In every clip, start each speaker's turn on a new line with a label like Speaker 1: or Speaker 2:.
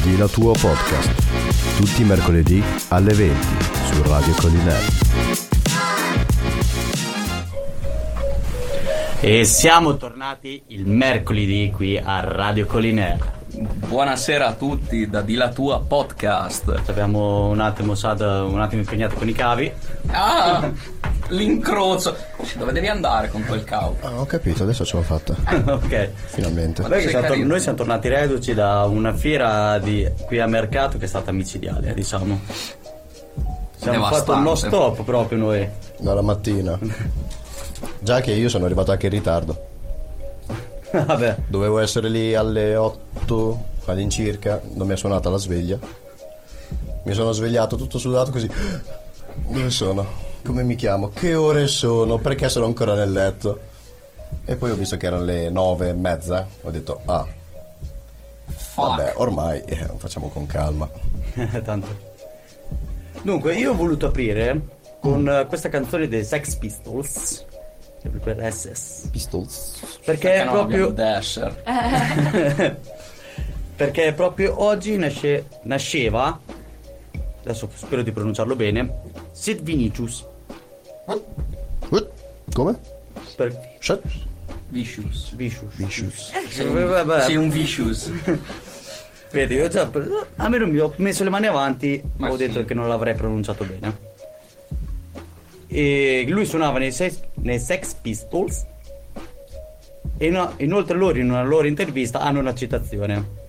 Speaker 1: Fila tuo podcast, tutti i mercoledì alle 20 su Radio Collinari.
Speaker 2: E siamo tornati il mercoledì qui a Radio Collinaire.
Speaker 3: Buonasera a tutti da Di La Tua Podcast.
Speaker 2: Abbiamo un attimo, Sad, un attimo impegnato con i cavi.
Speaker 3: Ah, l'incrocio. Dove devi andare con quel cavo?
Speaker 4: Ah, ho capito, adesso ce l'ho fatta,
Speaker 2: ok.
Speaker 4: finalmente.
Speaker 2: Guarda che
Speaker 3: Sei
Speaker 2: siamo tor-
Speaker 3: carino.
Speaker 2: noi siamo tornati reduci da una fiera di- qui a mercato che è stata micidiale, eh, diciamo. Siamo
Speaker 3: Devastante.
Speaker 2: fatto uno stop proprio noi.
Speaker 4: Dalla mattina. Già che io sono arrivato anche in ritardo.
Speaker 2: Vabbè.
Speaker 4: Dovevo essere lì alle 8 all'incirca, non mi è suonata la sveglia. Mi sono svegliato tutto sudato così. Dove sono? Come mi chiamo? Che ore sono? Perché sono ancora nel letto? E poi ho visto che erano le 9 e mezza, ho detto ah, vabbè,
Speaker 3: Fuck.
Speaker 4: ormai eh, facciamo con calma.
Speaker 2: Tanto. Dunque, io ho voluto aprire con
Speaker 3: Mm.
Speaker 2: eh, questa canzone dei Sex Pistols. Sempre per SS.
Speaker 4: Pistols.
Speaker 2: Perché è
Speaker 3: no,
Speaker 2: proprio.
Speaker 3: abbiamo Dasher.
Speaker 2: Perché proprio oggi nasce- nasceva, adesso spero di pronunciarlo bene, Sid Vinicius.
Speaker 4: Come?
Speaker 2: Per
Speaker 4: Shut.
Speaker 3: Vicious.
Speaker 2: Vicious.
Speaker 3: Sei
Speaker 2: Vabbè, Eh, vabbè.
Speaker 3: un, sei un Vicious.
Speaker 2: Vedi, io già. A me non mi ho messo le mani avanti, ma
Speaker 3: Ma
Speaker 2: ho
Speaker 3: sì.
Speaker 2: detto che non l'avrei pronunciato bene. E lui suonava nei, Sex- nei Sex Pistols. E no- inoltre loro in una loro intervista hanno una citazione.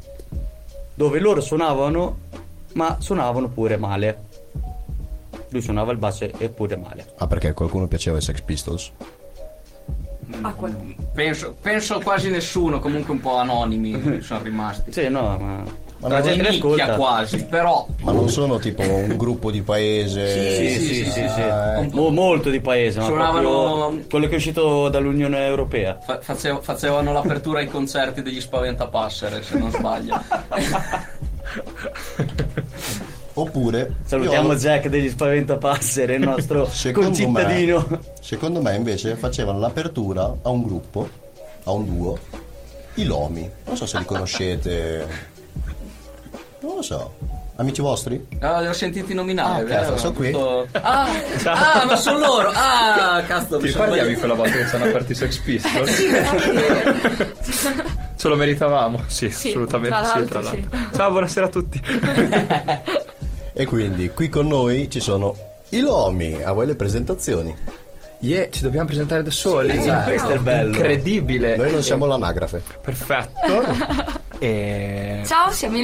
Speaker 2: Dove loro suonavano, ma suonavano pure male. Lui suonava il basso e pure male.
Speaker 4: Ah, perché qualcuno piaceva i Sex Pistols?
Speaker 5: Acqua.
Speaker 3: Penso, penso quasi nessuno, comunque un po' anonimi sono rimasti.
Speaker 2: Sì, no, ma.
Speaker 4: Ma
Speaker 2: la
Speaker 4: non
Speaker 3: Di
Speaker 2: gente li
Speaker 3: nicchia
Speaker 2: ascolta.
Speaker 3: quasi, però
Speaker 4: Ma non sono tipo un gruppo di paese.
Speaker 2: Sì, sì, sì, sì, sì.
Speaker 4: Ah, eh.
Speaker 2: Mo- molto di paese, ma
Speaker 3: Suonavano-
Speaker 2: proprio quello che è uscito dall'Unione Europea.
Speaker 3: fa- facev- facevano l'apertura ai concerti degli Spaventapassere, se non sbaglio.
Speaker 4: Oppure
Speaker 2: Salutiamo
Speaker 4: io-
Speaker 2: Jack degli Spaventapassere, il nostro
Speaker 4: secondo me-
Speaker 2: concittadino.
Speaker 4: secondo me invece facevano l'apertura a un gruppo, a un duo, i Lomi. Non so se li conoscete. Non lo so. Amici vostri?
Speaker 3: Ah, li ho sentiti nominare,
Speaker 4: Ah,
Speaker 3: vero?
Speaker 4: cazzo, sono qui.
Speaker 3: Tutto- Ah, ah, ma sono loro! Ah, cazzo, mi
Speaker 6: Ti
Speaker 3: sono
Speaker 6: ricordi
Speaker 3: sbagliato.
Speaker 6: di quella volta che sono aperti i Sex Pistols?
Speaker 5: Sì,
Speaker 6: Ce lo meritavamo? Sì, assolutamente
Speaker 5: tra
Speaker 6: sì,
Speaker 5: l'altro,
Speaker 6: Ciao, buonasera a tutti.
Speaker 4: E quindi qui con noi ci sono i Lomi. A voi le presentazioni.
Speaker 6: Yeah, ci dobbiamo presentare da soli.
Speaker 2: esatto. Questo è il bello.
Speaker 6: Incredibile.
Speaker 4: Noi non siamo l'anagrafe.
Speaker 6: Perfetto. E-
Speaker 5: Ciao, siamo i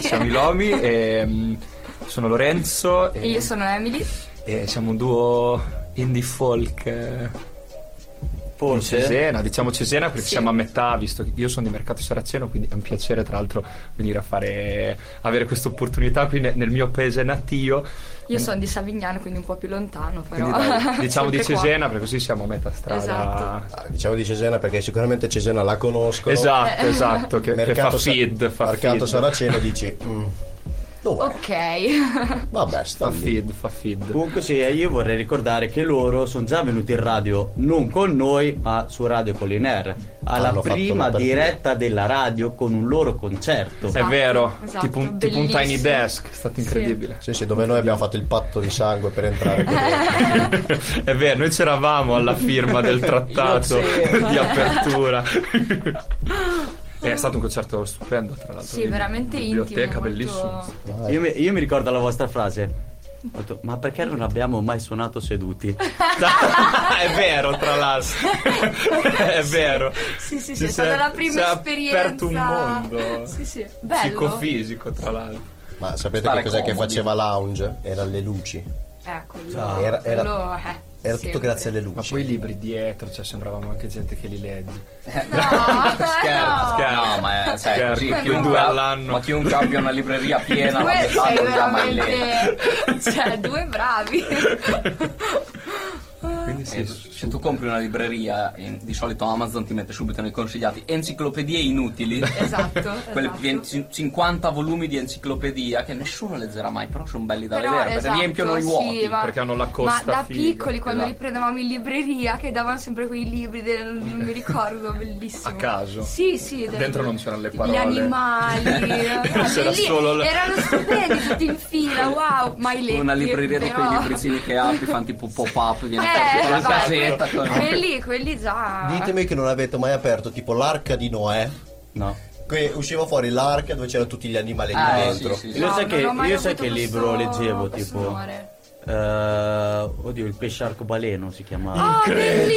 Speaker 6: Ciao, siamo i Lomi. e, mm, sono Lorenzo.
Speaker 5: E
Speaker 6: E,
Speaker 5: io sono Emily.
Speaker 6: e siamo un duo indie folk. eh, di
Speaker 2: Forse.
Speaker 6: Cesena, diciamo Cesena perché
Speaker 5: Sì.
Speaker 6: siamo a metà, visto che io sono di Mercato Saraceno, quindi è un piacere tra l'altro venire a fare, avere questa opportunità qui ne- nel mio paese natio.
Speaker 5: Io sono di Savignano, quindi un po' più lontano, però.
Speaker 6: Quindi dai, diciamo di
Speaker 5: Sempre qua.
Speaker 6: Cesena, perché così siamo a metà strada.
Speaker 5: Esatto.
Speaker 4: Ah, Diciamo di Cesena perché sicuramente Cesena la conosco.
Speaker 5: Eh.
Speaker 6: Esatto, esatto, che, che fa
Speaker 4: Sa-
Speaker 6: feed, fa
Speaker 4: mercato
Speaker 6: feed.
Speaker 4: Saraceno dici. "Mm, Dov'è?
Speaker 5: Ok.
Speaker 4: Vabbè, sta
Speaker 6: Fa
Speaker 4: lì.
Speaker 6: feed, fa
Speaker 4: Esatto.
Speaker 6: feed.
Speaker 2: Comunque sì, eh, io vorrei ricordare che loro sono già venuti in radio non con noi, ma su Radio Collinaire, alla
Speaker 4: Hanno fatto
Speaker 2: prima
Speaker 4: l'apertura.
Speaker 2: diretta della radio con un loro concerto.
Speaker 6: È vero,
Speaker 5: esatto,
Speaker 6: tipo, un, tipo un
Speaker 5: bellissimo.
Speaker 6: tiny desk, è stato
Speaker 5: Sì.
Speaker 6: incredibile.
Speaker 4: Sì, sì, dove noi abbiamo fatto il patto di sangue per entrare. con loro.
Speaker 6: È vero, noi c'eravamo alla firma del trattato
Speaker 3: Io c'ero.
Speaker 6: di apertura. Eh, È stato un concerto stupendo, tra l'altro.
Speaker 5: Sì,
Speaker 6: in
Speaker 5: veramente
Speaker 6: biblioteca,
Speaker 5: intimo.
Speaker 6: bellissimo.
Speaker 5: molto-
Speaker 2: Io mi, io mi ricordo la vostra frase. Ho detto, ma perché non abbiamo mai suonato seduti?
Speaker 6: Ah, è vero, tra l'altro. è vero.
Speaker 5: Sì, sì, sì,
Speaker 6: Si
Speaker 5: è stata
Speaker 6: è-
Speaker 5: la prima
Speaker 6: si è
Speaker 5: esperienza.
Speaker 6: aperto un mondo.
Speaker 5: Sì, sì. Bello.
Speaker 6: Psicofisico, tra l'altro.
Speaker 4: Ma sapete
Speaker 3: Stare
Speaker 4: che cos'è che
Speaker 3: comodi.
Speaker 4: faceva lounge? Erano le luci.
Speaker 5: Eh, quello.
Speaker 4: Era, era-
Speaker 5: quello, eh,
Speaker 4: era tutto
Speaker 5: sempre.
Speaker 4: grazie alle luci.
Speaker 6: Ma poi i libri dietro, cioè sembravamo anche gente che li legge.
Speaker 3: Scherzo,
Speaker 5: No, no.
Speaker 6: scherzo.
Speaker 3: No,
Speaker 7: eh,
Speaker 3: ma è sai,
Speaker 6: Scherzo.
Speaker 3: così,
Speaker 5: Ma
Speaker 3: chiunque,
Speaker 6: due
Speaker 3: ha-
Speaker 6: all'anno.
Speaker 3: ma chiunque abbia una libreria piena la
Speaker 5: Due
Speaker 3: metà
Speaker 5: sei
Speaker 3: non usa mai il
Speaker 5: veramente. Cioè, due bravi.
Speaker 6: Quindi Sì, sì,
Speaker 7: Eh,
Speaker 6: su-
Speaker 7: se tu compri una libreria, in- di solito Amazon ti mette subito nei consigliati enciclopedie inutili.
Speaker 5: Esatto,
Speaker 7: Quelle
Speaker 5: esatto.
Speaker 7: 20 50 volumi di enciclopedia che nessuno leggerà mai, però sono belli da
Speaker 5: Però,
Speaker 7: vedere
Speaker 5: esatto,
Speaker 7: perché riempiono i vuoti.
Speaker 5: sì, ma-
Speaker 6: perché hanno la
Speaker 5: Ma
Speaker 6: costa
Speaker 5: da
Speaker 6: figa,
Speaker 5: piccoli, quando
Speaker 6: esatto.
Speaker 5: li prendevamo in libreria, che davano sempre quei libri, del- non mi ricordo, bellissimo.
Speaker 6: A caso.
Speaker 5: Sì, sì. del-
Speaker 6: Dentro non c'erano le parole.
Speaker 5: Gli animali. Ah,
Speaker 6: C'era
Speaker 5: belli-
Speaker 6: solo le-
Speaker 5: Erano stupendi tutti in fila, wow. Mai letti.
Speaker 7: Una libreria di quei
Speaker 5: però-
Speaker 7: libricini che apri, fanno tipo pop-up, viene
Speaker 5: Eh,
Speaker 7: fuori la
Speaker 5: vabbè,
Speaker 7: casetta.
Speaker 5: que-
Speaker 7: con-
Speaker 5: quelli, quelli già.
Speaker 4: Ditemi che non avete mai aperto tipo l'arca di Noè.
Speaker 2: No.
Speaker 4: Che usciva fuori l'arca dove c'erano tutti gli animaletti
Speaker 7: Ah, eh,
Speaker 4: dentro.
Speaker 7: sì, sì, sì.
Speaker 2: Io
Speaker 5: No,
Speaker 2: sai
Speaker 5: non
Speaker 2: che,
Speaker 5: ho mai
Speaker 2: io sai
Speaker 5: avuto
Speaker 2: che
Speaker 5: questo-
Speaker 2: libro leggevo
Speaker 5: questo
Speaker 2: tipo.
Speaker 5: onore.
Speaker 2: eh, oddio, il pesce arcobaleno si chiamava.
Speaker 5: Oh,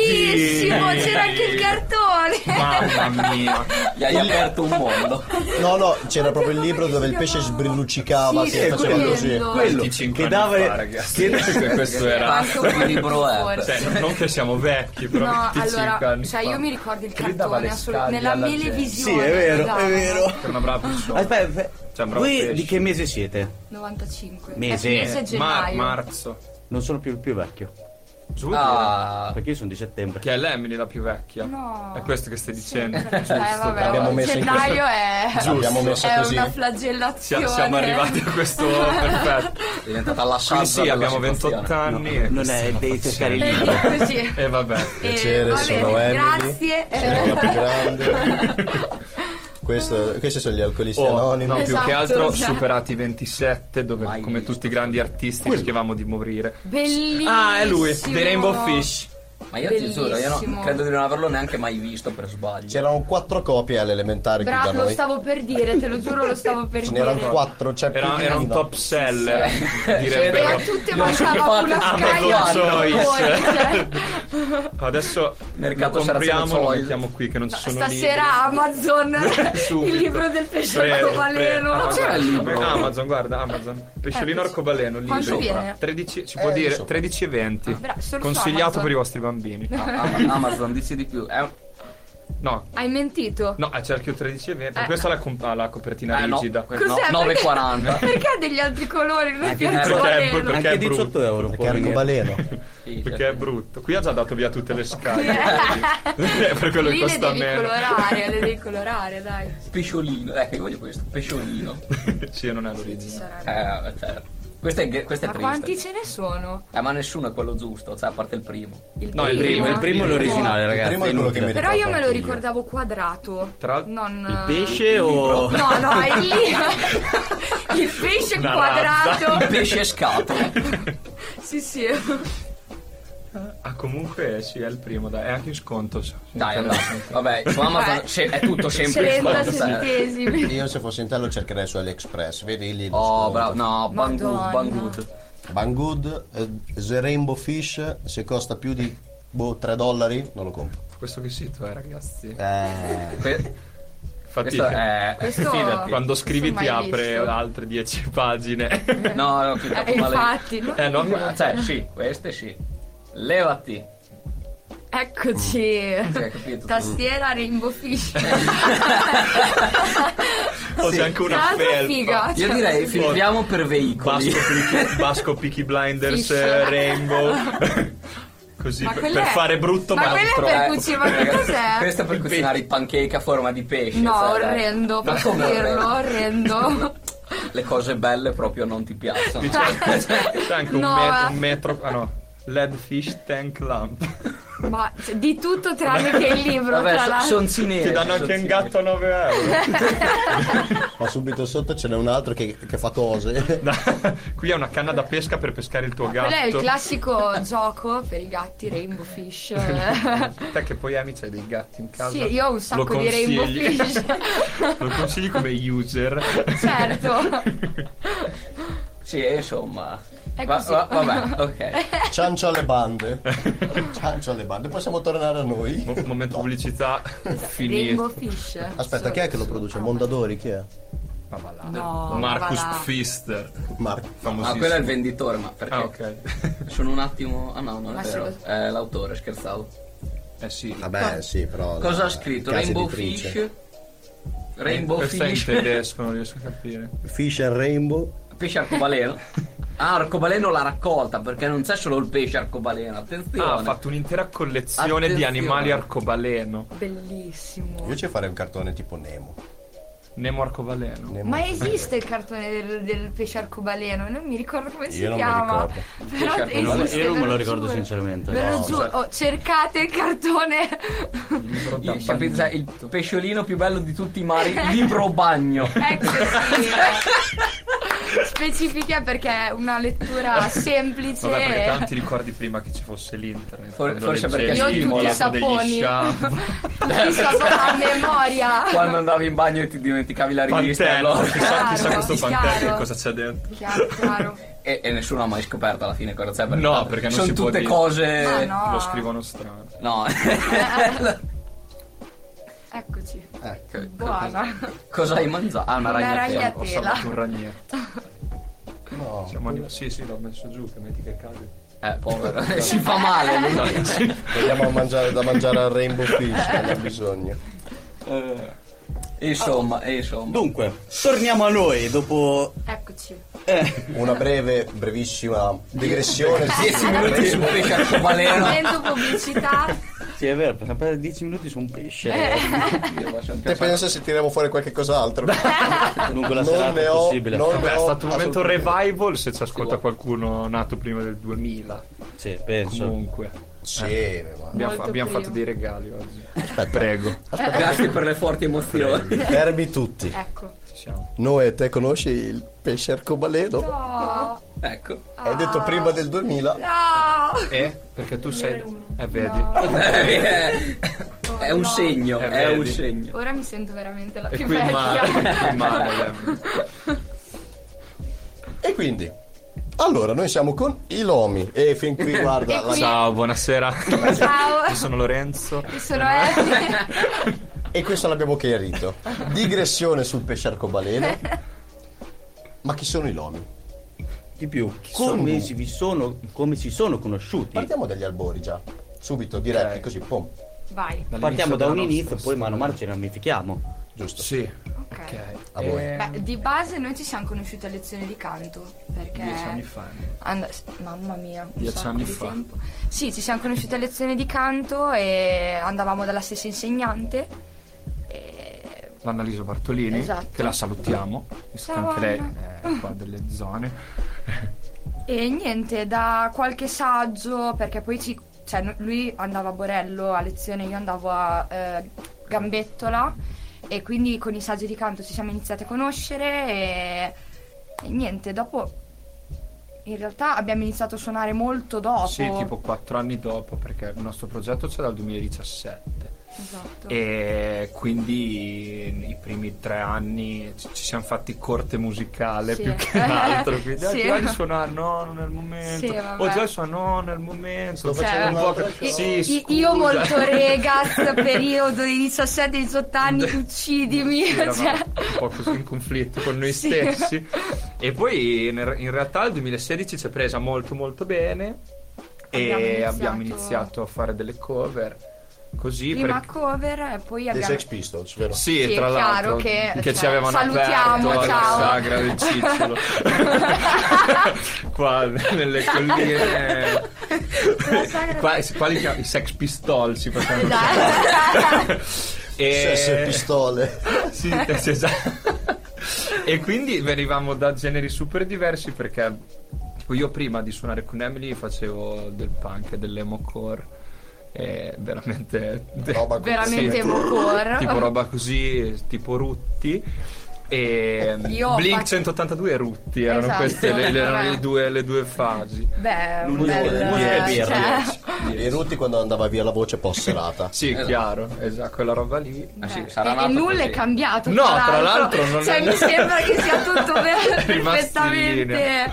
Speaker 5: bellissimo! C'era anche il cartone.
Speaker 6: Mamma mia.
Speaker 7: Gli hai aperto un mondo.
Speaker 4: No, no, c'era proprio il libro dove il pesce sbrilluccicava,
Speaker 5: Sì,
Speaker 4: si
Speaker 5: sì,
Speaker 4: faceva
Speaker 5: quello.
Speaker 4: così.
Speaker 2: Quello
Speaker 6: 25
Speaker 2: che
Speaker 6: anni
Speaker 2: dava.
Speaker 6: fa, ragazzi.
Speaker 2: che-
Speaker 6: questo era.
Speaker 5: Quanto
Speaker 7: Che libro è?
Speaker 5: forse.
Speaker 6: Cioè, non che siamo vecchi, però.
Speaker 5: No,
Speaker 6: 25
Speaker 5: allora,
Speaker 6: anni
Speaker 5: cioè
Speaker 6: fa.
Speaker 5: io mi ricordo il
Speaker 6: Che gli dava
Speaker 5: cartone
Speaker 6: le
Speaker 5: assolut-
Speaker 6: scaglie
Speaker 5: nella
Speaker 6: alla gente.
Speaker 5: melevisione.
Speaker 2: Sì, è vero,
Speaker 5: dava.
Speaker 2: è vero.
Speaker 6: Era una brava persona.
Speaker 2: Aspetta, aspetta.
Speaker 6: Cioè, bravo
Speaker 2: voi
Speaker 6: pesce.
Speaker 2: di che mese siete?
Speaker 5: 95.
Speaker 2: Mese.
Speaker 5: Eh, mese
Speaker 6: Mar-
Speaker 5: gennaio.
Speaker 6: marzo.
Speaker 2: Non sono più il più vecchio.
Speaker 6: Giulia.
Speaker 7: Ah,
Speaker 2: Perché io sono di settembre.
Speaker 6: Che è l'Emily la più vecchia.
Speaker 5: No.
Speaker 6: È questo che stai dicendo.
Speaker 5: Sempre. Eh, vabbè,
Speaker 4: Abbiamo
Speaker 5: il
Speaker 4: messo in questo-
Speaker 5: gennaio è
Speaker 4: L'abbiamo messo
Speaker 5: è
Speaker 4: così.
Speaker 5: una flagellazione.
Speaker 6: Sia- siamo arrivati a questo perfetto.
Speaker 7: è diventata Ah, la
Speaker 6: Quindi
Speaker 7: salsa
Speaker 6: sì,
Speaker 7: della
Speaker 6: abbiamo
Speaker 7: situazione.
Speaker 6: 28 anni. e
Speaker 2: Non è devi cercare il
Speaker 5: Eh,
Speaker 2: libro.
Speaker 5: così.
Speaker 6: E vabbè.
Speaker 4: Piacere,
Speaker 5: Eh, va
Speaker 4: sono
Speaker 5: bene,
Speaker 4: Emily.
Speaker 5: Grazie.
Speaker 4: Sono la più grande. Questo- questi sono gli alcolisti
Speaker 6: Oh,
Speaker 4: anonimi.
Speaker 6: no, più
Speaker 5: Esatto,
Speaker 6: che altro
Speaker 5: cioè.
Speaker 6: superati i 27, dove
Speaker 7: Mai
Speaker 6: come
Speaker 7: visto.
Speaker 6: tutti i grandi artisti rischiavamo di morire.
Speaker 5: Bellissimo.
Speaker 6: Ah, è lui, The Rainbow Fish.
Speaker 7: Ma io ti giuro, io
Speaker 5: Bellissimo.
Speaker 7: non, credo di non averlo neanche mai visto per sbaglio.
Speaker 4: C'erano quattro copie all'elementare qui da
Speaker 5: Bravo, lo
Speaker 4: noi.
Speaker 5: stavo per dire, te lo giuro, lo stavo per
Speaker 4: Ce
Speaker 5: dire.
Speaker 4: n'erano quattro, c'è più
Speaker 6: Era,
Speaker 4: di
Speaker 6: era un
Speaker 4: uno.
Speaker 6: top seller,
Speaker 5: E
Speaker 6: direbbero.
Speaker 5: Cioè, a tutte
Speaker 7: sono
Speaker 5: mancava una
Speaker 6: Ah,
Speaker 7: fatto
Speaker 5: scaglia
Speaker 7: Amazon
Speaker 5: al
Speaker 6: Choice.
Speaker 5: cartone, cioè.
Speaker 6: Adesso
Speaker 7: Mercato
Speaker 6: lo compriamo,
Speaker 7: Saraceno
Speaker 6: lo
Speaker 7: Zoil.
Speaker 6: mettiamo qui che non ci sono
Speaker 5: Stasera Amazon
Speaker 6: Subito.
Speaker 5: il libro del pesce
Speaker 6: libri. Prego, prego.
Speaker 5: arcobaleno.
Speaker 6: Ah,
Speaker 7: c'era il libro?
Speaker 6: guarda, Amazon, guarda, Amazon. Pesciolino
Speaker 5: Eh,
Speaker 6: arcobaleno, libro.
Speaker 5: quanto viene?
Speaker 6: 13, ci
Speaker 4: Eh,
Speaker 6: può dire
Speaker 4: so.
Speaker 6: 13 e 20.
Speaker 5: Bra- Ah, solo su
Speaker 6: Consigliato
Speaker 5: Amazon.
Speaker 6: per i vostri bambini.
Speaker 7: Ah, Am- Amazon, dici di più. È un-
Speaker 6: No,
Speaker 5: Hai mentito?
Speaker 6: no, eh, c'è il 13 e 20. Per
Speaker 5: Eh.
Speaker 6: questo ha la, comp- ha la copertina
Speaker 7: eh, no,
Speaker 6: rigida.
Speaker 7: que-
Speaker 5: Cos'è?
Speaker 7: no,
Speaker 5: Perché-
Speaker 7: 9,40.
Speaker 5: Perché ha degli altri colori? Non
Speaker 2: Anche
Speaker 5: piace
Speaker 7: perché-
Speaker 5: arcobaleno.
Speaker 6: perché
Speaker 2: Anche
Speaker 6: è brutto.
Speaker 2: 18 euro.
Speaker 4: Perché
Speaker 2: può venire.
Speaker 4: arcobaleno.
Speaker 7: Sì,
Speaker 6: Perché è
Speaker 7: certo.
Speaker 6: brutto. Qui ha già dato via tutte le scaglie. quindi- per quello che
Speaker 5: Lì le
Speaker 6: costa
Speaker 5: devi
Speaker 6: meno.
Speaker 5: colorare, le devi colorare, dai.
Speaker 7: Pesciolino, ecco, io voglio questo. Pesciolino.
Speaker 6: sì, non è
Speaker 5: Ci
Speaker 6: l'origine.
Speaker 5: saranno.
Speaker 7: Eh, cioè, questo è, ge- questo è
Speaker 5: Ma
Speaker 7: triste.
Speaker 5: quanti ce ne sono?
Speaker 7: Eh, ma nessuno è quello giusto, cioè, a parte il primo.
Speaker 5: Il
Speaker 6: No, il
Speaker 2: Primo, il primo è l'originale,
Speaker 4: Il
Speaker 2: ragazzi.
Speaker 4: primo è quello che mi
Speaker 2: inutile.
Speaker 5: Però io me lo
Speaker 4: anch'io.
Speaker 5: ricordavo quadrato.
Speaker 6: Tra-
Speaker 5: non eh,
Speaker 2: Il pesce o.
Speaker 5: No, no, è lì. il pesce
Speaker 6: Una
Speaker 5: quadrato.
Speaker 7: Pesce e scatole.
Speaker 5: Sì, sì.
Speaker 6: Ah, comunque sì, è il primo, dai. È anche in sconto. Cioè, se- se
Speaker 7: Dai,
Speaker 6: interessa.
Speaker 7: andiamo. Vabbè, su Amazon
Speaker 5: Eh.
Speaker 7: c'è- è tutto sempre in Eh,
Speaker 5: 30
Speaker 7: sconto, sai.
Speaker 5: centesimi. Eh,
Speaker 4: Io se fossi in te lo cercherei su AliExpress, vedi lì. lo
Speaker 7: Oh,
Speaker 4: sconto.
Speaker 7: bravo. No,
Speaker 5: Madonna.
Speaker 7: Banggood, Banggood.
Speaker 4: Banggood, eh, The Rainbow Fish, se costa più di boh, 3 dollari non lo compro.
Speaker 6: Questo che sito è, ragazzi.
Speaker 4: Eh,
Speaker 7: Que-
Speaker 6: Infatti,
Speaker 7: questo è...
Speaker 5: Questo-
Speaker 6: fidati, quando scrivi
Speaker 5: questo
Speaker 6: ti
Speaker 5: mai
Speaker 6: apre
Speaker 5: visto.
Speaker 6: altre 10 pagine.
Speaker 7: No, no, ti
Speaker 5: Eh,
Speaker 7: capo male.
Speaker 5: infatti, no?
Speaker 6: eh, no,
Speaker 7: Ma, Cioè, sì, queste sì. Levati.
Speaker 5: Eccoci.
Speaker 7: Cioè, capito?
Speaker 5: Tastiera Rainbow Fish.
Speaker 6: o c'è anche
Speaker 5: Tra
Speaker 6: una
Speaker 5: l'altro è
Speaker 6: felpa.
Speaker 5: figa.
Speaker 7: Io
Speaker 5: cioè,
Speaker 7: direi finiamo per veicoli.
Speaker 6: Basco Peaky, Basco Peaky Blinders,
Speaker 5: Fish.
Speaker 6: eh, Rainbow. Così
Speaker 5: Ma
Speaker 6: per,
Speaker 5: quella
Speaker 6: per
Speaker 5: è-
Speaker 6: fare brutto,
Speaker 5: ma
Speaker 6: ma,
Speaker 5: quella è
Speaker 6: troppo.
Speaker 7: eh.
Speaker 5: per cucinare, ma che cos'è?
Speaker 7: Questo è per
Speaker 6: Il
Speaker 7: cucinare i
Speaker 6: pe-
Speaker 7: pancake a forma di pesce.
Speaker 5: No,
Speaker 7: cioè, dai.
Speaker 5: orrendo,
Speaker 7: Ma
Speaker 5: posso
Speaker 7: come
Speaker 5: dirlo,
Speaker 7: orrendo?
Speaker 5: orrendo.
Speaker 7: Le cose belle proprio non ti piacciono.
Speaker 5: Cioè,
Speaker 6: C'è anche
Speaker 5: No, eh.
Speaker 6: un, met-
Speaker 5: va.
Speaker 6: un metro. Ah no. Lead Fish Tank Lamp.
Speaker 5: Ma cioè, di tutto tranne che il libro, tra
Speaker 7: Vabbè,
Speaker 5: l'altro.
Speaker 7: sono cinesi.
Speaker 6: Ti danno anche un gatto a 9 euro.
Speaker 4: ma subito sotto ce n'è un altro che, che fa cose.
Speaker 6: Da- Qui è una canna da pesca per pescare il tuo gatto.
Speaker 5: Quello è il classico gioco per i gatti Rainbow Fish.
Speaker 6: Te che poi ami c'hai dei gatti in casa.
Speaker 5: sì, io ho un sacco
Speaker 6: Lo
Speaker 5: di Rainbow
Speaker 6: consigli.
Speaker 5: Fish.
Speaker 6: Lo consigli come user.
Speaker 5: certo.
Speaker 7: Sì, insomma.
Speaker 5: È
Speaker 7: Va-
Speaker 5: così.
Speaker 7: va- vabbè, ok. Ah,
Speaker 4: Ciancio alle bande. Ciancio alle bande, possiamo tornare a noi.
Speaker 6: Mo- momento pubblicità finito.
Speaker 5: Rainbow Fish.
Speaker 4: Aspetta,
Speaker 5: Solo
Speaker 4: chi è che lo
Speaker 5: su
Speaker 4: produce?
Speaker 5: Amazon.
Speaker 4: Mondadori chi è?
Speaker 6: Ma va là.
Speaker 5: No,
Speaker 6: Marcus
Speaker 5: va là.
Speaker 6: Pfister,
Speaker 4: Marco.
Speaker 7: Ah,
Speaker 6: famosissimo.
Speaker 7: quello è il venditore, ma perché?
Speaker 6: Ah, ok.
Speaker 7: Sono un attimo. Ah no, non
Speaker 5: Ma
Speaker 7: è
Speaker 5: sì,
Speaker 7: vero.
Speaker 5: lo-
Speaker 7: È l'autore, scherzavo.
Speaker 6: Eh sì.
Speaker 4: Vabbè, sì, però.
Speaker 7: Cosa
Speaker 4: la-
Speaker 7: ha scritto?
Speaker 4: casa
Speaker 7: Rainbow
Speaker 4: editrice.
Speaker 7: Fish? Rainbow
Speaker 6: Questo è in
Speaker 7: Fish?
Speaker 6: tedesco, non riesco a capire.
Speaker 4: Fish and Rainbow.
Speaker 3: pesce arcobaleno. Ah, arcobaleno l'ha raccolta perché non c'è solo il pesce arcobaleno. Attenzione.
Speaker 6: Ah, ha fatto un'intera collezione di
Speaker 3: Attenzione.
Speaker 6: animali arcobaleno.
Speaker 5: Bellissimo.
Speaker 4: Io ci farei un cartone tipo Nemo.
Speaker 6: Nemo arcobaleno.
Speaker 4: Nemo.
Speaker 5: Ma esiste il cartone del, del pesce arcobaleno? Non mi ricordo come si
Speaker 4: Io non me lo
Speaker 5: chiama.
Speaker 4: ricordo.
Speaker 5: Però
Speaker 3: Pesce arcobaleno.
Speaker 5: esiste,
Speaker 2: Io non me
Speaker 5: ve
Speaker 2: lo ricordo
Speaker 5: giuro.
Speaker 2: sinceramente.
Speaker 5: Ve lo
Speaker 2: No.
Speaker 5: giuro, Oh, cercate il cartone.
Speaker 6: Il libro da
Speaker 3: Il, capite,
Speaker 6: bambino.
Speaker 3: sai, il pesciolino più bello di tutti i mari, libro bagno.
Speaker 5: Ecco sì. Specifica perché è una lettura semplice.
Speaker 6: Vabbè, perché tanto ti ricordi prima che ci fosse l'internet.
Speaker 3: For-
Speaker 6: quando
Speaker 3: forse
Speaker 6: leggevi
Speaker 3: perché- Io ho
Speaker 6: il
Speaker 3: tutti i
Speaker 6: molato
Speaker 5: saponi.
Speaker 6: degli shampoo.
Speaker 5: Tutti sono a memoria.
Speaker 3: Quando andavi in bagno e ti dimenticavi la rivista. e
Speaker 6: Pantello,
Speaker 3: allora-
Speaker 6: chissà, chissà
Speaker 5: Chiaro,
Speaker 6: questo
Speaker 5: chiaro.
Speaker 6: pantello che cosa c'è dentro.
Speaker 5: Chiaro, chiaro.
Speaker 3: E, e nessuno ha mai scoperto alla fine cosa c'è. perché
Speaker 6: No,
Speaker 3: tanto-
Speaker 6: perché non
Speaker 3: sono
Speaker 6: si può
Speaker 3: tutte
Speaker 6: dire.
Speaker 7: Eh,
Speaker 3: cose.
Speaker 5: Ah, no.
Speaker 6: Lo scrivono strano.
Speaker 3: No.
Speaker 5: Eccoci.
Speaker 3: Ecco,
Speaker 5: Buona.
Speaker 3: Cosa hai mangiato? Ah, una
Speaker 5: Una
Speaker 3: ragnatela.
Speaker 5: ragnatela.
Speaker 6: Ho saputo un ragnetto.
Speaker 4: No.
Speaker 6: Siamo anim- Sì, sì, l'ho messo giù, che metti che cade.
Speaker 3: Eh, povero. si fa male. lui.
Speaker 4: Vogliamo mangiare, da mangiare al Rainbow Fish, che ne ha bisogno.
Speaker 3: Insomma, e insomma.
Speaker 2: Dunque, torniamo a noi dopo...
Speaker 5: Eccoci.
Speaker 2: Eh,
Speaker 4: Una breve, brevissima digressione.
Speaker 5: Ah,
Speaker 3: 10 minuti su pesce arcobaleno.
Speaker 5: Momento pubblicità.
Speaker 2: sì, è vero, per sapere 10 minuti su un pesce.
Speaker 4: Te pensa se tiriamo fuori qualche cos'altro?
Speaker 2: Lungo la serata
Speaker 4: Non ne
Speaker 2: è
Speaker 4: ho,
Speaker 2: possibile.
Speaker 4: non
Speaker 6: Vabbè,
Speaker 4: ne
Speaker 6: è
Speaker 4: ho
Speaker 6: stato un momento
Speaker 4: assolutamente.
Speaker 6: revival se ci ascolta qualcuno nato prima del 2000.
Speaker 2: Sì, penso.
Speaker 6: Comunque,
Speaker 4: Sì, ma...
Speaker 6: abbiamo,
Speaker 5: Molto
Speaker 6: abbiamo fatto
Speaker 5: prima.
Speaker 6: dei regali oggi. Prego.
Speaker 3: Grazie per le forti emozioni.
Speaker 4: Fermi tutti.
Speaker 5: Ecco.
Speaker 6: Ci siamo.
Speaker 4: Noe, te conosci il pesce arcobaleno?
Speaker 5: Oh,
Speaker 3: Ecco.
Speaker 4: Hai detto prima del 2000.
Speaker 5: no.
Speaker 6: Eh? Perché tu sei... Eh, vedi.
Speaker 3: Eh, è un
Speaker 5: no.
Speaker 3: segno,
Speaker 6: Eh,
Speaker 3: è
Speaker 6: vedi. Ah,
Speaker 3: un segno.
Speaker 5: Ora mi sento veramente la
Speaker 6: E
Speaker 5: più
Speaker 6: qui il male,
Speaker 5: vecchia.
Speaker 6: qui il male. eh.
Speaker 4: E quindi? Allora, noi siamo con i Lomi. E fin qui, guarda,
Speaker 5: E
Speaker 4: la-
Speaker 5: qui-
Speaker 6: Ciao, buonasera.
Speaker 5: Ciao.
Speaker 6: Io sono Lorenzo.
Speaker 5: Io sono Effie.
Speaker 4: E questo l'abbiamo chiarito. Digressione sul pesce arcobaleno. Ma chi sono i Lomi?
Speaker 2: Di più,
Speaker 4: sono
Speaker 2: come
Speaker 4: lui?
Speaker 2: si, vi sono, come si sono conosciuti?
Speaker 4: Partiamo dagli albori già. Subito, diretti,
Speaker 6: Ok.
Speaker 4: così, pom.
Speaker 5: Vai.
Speaker 2: Partiamo
Speaker 6: Dall'inizio
Speaker 2: da un
Speaker 6: della
Speaker 2: inizio,
Speaker 6: nostra
Speaker 2: poi mano a mano
Speaker 6: storia.
Speaker 2: ci ramifichiamo.
Speaker 4: Giusto.
Speaker 6: Sì.
Speaker 5: Ok.
Speaker 6: Ok.
Speaker 4: A voi.
Speaker 6: Eh,
Speaker 5: Beh, di base noi ci siamo conosciuti a lezione di canto. Perché.
Speaker 6: Dieci anni fa.
Speaker 5: And- mamma mia, un
Speaker 6: Dieci
Speaker 5: sacco
Speaker 6: anni
Speaker 5: di
Speaker 6: fa.
Speaker 5: tempo. Sì, ci siamo conosciuti a lezione di canto e andavamo dalla stessa insegnante. E...
Speaker 6: L'Annalisa Bartolini,
Speaker 5: Esatto.
Speaker 6: che la salutiamo, visto che
Speaker 5: Ciao,
Speaker 6: anche lei
Speaker 5: Anna.
Speaker 6: è qua delle zone.
Speaker 5: e niente, da qualche saggio, perché poi ci, cioè, no- lui andava a Borello a lezione, io andavo a eh, Gambettola e quindi con i saggi di canto ci siamo iniziati a conoscere e, e niente, dopo in realtà abbiamo iniziato a suonare molto dopo.
Speaker 6: Sì, tipo quattro anni dopo, perché il nostro progetto c'è dal 2017.
Speaker 5: Esatto.
Speaker 6: E quindi i primi tre anni ci ci siamo fatti corte musicale
Speaker 5: Sì.
Speaker 6: più che altro. Quindi
Speaker 5: Sì.
Speaker 6: eh, ti voglio suonare no, non è il momento.
Speaker 5: Sì, vabbè.
Speaker 6: o ti voglio suonare no, non è il momento.
Speaker 4: Sto facendo
Speaker 6: un
Speaker 4: un'altra
Speaker 6: po' che-
Speaker 4: cosa.
Speaker 6: sì,
Speaker 5: Cioè, I-
Speaker 6: scusa.
Speaker 5: io molto regas, periodo di 17-18 anni, uccidimi.
Speaker 6: Sì, eravamo
Speaker 5: cioè.
Speaker 6: un po' così in conflitto con noi
Speaker 5: Sì.
Speaker 6: stessi. E poi in, in realtà il 2016 ci è presa molto molto bene e
Speaker 5: Abbiamo iniziato-
Speaker 6: abbiamo iniziato a fare delle cover così
Speaker 5: Prima
Speaker 6: perché-
Speaker 5: cover e poi
Speaker 4: Dei
Speaker 5: abbiamo...
Speaker 4: Sex Pistols, vero?
Speaker 6: Sì,
Speaker 5: Sì,
Speaker 6: tra
Speaker 5: è chiaro
Speaker 6: l'altro
Speaker 5: che, cioè,
Speaker 6: ci avevano
Speaker 5: salutiamo,
Speaker 6: aperto
Speaker 5: ciao.
Speaker 6: la sagra del cicciolo qua nelle colline
Speaker 5: La sagra-
Speaker 6: qua, qua li chiam- i sex pistol si facevano
Speaker 5: Esatto.
Speaker 6: e...
Speaker 4: Sex Pistole.
Speaker 6: Sì,
Speaker 5: Eh.
Speaker 6: te- sì, esatto. E quindi venivamo da generi super diversi perché tipo io prima di suonare con Emily facevo del punk e dell'emocore e veramente
Speaker 4: Roba così.
Speaker 5: Veramente emocore.
Speaker 6: tipo roba così, tipo Rutti e
Speaker 5: Io
Speaker 6: Blink
Speaker 5: faccio-
Speaker 6: 182 e Rutti erano
Speaker 5: Esatto,
Speaker 6: queste le, le- erano
Speaker 5: vabbè.
Speaker 6: le due, le due fasi.
Speaker 5: Beh, un
Speaker 2: Musica-
Speaker 5: bel-
Speaker 2: musica e
Speaker 5: cioè,
Speaker 2: birra.
Speaker 4: I Rutti quando andava via la voce posserata.
Speaker 6: Sì,
Speaker 3: Esatto.
Speaker 6: chiaro, esatto, quella roba lì.
Speaker 3: Ah, sì,
Speaker 5: beh,
Speaker 3: sarà
Speaker 5: e- e
Speaker 3: nato
Speaker 5: nulla
Speaker 3: così.
Speaker 5: è cambiato.
Speaker 6: No, tra l'altro non-
Speaker 5: Cioè, mi sembra che sia tutto per-
Speaker 6: È rimasto in linea.
Speaker 5: perfettamente.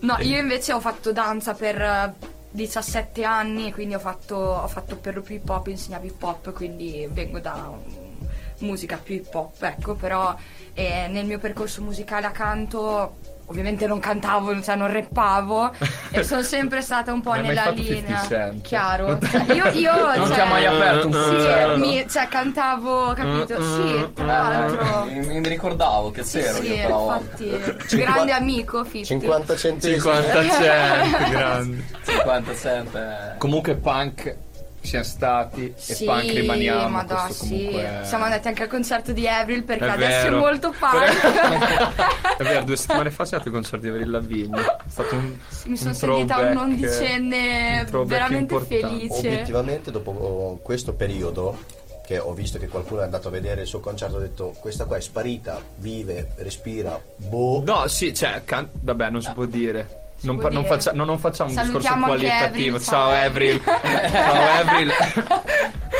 Speaker 5: No, io invece ho fatto danza per eh, 17 anni, quindi ho fatto, ho fatto per lo più hip hop, insegnavo hip hop, quindi vengo da mm, musica più hip hop, ecco, però eh, nel mio percorso musicale a canto ovviamente non cantavo, cioè non rappavo e sono sempre stata un po'
Speaker 6: Non hai mai
Speaker 5: nella
Speaker 6: fatto 50
Speaker 5: linea.
Speaker 6: Cent.
Speaker 5: Chiaro. Cioè, io io
Speaker 3: Non
Speaker 5: cioè,
Speaker 3: ti ha mai aperto un concerto?
Speaker 5: sì, mi- cioè, cantavo, capito?
Speaker 6: Mm,
Speaker 5: Sì, tra l'altro.
Speaker 3: Eh, mi, mi ricordavo che
Speaker 5: Sì,
Speaker 3: c'ero
Speaker 5: sì,
Speaker 3: io però. volta.
Speaker 5: infatti, grande amico, Fitti.
Speaker 4: 50 centesimi.
Speaker 6: 50 cent, grande.
Speaker 3: 50 cent. eh.
Speaker 6: Comunque punk siamo stati e
Speaker 5: Sì,
Speaker 6: punk rimaniamo.
Speaker 5: ma da,
Speaker 6: questo
Speaker 5: sì.
Speaker 6: comunque è-
Speaker 5: Siamo andati anche al concerto di Avril perché
Speaker 6: È
Speaker 5: adesso
Speaker 6: vero.
Speaker 5: è molto punk.
Speaker 6: È vero, due settimane fa siamo andati al concerto di Avril Lavigne. È stato un
Speaker 5: Mi sono
Speaker 6: un
Speaker 5: sentita un
Speaker 6: throwback,
Speaker 5: undicenne
Speaker 6: un throwback
Speaker 5: veramente
Speaker 6: importante.
Speaker 5: felice.
Speaker 4: Obiettivamente, dopo questo periodo, che ho visto che qualcuno è andato a vedere il suo concerto, ho detto: Questa qua è sparita, vive, respira, boh.
Speaker 6: No, sì, cioè, can- vabbè, non si può dire. Non,
Speaker 5: può
Speaker 6: pa- non
Speaker 5: dire.
Speaker 6: faccia- no, non facciamo un
Speaker 5: Salutiamo
Speaker 6: discorso
Speaker 5: anche
Speaker 6: qualitativo.
Speaker 5: Avril,
Speaker 6: ciao Avril. ciao Avril.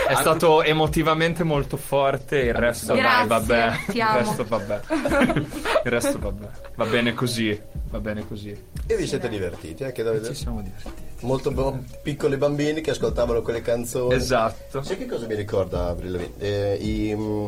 Speaker 6: È stato emotivamente molto forte. Il resto dai,
Speaker 5: Grazie,
Speaker 6: vabbè.
Speaker 5: ti
Speaker 6: Il
Speaker 5: amo.
Speaker 6: resto vabbè. Il resto vabbè. Va bene così. Va bene così.
Speaker 4: E vi siete divertiti, anche da
Speaker 6: Ci
Speaker 4: vedere.
Speaker 6: siamo divertiti.
Speaker 4: Molto bo- piccoli bambini che ascoltavano quelle canzoni.
Speaker 6: Esatto.
Speaker 4: Sai che cosa mi ricorda Avril Lavigne? Eh, i, mm,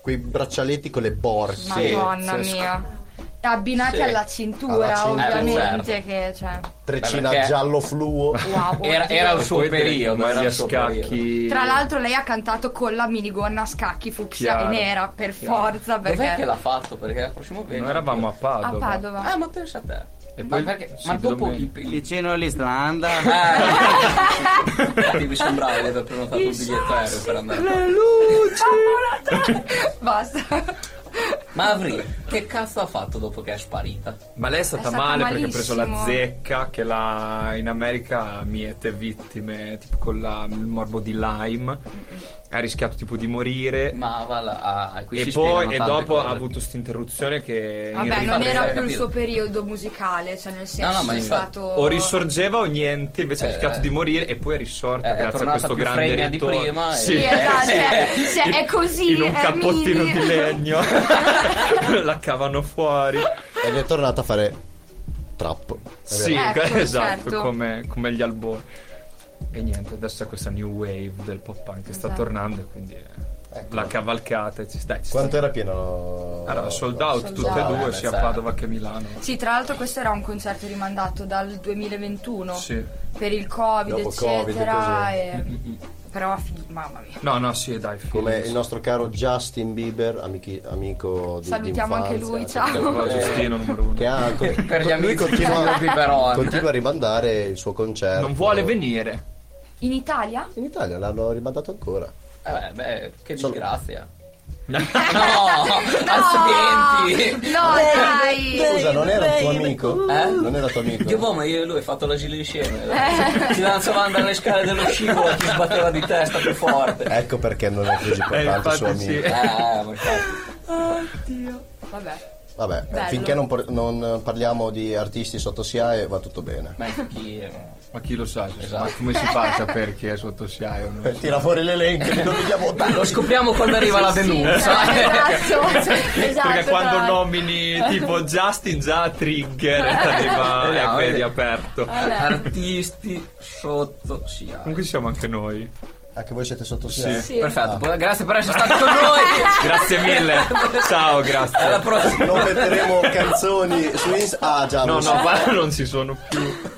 Speaker 4: quei braccialetti con le porche.
Speaker 5: Madonna
Speaker 6: sì,
Speaker 5: mia. Abbinati
Speaker 3: Sì.
Speaker 5: alla cintura,
Speaker 4: Alla cintura.
Speaker 5: ovviamente, che cioè,
Speaker 4: Treccina
Speaker 3: Perché-
Speaker 4: giallo fluo.
Speaker 5: wow.
Speaker 3: Era,
Speaker 5: oddio.
Speaker 3: era il suo
Speaker 6: Poi delle
Speaker 3: periodo. Era
Speaker 6: maglie a
Speaker 3: il suo periodo.
Speaker 6: scacchi.
Speaker 5: Tra l'altro lei ha cantato con la minigonna a scacchi fucsia
Speaker 6: Chiaro.
Speaker 5: e nera, per forza,
Speaker 3: Dov'è che
Speaker 5: perché...
Speaker 3: l'ha fatto? Perché al prossimo evento.
Speaker 6: Noi eravamo a
Speaker 5: A
Speaker 6: Padova.
Speaker 5: Padova.
Speaker 3: Ah, ma pensa a te.
Speaker 6: E
Speaker 3: Ma,
Speaker 6: poi-
Speaker 3: perché,
Speaker 6: sì,
Speaker 3: ma dopo
Speaker 6: domenica.
Speaker 3: il, il
Speaker 2: Vicino all'Islanda.
Speaker 3: Eh, infatti mi sembrava di aver prenotato un biglietto aereo per andare.
Speaker 5: Basta.
Speaker 3: Ma Avril, che cazzo ha fatto dopo che è sparita?
Speaker 6: Ma lei è stata,
Speaker 5: È stata
Speaker 6: male perché ha preso la
Speaker 5: malissimo.
Speaker 6: zecca che la, in America miete vittime tipo con la- il morbo di Lyme, ha rischiato tipo di morire
Speaker 3: Ma va là, ah, qui
Speaker 6: e
Speaker 3: si
Speaker 6: poi
Speaker 3: spiegano
Speaker 6: e
Speaker 3: tante
Speaker 6: dopo
Speaker 3: cose.
Speaker 6: ha avuto questa interruzione che in
Speaker 5: Vabbè, non
Speaker 6: ritardo-
Speaker 5: era più il
Speaker 3: eh, capito.
Speaker 5: suo periodo musicale, cioè nel senso
Speaker 3: No, no, ma
Speaker 5: è
Speaker 3: infatti,
Speaker 5: stato...
Speaker 6: o risorgeva o niente, invece ha
Speaker 3: Eh,
Speaker 6: rischiato
Speaker 3: eh.
Speaker 6: di morire e poi è risorta
Speaker 3: Eh, è
Speaker 6: grazie a
Speaker 3: tornata
Speaker 6: questo
Speaker 3: più
Speaker 6: grande
Speaker 3: fregna di
Speaker 6: ritorno.
Speaker 3: prima e-
Speaker 6: Sì.
Speaker 5: Sì, esatto, cioè, cioè, è così,
Speaker 6: in un
Speaker 5: è
Speaker 6: cappottino
Speaker 5: mini.
Speaker 6: di legno la cavano fuori.
Speaker 4: Ed è tornata a fare trap.
Speaker 6: Sì,
Speaker 5: Ecco,
Speaker 6: esatto,
Speaker 5: certo.
Speaker 6: come, come gli albori. E niente, adesso è questa new wave del pop punk che sta
Speaker 5: Esatto.
Speaker 6: tornando, e quindi eh,
Speaker 4: Ecco.
Speaker 6: la cavalcata e ci stai. Ci
Speaker 4: Quanto era pieno?
Speaker 6: Allora, sold out
Speaker 5: Sold
Speaker 6: tutte e
Speaker 5: out.
Speaker 6: due,
Speaker 3: Eh,
Speaker 6: sia
Speaker 3: certo.
Speaker 6: Padova che Milano.
Speaker 5: Sì, tra l'altro questo era un concerto rimandato dal 2021
Speaker 6: Sì.
Speaker 5: per il Covid,
Speaker 4: Dopo Covid,
Speaker 5: eccetera.
Speaker 4: così.
Speaker 5: e- Però, fi- mamma mia.
Speaker 6: No, no, sì, dai, figo.
Speaker 4: Come il nostro caro Justin Bieber, amichi- amico di
Speaker 5: Salutiamo anche
Speaker 4: d'infanzia,
Speaker 5: lui,
Speaker 4: che-
Speaker 5: ciao.
Speaker 6: Allora, Giustino numero uno.
Speaker 4: Che ha,
Speaker 3: Per gli amici
Speaker 4: continua,
Speaker 3: di però.
Speaker 4: continua a rimandare il suo concerto.
Speaker 6: Non vuole venire.
Speaker 5: In Italia?
Speaker 4: In Italia l'hanno rimandato ancora.
Speaker 3: Eh, beh, che
Speaker 4: Sono-
Speaker 3: disgrazia. No,
Speaker 5: Ah!
Speaker 3: accidenti.
Speaker 5: No, dai!
Speaker 4: Scusa, non era tuo amico?
Speaker 3: Eh?
Speaker 4: Non era tuo amico?
Speaker 3: Dio boh, ma io e lui ho fatto l'asilo insieme. Ci lanciavamo dalle scale dello scivolo a chi sbatteva di testa più forte.
Speaker 4: Ecco perché non è così
Speaker 6: Eh,
Speaker 4: importante il suo
Speaker 6: infatti,
Speaker 4: amico.
Speaker 6: sì.
Speaker 3: Eh, ma infatti.
Speaker 5: Vabbè.
Speaker 4: Vabbè, eh,
Speaker 5: Bello.
Speaker 4: finché non, por- non parliamo di artisti sotto SIAE va tutto bene.
Speaker 3: Ma chi
Speaker 6: Ma chi lo sa? cioè,
Speaker 3: Esatto.
Speaker 6: Ma come si fa a sapere chi è sotto SIAE o no?
Speaker 4: Tira fuori l'elenco, li nominiamo
Speaker 3: Beh, lo scopriamo quando arriva la denuncia.
Speaker 5: Eh, esatto, cioè, esatto,
Speaker 6: Perché quando
Speaker 5: tra-
Speaker 6: nomini tipo Justin già trigger arriva
Speaker 3: Eh, no,
Speaker 6: e vedi
Speaker 3: eh.
Speaker 6: aperto.
Speaker 3: Artisti sotto SIA.
Speaker 6: Comunque ci siamo anche noi.
Speaker 4: Anche Ah, voi siete sotto SIAE?
Speaker 5: Sì.
Speaker 3: Perfetto, poi- grazie per essere stati con noi.
Speaker 6: Grazie mille. Ciao, grazie.
Speaker 3: Alla prossima.
Speaker 4: Non metteremo canzoni su Insta. Ah, già,
Speaker 6: No,
Speaker 4: lo
Speaker 6: no,
Speaker 4: so.
Speaker 6: guarda, non ci sono più.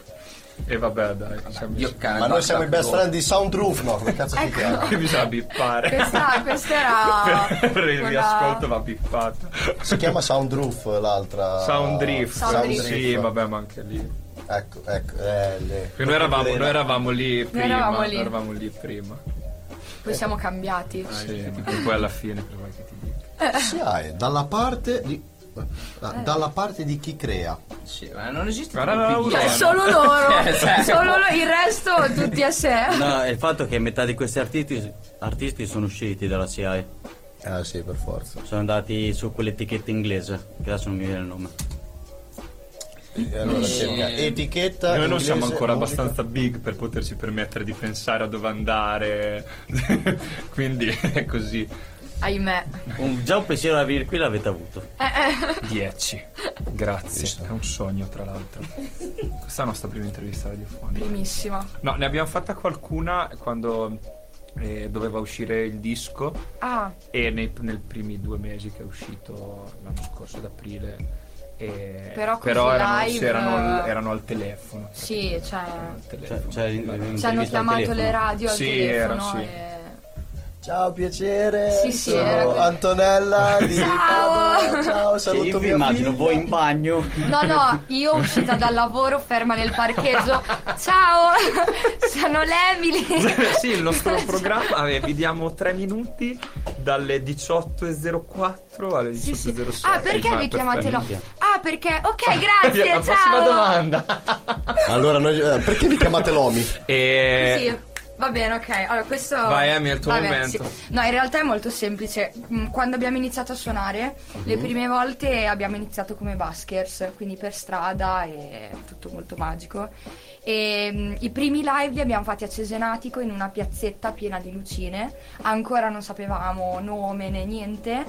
Speaker 6: E vabbè, dai, siamo
Speaker 3: Io
Speaker 6: io...
Speaker 3: cane,
Speaker 4: Ma noi
Speaker 3: basta
Speaker 4: siamo i best
Speaker 3: tu.
Speaker 4: friend di Soundroof, no? Come cazzo si chiama?
Speaker 6: Che bisogna bippare.
Speaker 5: Questa, questa era...
Speaker 6: Per il
Speaker 5: quella-
Speaker 6: riascolto va bippato.
Speaker 4: Si chiama Soundroof l'altra.
Speaker 6: Sound Drift.
Speaker 5: Sound Drift.
Speaker 6: Sì, vabbè, ma anche lì.
Speaker 4: Ecco, ecco. Eh, le-
Speaker 6: Perché noi eravamo, noi eravamo lì prima.
Speaker 5: eravamo lì.
Speaker 6: noi eravamo lì prima.
Speaker 5: Poi siamo cambiati.
Speaker 6: Sì, tipo, poi alla fine, per voi che ti dico.
Speaker 4: SIAE, dalla parte di. ah, Dalla parte di chi crea.
Speaker 3: Sì, ma non esiste
Speaker 6: Guarda
Speaker 3: più
Speaker 6: la
Speaker 3: il PD.
Speaker 5: Cioè,
Speaker 6: Madonna.
Speaker 5: solo loro,
Speaker 3: Esatto.
Speaker 5: solo lo- il resto tutti a sé.
Speaker 2: No, è il fatto è che metà di questi artisti, artisti sono usciti dalla CIA.
Speaker 4: Ah, sì, per forza.
Speaker 2: Sono andati su quell'etichetta inglese, che adesso non mi viene il nome.
Speaker 4: E Allora, cerca etichetta.
Speaker 6: Noi non
Speaker 4: inglese,
Speaker 6: siamo ancora
Speaker 4: musica.
Speaker 6: abbastanza big per poterci permettere di pensare a dove andare. Quindi è così.
Speaker 5: Ahimè.
Speaker 2: Un- già un pensiero a venire qui l'avete avuto.
Speaker 6: 10. Grazie. È un sogno, tra l'altro. Questa è la nostra prima intervista radiofonica.
Speaker 5: Primissima.
Speaker 6: No, ne abbiamo fatta qualcuna quando eh, doveva uscire il disco
Speaker 5: Ah,
Speaker 6: e nei, nei primi due mesi che è uscito l'anno scorso ad aprile E-
Speaker 5: Però così
Speaker 6: erano,
Speaker 5: live-
Speaker 6: sì, erano, erano al telefono.
Speaker 5: Sì, cioè,
Speaker 6: Erano al
Speaker 2: Cioè,
Speaker 6: telefono.
Speaker 2: cioè, l'intervista
Speaker 5: ci hanno
Speaker 2: al
Speaker 5: chiamato
Speaker 2: telefono.
Speaker 5: le radio al
Speaker 6: Sì, era,
Speaker 5: telefono.
Speaker 6: sì.
Speaker 5: e-
Speaker 4: Ciao, piacere.
Speaker 5: Sì, sì, era
Speaker 4: sono
Speaker 5: così.
Speaker 4: Antonella di
Speaker 5: Ciao.
Speaker 4: Padova. Ciao,
Speaker 2: Cioè,
Speaker 4: saluto
Speaker 2: io vi
Speaker 4: mia
Speaker 2: immagino
Speaker 4: figlia.
Speaker 2: voi in bagno.
Speaker 5: No, no, io uscita dal lavoro, ferma nel parcheggio. Ciao, sono l'Emily.
Speaker 6: sì, il nostro programma eh, vi diamo 3 minuti dalle 18.04 alle 18.06.
Speaker 5: Sì, sì. Ah, perché
Speaker 6: Ma
Speaker 5: vi chiamate la...
Speaker 6: perfetto.
Speaker 5: Ah, perché... Ok, grazie,
Speaker 6: La prossima
Speaker 5: ciao.
Speaker 6: domanda.
Speaker 4: Allora, noi, eh, perché vi chiamate Lomi?
Speaker 6: E...
Speaker 5: Sì. Va bene, ok. Allora, questo.
Speaker 6: Eh, Vai, Amy, è il tuo
Speaker 5: Va bene,
Speaker 6: momento.
Speaker 5: sì. No, in realtà è molto semplice. Mm, Quando abbiamo iniziato a suonare,
Speaker 6: Mhm.
Speaker 5: le prime volte abbiamo iniziato come buskers, quindi per strada e tutto molto magico. E mm, i primi live li abbiamo fatti a Cesenatico in una piazzetta piena di lucine. Ancora non sapevamo nome né niente.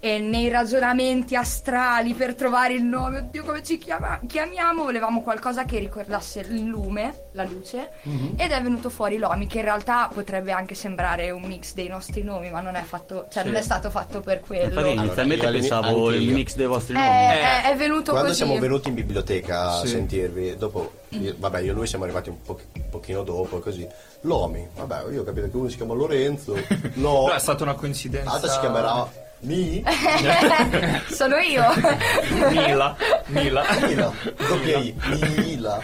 Speaker 5: E nei ragionamenti astrali per trovare il nome, oddio come ci chiama- chiamiamo, volevamo qualcosa che ricordasse il lume, la luce, ed è venuto fuori l'Omi, che in realtà potrebbe anche sembrare un mix dei nostri nomi, ma non è, fatto, cioè,
Speaker 2: Sì.
Speaker 5: non è stato fatto per quello.
Speaker 2: Infatti, inizialmente
Speaker 4: Allora, io-
Speaker 2: pensavo
Speaker 4: anche
Speaker 2: il
Speaker 4: io.
Speaker 2: mix dei vostri
Speaker 5: Eh,
Speaker 2: nomi.
Speaker 5: è, è venuto
Speaker 4: Quando
Speaker 5: così.
Speaker 4: siamo venuti in biblioteca a
Speaker 6: Sì.
Speaker 4: sentirvi, dopo, io- vabbè, io e lui siamo arrivati un, po- un pochino dopo, così. Lomi, vabbè, io ho capito che uno si chiama Lorenzo, Lo,
Speaker 6: No, è stata una coincidenza.
Speaker 4: l'altra si chiamerà Mi,
Speaker 5: Sono io.
Speaker 6: Mila. Mila.
Speaker 4: Mila, doppia I, Mila.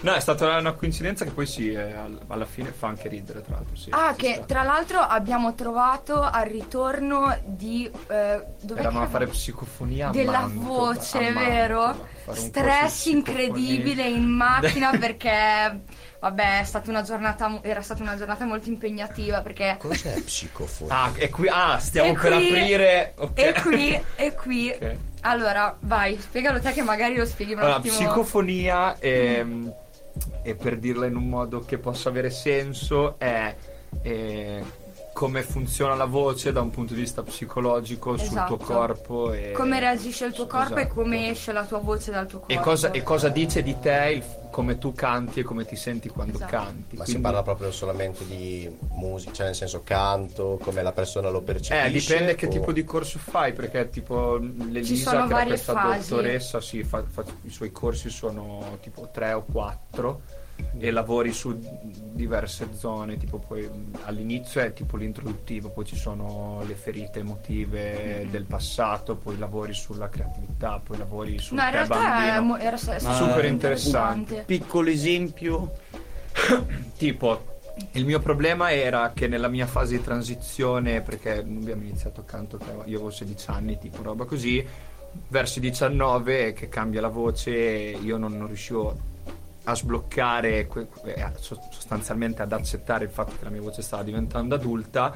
Speaker 6: No, è stata una coincidenza che poi sì, eh, al- alla fine fa anche ridere, tra l'altro. Sì,
Speaker 5: ah,
Speaker 6: Ci
Speaker 5: che
Speaker 6: sta.
Speaker 5: tra l'altro abbiamo trovato al ritorno di... eh, dov'è
Speaker 6: Eravamo
Speaker 5: che
Speaker 6: a fare psicofonia a
Speaker 5: della
Speaker 6: Mantova,
Speaker 5: voce,
Speaker 6: a Mantova, a
Speaker 5: vero?
Speaker 6: fare un corso
Speaker 5: Stress
Speaker 6: di
Speaker 5: incredibile in macchina perché vabbè, è stata una giornata era stata una giornata molto impegnativa perché
Speaker 4: Cos'è psicofonia?
Speaker 6: Ah, e qui, ah, stiamo
Speaker 5: E
Speaker 6: per
Speaker 5: qui-
Speaker 6: aprire. ok.
Speaker 5: E qui e qui
Speaker 6: Ok.
Speaker 5: Allora, vai, spiegalo te che magari lo spieghi un
Speaker 6: Allora,
Speaker 5: attimo.
Speaker 6: psicofonia, ehm, e per dirla in un modo che possa avere senso, è eh, come funziona la voce da un punto di vista psicologico
Speaker 5: Esatto.
Speaker 6: sul tuo corpo. E,
Speaker 5: come reagisce il tuo corpo e
Speaker 6: Esatto.
Speaker 5: come esce la tua voce dal tuo corpo.
Speaker 6: E cosa, e cosa dice di te il- come tu canti e come ti senti quando
Speaker 5: Esatto.
Speaker 6: canti.
Speaker 4: Ma si
Speaker 6: Quindi-
Speaker 4: parla proprio solamente di musica, cioè nel senso canto, come la persona lo percepisce?
Speaker 6: Eh, dipende che
Speaker 4: o-
Speaker 6: tipo di corso fai, perché tipo l'Elisa,
Speaker 5: sono
Speaker 6: che era
Speaker 5: varie
Speaker 6: questa
Speaker 5: fasi.
Speaker 6: dottoressa, sì, fa- fa- i suoi corsi sono tipo 3 o 4 e lavori su diverse zone, tipo poi mh, all'inizio è tipo l'introduttivo, poi ci sono le ferite emotive
Speaker 5: Mm.
Speaker 6: del passato, poi lavori sulla creatività, poi lavori sul
Speaker 5: No, in
Speaker 6: te
Speaker 5: realtà è
Speaker 6: bambino. Ah.
Speaker 5: mo- era stato
Speaker 2: Ma-
Speaker 6: Super interessante.
Speaker 2: Piccolo esempio.
Speaker 6: Tipo, il mio problema era che nella mia fase di transizione, perché abbiamo iniziato canto, tre- io avevo 16 anni, tipo roba così, verso i 19 che cambia la voce, io non, non riuscivo a sbloccare, que- que- a- so- sostanzialmente ad accettare il fatto che la mia voce stava diventando adulta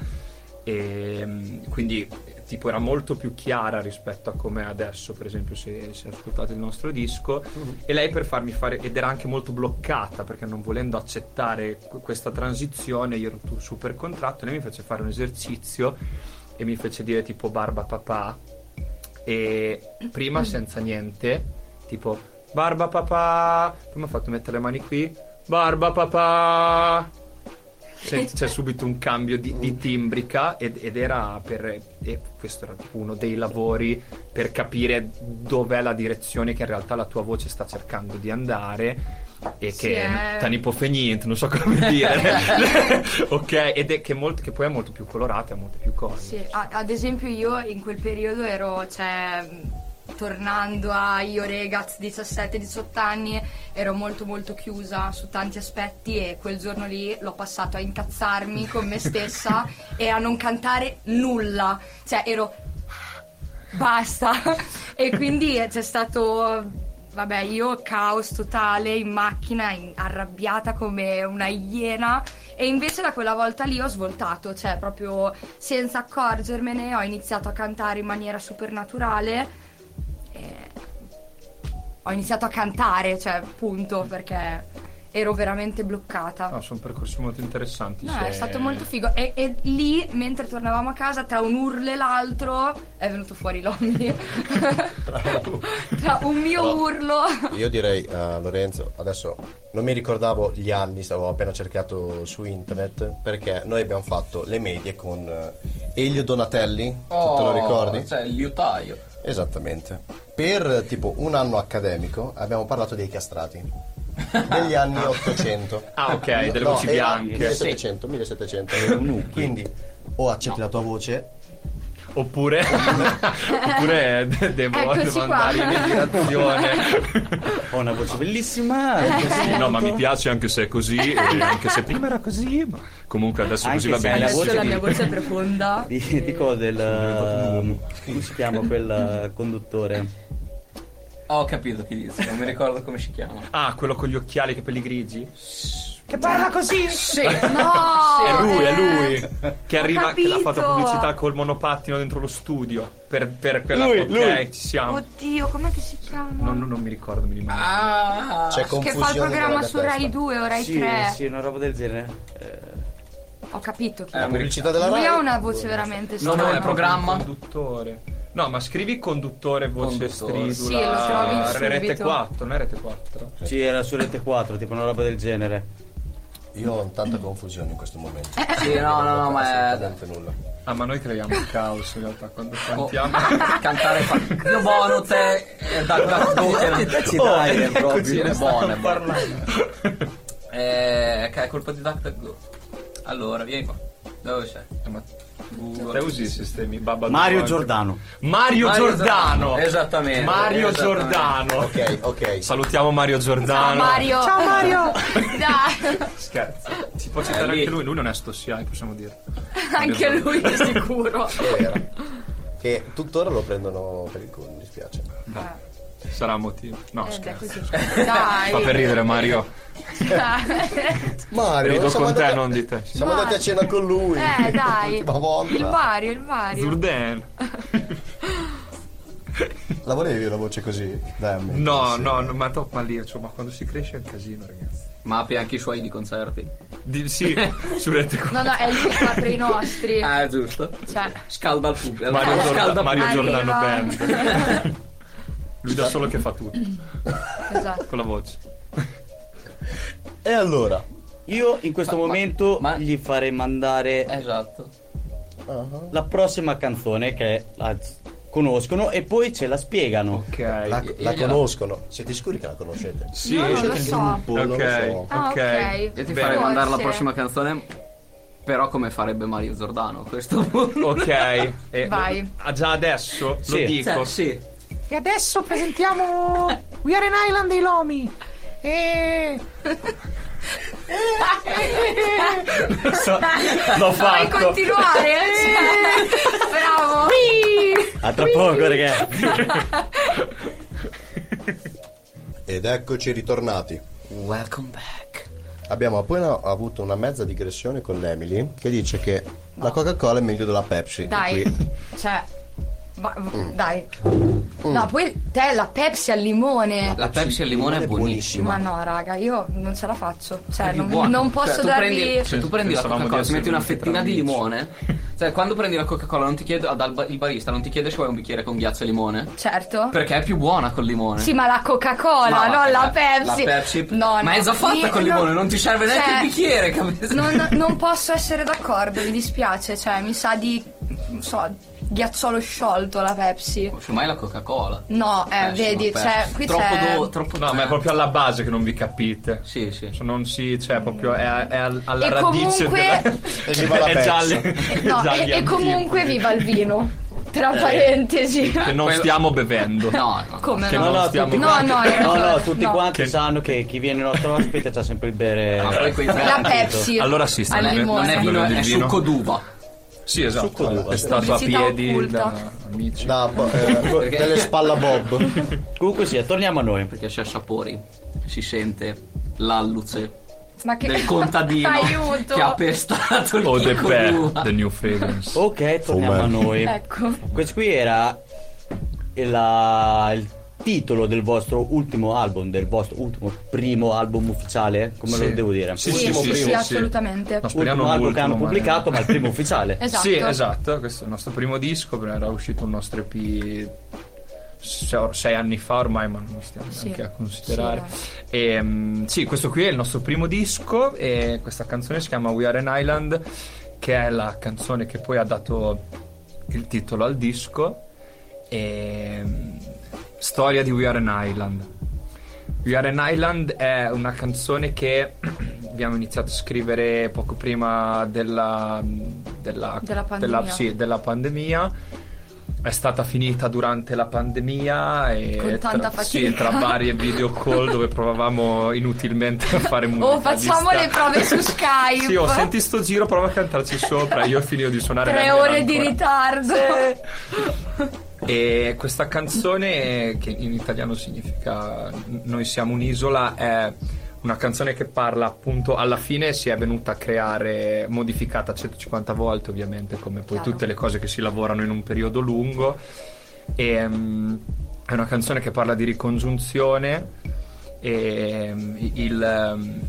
Speaker 6: e mm, quindi eh, tipo era molto più chiara rispetto a come è adesso per esempio se, se ascoltate il nostro disco e lei per farmi fare ed era anche molto bloccata perché non volendo accettare qu- questa transizione io ero tu- super contratto lei mi fece fare un esercizio e mi fece dire tipo barba papà e prima senza niente tipo barba papà poi mi ha fatto mettere le mani qui barba papà Sen- c'è subito un cambio di, di timbrica ed, ed era per e questo era tipo uno dei lavori per capire dov'è la direzione che in realtà la tua voce sta cercando di andare e
Speaker 5: Sì,
Speaker 6: che
Speaker 5: è-
Speaker 6: te ne può fare niente non so come dire ok ed è che, molto- che poi è molto più colorata è molto più cose
Speaker 5: Sì, a- ad esempio io in quel periodo ero, cioè, mh, tornando a io regaz 17-18 anni, ero molto molto chiusa su tanti aspetti e quel giorno lì l'ho passato a incazzarmi con me stessa e a non cantare nulla, cioè ero basta. e quindi c'è stato. Vabbè, io caos totale in macchina, in- arrabbiata come una iena. E invece da quella volta lì ho svoltato, cioè proprio senza accorgermene, ho iniziato a cantare in maniera super naturale. e Ho iniziato a cantare, cioè, punto, perché ero veramente bloccata.
Speaker 6: No, sono percorsi molto interessanti.
Speaker 5: No,
Speaker 6: se-
Speaker 5: è stato molto figo. E, e lì, mentre tornavamo a casa, tra un urlo e l'altro, è venuto fuori l'Omni. tra un mio
Speaker 4: Però-
Speaker 5: urlo.
Speaker 4: Io direi a Lorenzo, adesso non mi ricordavo gli anni, stavo appena cercato su internet, perché noi abbiamo fatto le medie con
Speaker 6: Oh,
Speaker 4: eh, Elio Donatelli, tu te lo ricordi?
Speaker 3: Cioè, Oh, il liutaio.
Speaker 4: Esattamente. per tipo un anno accademico abbiamo parlato dei castrati degli anni 800
Speaker 6: Ah, ok, delle voci
Speaker 4: era
Speaker 6: bianche.
Speaker 4: 1700 1700
Speaker 2: Eunuchi.
Speaker 4: quindi o accetti la tua voce
Speaker 6: Oppure, oppure eh, de- devo
Speaker 5: Eccoci
Speaker 6: devo
Speaker 5: Ecco, qua.
Speaker 6: andare in emigrazione.
Speaker 2: Ho una voce bellissima. e così.
Speaker 6: Sì, Eh no, ma mi piace anche se è così, e anche se prima era così, ma comunque adesso
Speaker 2: Ecco. Anche
Speaker 6: così va
Speaker 2: se hai la
Speaker 6: benissimo.
Speaker 2: voce
Speaker 5: Adesso la
Speaker 2: di-
Speaker 5: mia voce è profonda.
Speaker 2: Di, di cosa del. um, come si chiama quel eh, conduttore?
Speaker 7: Ho capito chi dice, non mi ricordo come si chiama.
Speaker 6: Ah, quello con gli occhiali e i capelli grigi?
Speaker 2: Che parla così!
Speaker 5: No!
Speaker 6: è lui, è
Speaker 5: eh,
Speaker 6: lui. Che
Speaker 5: ho
Speaker 6: arriva, che l'ha fatto
Speaker 5: capito.
Speaker 6: pubblicità col monopattino dentro lo studio. Per, per quella
Speaker 2: Lui,
Speaker 6: ok,
Speaker 2: lui.
Speaker 6: ci siamo.
Speaker 5: Oddio, com'è che si chiama?
Speaker 6: No, no, non mi ricordo, mi rimane.
Speaker 7: Ah,
Speaker 4: c'è
Speaker 5: Che
Speaker 4: confusione
Speaker 5: fa il programma
Speaker 4: nella mia
Speaker 5: su
Speaker 4: testa.
Speaker 5: Rai 2 o Rai
Speaker 2: Sì,
Speaker 5: 3.
Speaker 2: sì, una roba del genere. Eh,
Speaker 5: Ho capito chi.
Speaker 7: Eh,
Speaker 4: la
Speaker 5: è.
Speaker 4: pubblicità della
Speaker 5: lui
Speaker 4: Rai
Speaker 5: ha una voce veramente
Speaker 7: No,
Speaker 5: strana.
Speaker 7: no, è programma.
Speaker 6: Conduttore. No, ma scrivi conduttore voce
Speaker 7: Conduttore.
Speaker 5: Sì, lo trovi
Speaker 6: stridula.
Speaker 5: subito.
Speaker 6: rete 4, non è rete 4.
Speaker 2: sì, era su Rete 4, tipo una roba del genere.
Speaker 4: io ho tanta confusione in questo momento
Speaker 5: Eh,
Speaker 7: Sì, no, no, no, ma è...
Speaker 4: assolutamente nulla
Speaker 6: Ah, ma noi creiamo il caos in realtà quando
Speaker 7: Oh,
Speaker 6: cantiamo.
Speaker 7: cantare fa... Io bono te... eh, Da, da, da,
Speaker 2: ci dai,
Speaker 7: è
Speaker 2: proprio.
Speaker 7: proprio buono. è buono. Eh, che è colpa di DuckDuckGo. Allora, vieni qua. Dove sei?
Speaker 6: Ma
Speaker 7: Google.
Speaker 6: te usi i sistemi Babadoo
Speaker 2: Mario
Speaker 6: anche?
Speaker 2: Giordano.
Speaker 6: Mario,
Speaker 7: Mario
Speaker 6: Giordano.
Speaker 7: Giordano, esattamente,
Speaker 6: Mario
Speaker 7: esattamente.
Speaker 6: Giordano.
Speaker 4: ok ok
Speaker 6: Salutiamo Mario
Speaker 5: Ciao
Speaker 6: Giordano.
Speaker 5: Mario. Ciao Mario. Dai,
Speaker 6: Scherzo. Si può citare
Speaker 7: Eh, lì.
Speaker 6: anche lui, lui non è sto SIAI, possiamo dire.
Speaker 5: anche lui è sicuro.
Speaker 4: è vero che tuttora lo prendono per il culo mi dispiace
Speaker 6: Sarà un motivo. No,
Speaker 5: Eh, beh,
Speaker 6: scherzo.
Speaker 5: così. Dai.
Speaker 6: Fa per ridere Mario.
Speaker 4: Mario
Speaker 6: Rido
Speaker 4: siamo
Speaker 6: con te,
Speaker 4: andati a-
Speaker 6: non di te.
Speaker 4: siamo andati a cena con lui
Speaker 5: Eh, dai.
Speaker 4: l'ultima
Speaker 5: Il
Speaker 4: volta
Speaker 5: Mario, il Mario.
Speaker 6: Zurden.
Speaker 4: la volevi la voce così dammi
Speaker 6: No, no, no, ma troppo lì, insomma, quando si cresce è un casino, ragazzi.
Speaker 7: Ma apri anche i suoi di concerti.
Speaker 6: Di- sì, su rete qua.
Speaker 5: No, no, è lui che apre i nostri.
Speaker 7: Ah, giusto.
Speaker 5: Cioè,
Speaker 7: Scalda il pubblico.
Speaker 6: Mario,
Speaker 7: Allora,
Speaker 6: Giorda-
Speaker 7: scalda
Speaker 6: Mario
Speaker 5: Arriva.
Speaker 6: Giordano Band. Lui da solo che fa tutto,
Speaker 5: esatto.
Speaker 6: con la voce.
Speaker 4: e allora
Speaker 2: Io in questo
Speaker 7: Ma- ma-
Speaker 2: momento
Speaker 7: ma-
Speaker 2: gli farei mandare
Speaker 7: Esatto.
Speaker 4: Ah,
Speaker 2: la prossima canzone che la conoscono e poi ce la spiegano.
Speaker 6: Ok.
Speaker 4: la,
Speaker 7: io-
Speaker 4: la
Speaker 7: io-
Speaker 4: conoscono siete sicuri che la conoscete
Speaker 6: Sì.
Speaker 5: Io non lo
Speaker 4: Conoscete il
Speaker 5: so.
Speaker 4: gruppo? Non lo so.
Speaker 6: Ok.
Speaker 5: Ah, ok.
Speaker 7: Io ti
Speaker 6: Bene.
Speaker 7: farei mandare la
Speaker 5: Forse.
Speaker 7: prossima canzone, però come farebbe Mario Giordano a questo punto.
Speaker 6: Ok. E-
Speaker 5: Vai.
Speaker 6: Ah, già adesso
Speaker 2: Sì.
Speaker 6: lo dico.
Speaker 7: Cioè, sì.
Speaker 8: E adesso presentiamo We Are an Island dei Lomi. E
Speaker 6: L'ho
Speaker 5: Puoi
Speaker 6: fatto.
Speaker 5: continuare? Cioè, bravo.
Speaker 2: A Ah, tra poco, ragazzi.
Speaker 4: Ed eccoci ritornati.
Speaker 7: Welcome back.
Speaker 4: Abbiamo appena avuto una mezza digressione con Emily che dice che la Coca-Cola è meglio della Pepsi.
Speaker 5: Dai,
Speaker 4: Qui.
Speaker 5: cioè, ma-
Speaker 7: Mm.
Speaker 5: dai. No, poi te la Pepsi al limone.
Speaker 7: La Pepsi al limone è buonissima.
Speaker 5: Ma no, raga, io non ce la faccio. Cioè,
Speaker 7: È più
Speaker 5: non,
Speaker 7: buona. Cioè,
Speaker 5: non posso
Speaker 7: tu
Speaker 5: darvi.
Speaker 7: prendi- se tu prendi la
Speaker 6: Pensavamo di
Speaker 7: Coca-Cola, ci
Speaker 6: essere
Speaker 7: metti una
Speaker 6: venuti
Speaker 7: fettina
Speaker 6: tra
Speaker 7: di
Speaker 6: amici.
Speaker 7: limone. Cioè, quando prendi la Coca-Cola, non ti chiede ah, dal ba- il barista non ti chiede se vuoi un bicchiere con ghiaccio e limone.
Speaker 5: Certo.
Speaker 7: Perché è più buona col limone.
Speaker 5: Sì, ma la Coca-Cola,
Speaker 7: Ma
Speaker 5: non
Speaker 7: Eh?
Speaker 5: la
Speaker 7: la-
Speaker 5: Pepsi.
Speaker 7: la Pepsi-
Speaker 5: No,
Speaker 7: ma
Speaker 5: no, Cioè,
Speaker 7: è già fatta
Speaker 5: io-
Speaker 7: col limone, non ti serve neanche il bicchiere, capito?
Speaker 5: Non, non posso essere d'accordo, mi dispiace. Cioè, mi sa di. Non so, ghiazzolo sciolto la Pepsi.
Speaker 7: Ormai la Coca-Cola.
Speaker 5: No, eh,
Speaker 7: Pessima,
Speaker 5: vedi,
Speaker 7: pessima.
Speaker 5: cioè, qui
Speaker 7: troppo
Speaker 5: c'è.
Speaker 7: do- troppo
Speaker 6: No, ma è proprio alla base che non vi capite.
Speaker 7: Sì, sì.
Speaker 6: Cioè, Non si, cioè, proprio è, è al- alla
Speaker 5: E
Speaker 6: radice.
Speaker 5: comunque-
Speaker 4: E viva la
Speaker 6: è già
Speaker 4: Pepsi.
Speaker 6: alle- è
Speaker 5: No,
Speaker 6: già
Speaker 5: e,
Speaker 6: agli
Speaker 5: e comunque
Speaker 6: antipodi.
Speaker 5: viva il vino.
Speaker 7: Eh,
Speaker 5: Tra parentesi.
Speaker 6: Che non stiamo bevendo.
Speaker 7: No, no.
Speaker 5: Come
Speaker 6: Che
Speaker 5: no?
Speaker 6: non
Speaker 2: no,
Speaker 6: stiamo
Speaker 2: tutti
Speaker 5: no,
Speaker 2: quanti,
Speaker 5: no, eh,
Speaker 2: no,
Speaker 5: no,
Speaker 2: no, tutti
Speaker 5: no.
Speaker 2: quanti
Speaker 6: Che-
Speaker 2: sanno che chi viene nostro ospite c'ha sempre il bere.
Speaker 7: Ma poi quei
Speaker 5: La
Speaker 7: verdi-
Speaker 5: Pepsi.
Speaker 6: Allora sì,
Speaker 5: Al
Speaker 6: stiamo bevendo.
Speaker 5: limone.
Speaker 7: Non è vino,
Speaker 6: Bevendo
Speaker 7: è
Speaker 6: il vino.
Speaker 7: succo d'uva.
Speaker 6: Sì, esatto.
Speaker 2: Succo d'uva.
Speaker 6: È stato a
Speaker 5: Pubblicità
Speaker 6: piedi
Speaker 5: occulta.
Speaker 6: da amici.
Speaker 4: Da, bo- eh, delle spalla Bob.
Speaker 2: Comunque sia, torniamo a noi.
Speaker 7: Perché c'è sapori. Si sente l'alluce
Speaker 5: Ma che
Speaker 7: del contadino
Speaker 5: Aiuto.
Speaker 7: che ha pestato il
Speaker 6: O Oh, The
Speaker 7: chicco
Speaker 6: Pear,
Speaker 7: d'uva.
Speaker 6: The New Fragrance.
Speaker 2: Ok, torniamo
Speaker 4: Fumer.
Speaker 2: a noi.
Speaker 5: Ecco.
Speaker 2: Questo qui era la- il titolo del vostro ultimo album, del vostro ultimo primo album ufficiale, come
Speaker 6: Sì.
Speaker 2: lo devo dire?
Speaker 6: Sì,
Speaker 5: Sì,
Speaker 6: sì,
Speaker 5: sì,
Speaker 6: sì, sì.
Speaker 5: assolutamente.
Speaker 6: No, speriamo
Speaker 2: Ultimo
Speaker 6: non
Speaker 2: album che hanno
Speaker 6: l'ultimo, ma-
Speaker 2: pubblicato, ma il primo ufficiale.
Speaker 5: Esatto.
Speaker 6: Sì, esatto, questo è il nostro primo disco, era uscito un nostro EP se- sei anni fa ormai, ma non stiamo
Speaker 5: Sì. eh.
Speaker 6: neanche a considerare. E, mm, sì, questo qui è il nostro primo disco e questa canzone si chiama We Are an Island, che è la canzone che poi ha dato il titolo al disco. E, Ehm, Storia di We Are an Island. We Are an Island è una canzone che abbiamo iniziato a scrivere poco prima della, della,
Speaker 5: Della pandemia.
Speaker 6: sì, della pandemia. È stata finita durante la pandemia e
Speaker 5: Con tanta
Speaker 6: tra, sì,
Speaker 5: fatica.
Speaker 6: tra varie video call dove provavamo inutilmente a fare musica.
Speaker 5: Oh,
Speaker 6: a
Speaker 5: facciamo
Speaker 6: distanza.
Speaker 5: le prove su Skype.
Speaker 6: Sì, ho senti sto giro, prova a cantarci sopra. Io ho finito di suonare.
Speaker 5: Tre
Speaker 6: la mia
Speaker 5: ore di
Speaker 6: ancora.
Speaker 5: ritardo.
Speaker 6: E questa canzone, che in italiano significa n- Noi siamo un'isola, è una canzone che parla appunto alla fine si è venuta a creare, modificata 150 volte ovviamente, come poi
Speaker 5: Chiaro.
Speaker 6: tutte le cose che si lavorano in un periodo lungo. E, mm, è una canzone che parla di ricongiunzione e mm, il, mm,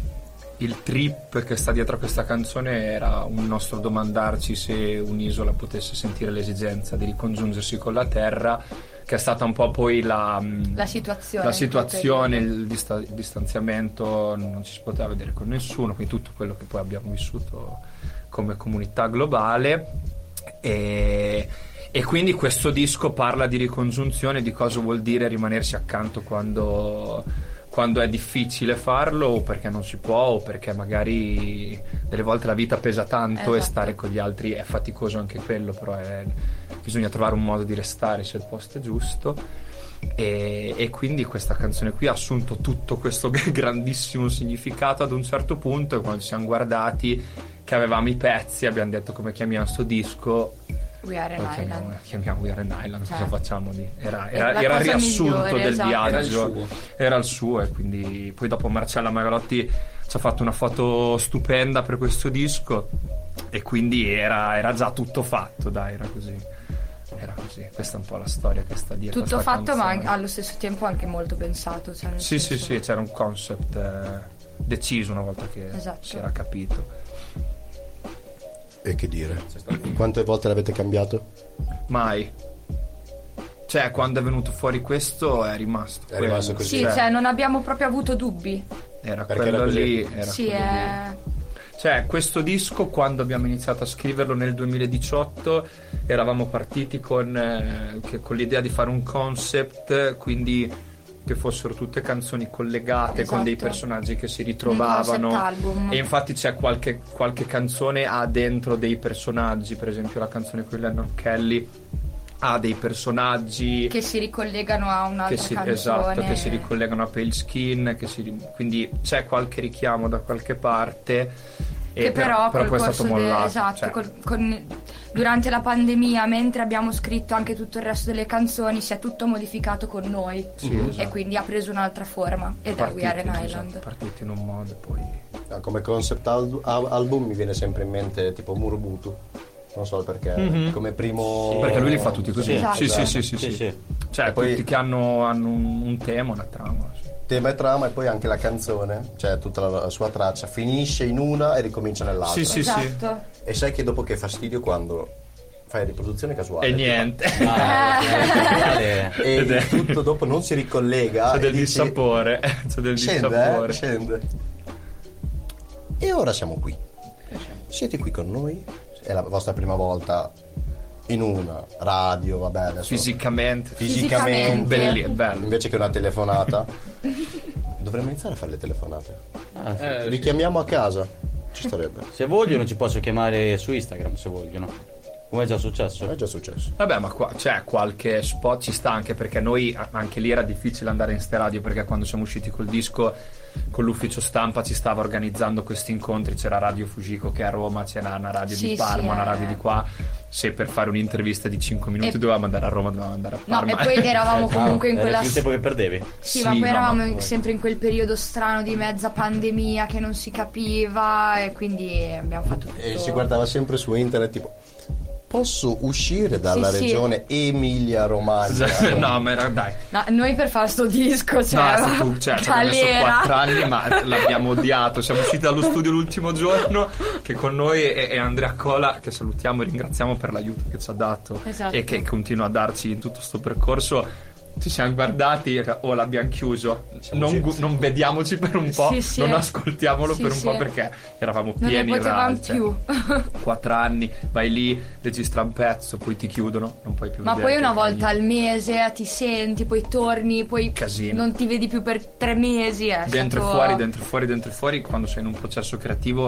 Speaker 6: il trip che sta dietro a questa canzone era un nostro domandarci se un'isola potesse sentire l'esigenza di ricongiungersi con la terra, che è stata un po' poi la, mm,
Speaker 5: La situazione.
Speaker 6: la situazione, il dista- il distanziamento, non ci si poteva vedere con nessuno, quindi tutto quello che poi abbiamo vissuto come comunità globale. E, e quindi questo disco parla di ricongiunzione, di cosa vuol dire rimanersi accanto quando, quando è difficile farlo, o perché non si può, o perché magari delle volte la vita pesa tanto e
Speaker 5: Esatto.
Speaker 6: stare con gli altri è faticoso anche quello, però è- bisogna trovare un modo di restare se il posto è giusto. E, e quindi questa canzone qui ha assunto tutto questo grandissimo significato ad un certo punto e quando ci siamo guardati che avevamo i pezzi abbiamo detto come chiamiamo sto disco
Speaker 5: We are
Speaker 6: lo
Speaker 5: an
Speaker 6: chiamiamo,
Speaker 5: island.
Speaker 6: chiamiamo We Are an Island
Speaker 5: Cioè.
Speaker 6: cosa facciamo lì era,
Speaker 5: È
Speaker 6: era-
Speaker 5: la
Speaker 6: era il
Speaker 5: cosa
Speaker 6: riassunto
Speaker 5: migliore,
Speaker 6: del
Speaker 5: esatto.
Speaker 6: viaggio
Speaker 3: Era il suo.
Speaker 6: era il suo e quindi poi dopo Marcella Magalotti ci ha fatto una foto stupenda per questo disco e quindi era, era già tutto fatto dai era così era così questa è un po' la storia che sta dietro a
Speaker 5: Tutto
Speaker 6: sta
Speaker 5: fatto, ma
Speaker 6: canzone.
Speaker 5: anche- allo stesso tempo anche molto pensato. cioè, nel
Speaker 6: Sì, sì,
Speaker 5: senso-
Speaker 6: sì, c'era un concept eh, deciso una volta che
Speaker 5: Esatto.
Speaker 6: si era capito.
Speaker 4: E che dire? Quante volte l'avete cambiato?
Speaker 6: Mai. Cioè, quando è venuto fuori questo è rimasto.
Speaker 4: È rimasto
Speaker 6: quello.
Speaker 4: così.
Speaker 5: Sì, cioè, non abbiamo proprio avuto dubbi.
Speaker 6: Era
Speaker 4: Perché
Speaker 6: quello
Speaker 4: era così.
Speaker 6: lì. Era
Speaker 5: sì, eh,
Speaker 6: quello lì.
Speaker 5: è...
Speaker 6: Cioè, questo disco, quando abbiamo iniziato a scriverlo nel 2018, eravamo partiti con, eh, che- con l'idea di fare un concept, eh, quindi che fossero tutte canzoni collegate con dei
Speaker 5: Esatto.
Speaker 6: personaggi che si
Speaker 5: un
Speaker 6: ritrovavano.
Speaker 5: concept album.
Speaker 6: E infatti c'è qualche, qualche canzone ha dentro dei personaggi, per esempio la canzone con Lennon Kelly ha dei personaggi
Speaker 5: Che si ricollegano a un'altra
Speaker 6: che si,
Speaker 5: canzone.
Speaker 6: esatto, che si ricollegano a Pale Skin, che si ri- quindi c'è qualche richiamo da qualche parte. e
Speaker 5: che però,
Speaker 6: però poi
Speaker 5: col
Speaker 6: è
Speaker 5: corso
Speaker 6: stato
Speaker 5: de-
Speaker 6: mollato.
Speaker 5: esatto,
Speaker 6: cioè,
Speaker 5: col- con- durante la pandemia, mentre abbiamo scritto anche tutto il resto delle canzoni, si è tutto modificato con noi
Speaker 6: Sì, esatto.
Speaker 5: e quindi ha preso un'altra forma ed è We
Speaker 6: partiti,
Speaker 5: Are an
Speaker 6: esatto,
Speaker 5: Island.
Speaker 6: partiti in un modo e poi...
Speaker 4: Ah, Come concept al- al- album mi viene sempre in mente tipo Murubutu. Non so perché.
Speaker 6: Mhm.
Speaker 4: Come primo.
Speaker 6: Perché lui li fa tutti così.
Speaker 5: Esatto.
Speaker 6: Sì, sì, sì, sì, sì. Cioè,
Speaker 4: E poi-
Speaker 6: tutti che hanno, hanno un, un tema, una trama. sì.
Speaker 4: Tema e trama, e poi anche la canzone, cioè tutta la, la sua traccia, finisce in una e ricomincia nell'altra.
Speaker 6: Sì, sì, sì.
Speaker 5: esatto.
Speaker 4: E sai che dopo che fastidio quando fai riproduzione casuale.
Speaker 6: E niente.
Speaker 2: Ah, eh,
Speaker 4: E
Speaker 6: Ed è-
Speaker 4: tutto dopo non si ricollega.
Speaker 6: C'è
Speaker 4: e
Speaker 6: del
Speaker 4: dici,
Speaker 6: dissapore. C'è del
Speaker 4: Scende,
Speaker 6: dissapore.
Speaker 4: eh, scende. E ora siamo qui. Siete qui con noi. È la vostra prima volta in una radio, vabbè, adesso.
Speaker 6: Fisicamente.
Speaker 4: Fisicamente.
Speaker 6: Belli, bello.
Speaker 4: Invece che una telefonata. Dovremmo iniziare a fare le telefonate.
Speaker 2: ah, sì.
Speaker 6: Eh,
Speaker 4: Li chiamiamo a casa. Ci starebbe.
Speaker 2: Se vogliono ci posso chiamare su Instagram se vogliono. Come è già successo.
Speaker 4: È già successo.
Speaker 6: Vabbè, ma qua c'è qualche spot, ci sta anche perché noi, a- anche lì era difficile andare in ste radio perché quando siamo usciti col disco, con l'ufficio stampa ci stava organizzando questi incontri, c'era Radio Fujiko che è a Roma, c'era una radio
Speaker 5: Sì,
Speaker 6: di
Speaker 5: sì,
Speaker 6: Parma, una
Speaker 5: eh.
Speaker 6: radio di qua. Se per fare un'intervista di 5 minuti
Speaker 5: E-
Speaker 6: dovevamo andare a Roma, dovevamo andare a
Speaker 5: No,
Speaker 6: Parma.
Speaker 5: e poi eravamo
Speaker 6: Eh, Esatto.
Speaker 5: comunque in
Speaker 2: Era
Speaker 5: quella...
Speaker 2: il tempo che perdevi.
Speaker 5: Sì, ma
Speaker 6: Sì,
Speaker 5: poi
Speaker 6: no,
Speaker 5: eravamo
Speaker 6: ma
Speaker 5: in-
Speaker 6: poi-
Speaker 5: sempre in quel periodo strano di mezza pandemia che non si capiva e quindi abbiamo fatto tutto.
Speaker 4: E si guardava sempre su internet tipo. Posso uscire dalla
Speaker 5: Sì, sì.
Speaker 4: regione Emilia-Romagna?
Speaker 6: Esatto. no, ma era, dai,
Speaker 5: No, noi per fare sto disco, cioè,
Speaker 6: No, è stato, cioè, ci abbiamo messo
Speaker 5: galera.
Speaker 6: 4 anni, ma l'abbiamo odiato. Siamo usciti dallo studio l'ultimo giorno, che con noi è, è Andrea Cola, che salutiamo e ringraziamo per l'aiuto che ci ha dato
Speaker 5: Esatto.
Speaker 6: e che continua a darci in tutto questo percorso. Ci siamo guardati e o l'abbiamo chiuso.
Speaker 4: Siamo
Speaker 6: Non,
Speaker 4: gente.
Speaker 6: gu- non vediamoci per un po',
Speaker 5: Sì, sì.
Speaker 6: non ascoltiamolo
Speaker 5: Sì,
Speaker 6: per un
Speaker 5: sì.
Speaker 6: po' perché eravamo
Speaker 5: Non ne
Speaker 6: pieni
Speaker 5: potevamo
Speaker 6: era, cioè,
Speaker 5: più.
Speaker 6: Quattro anni, vai lì, registra un pezzo, poi ti chiudono, non puoi più
Speaker 5: Ma
Speaker 6: vedere
Speaker 5: poi una
Speaker 6: che fai.
Speaker 5: volta al mese eh, ti senti, poi torni, poi
Speaker 6: Casino.
Speaker 5: non ti vedi più per tre mesi. eh, È
Speaker 6: Dentro e
Speaker 5: stato-
Speaker 6: fuori, dentro e fuori, dentro e fuori, quando sei in un processo creativo.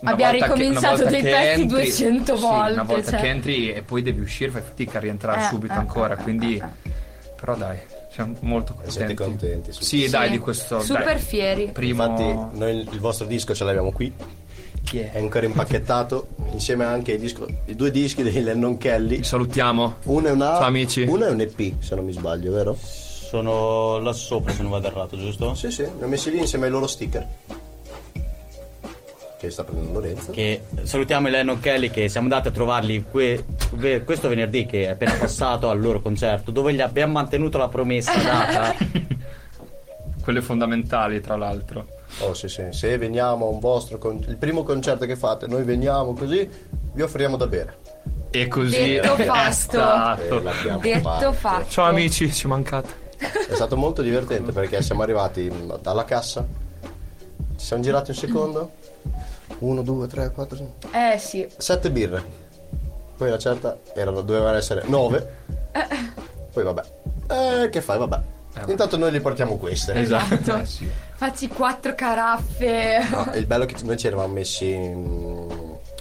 Speaker 6: una volta
Speaker 5: Abbiamo
Speaker 6: che- una
Speaker 5: ricominciato
Speaker 6: volta
Speaker 5: dei
Speaker 6: che
Speaker 5: pezzi
Speaker 6: entri-
Speaker 5: 200
Speaker 6: sì,
Speaker 5: volte,
Speaker 6: Una volta
Speaker 5: cioè.
Speaker 6: che entri e poi devi uscire, fai fatica a rientrare
Speaker 5: Eh,
Speaker 6: subito
Speaker 5: eh,
Speaker 6: ancora.
Speaker 5: eh,
Speaker 6: quindi,
Speaker 5: eh,
Speaker 6: però, dai, siamo molto
Speaker 4: Siete
Speaker 6: contenti.
Speaker 4: contenti? sì.
Speaker 6: Sì,
Speaker 5: Sì.
Speaker 6: dai, di questo.
Speaker 5: Super
Speaker 6: dai,
Speaker 5: fieri.
Speaker 6: Primo.
Speaker 4: Infatti, noi il vostro disco ce l'abbiamo qui,
Speaker 6: Chi
Speaker 4: è ancora impacchettato, insieme anche il disco- i due dischi dei Lennon Kelly.
Speaker 6: Vi salutiamo.
Speaker 4: Uno è, una,
Speaker 6: Ciao, amici.
Speaker 4: uno è un EP, se non mi sbaglio, vero?
Speaker 2: Sono là sopra se non vado errato, giusto?
Speaker 4: Sì, sì, li ho messi lì insieme ai loro sticker. Che sta prendendo Lorenzo.
Speaker 2: Che salutiamo Eleno Kelly che siamo andati a trovarli que- ve- questo venerdì che è appena passato al loro concerto dove gli abbiamo mantenuto la promessa data.
Speaker 6: Quelle fondamentali, tra l'altro.
Speaker 4: Oh sì sì, se veniamo a un vostro con- il primo concerto che fate, noi veniamo così, vi offriamo da bere.
Speaker 6: E così
Speaker 5: Detto
Speaker 6: è
Speaker 5: fatto.
Speaker 4: Eh,
Speaker 6: stato.
Speaker 4: l'abbiamo
Speaker 5: Detto
Speaker 4: fatto.
Speaker 5: fatto.
Speaker 6: Ciao amici, ci mancate.
Speaker 4: È stato molto divertente perché siamo arrivati dalla cassa, ci siamo girati un secondo, uno, due, tre, quattro, cinque,
Speaker 5: Eh sì.
Speaker 4: sette birre. Poi la certa erano, dovevano essere nove. Poi vabbè. Eh, che fai, vabbè.
Speaker 6: vabbè.
Speaker 4: Intanto noi li portiamo queste.
Speaker 5: Esatto.
Speaker 6: Eh, sì.
Speaker 5: Facci quattro caraffe.
Speaker 4: No, il bello è che noi ci eravamo messi mm,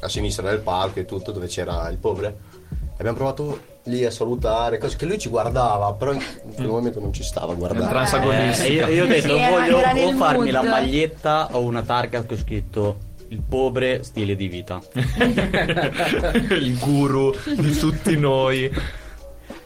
Speaker 4: a sinistra del palco e tutto, dove c'era il povero. E abbiamo provato lì a salutare, cose che lui ci guardava, però in in
Speaker 6: Mm.
Speaker 4: quel momento non ci stava a
Speaker 6: È un
Speaker 4: guardare.
Speaker 6: transagonista.
Speaker 2: Eh, io, io ho detto
Speaker 5: Sì, era-
Speaker 2: voglio
Speaker 5: era nel
Speaker 2: o farmi
Speaker 5: mood.
Speaker 2: la maglietta o una targa che ho scritto il pobre stile di vita.
Speaker 6: il guru di tutti noi.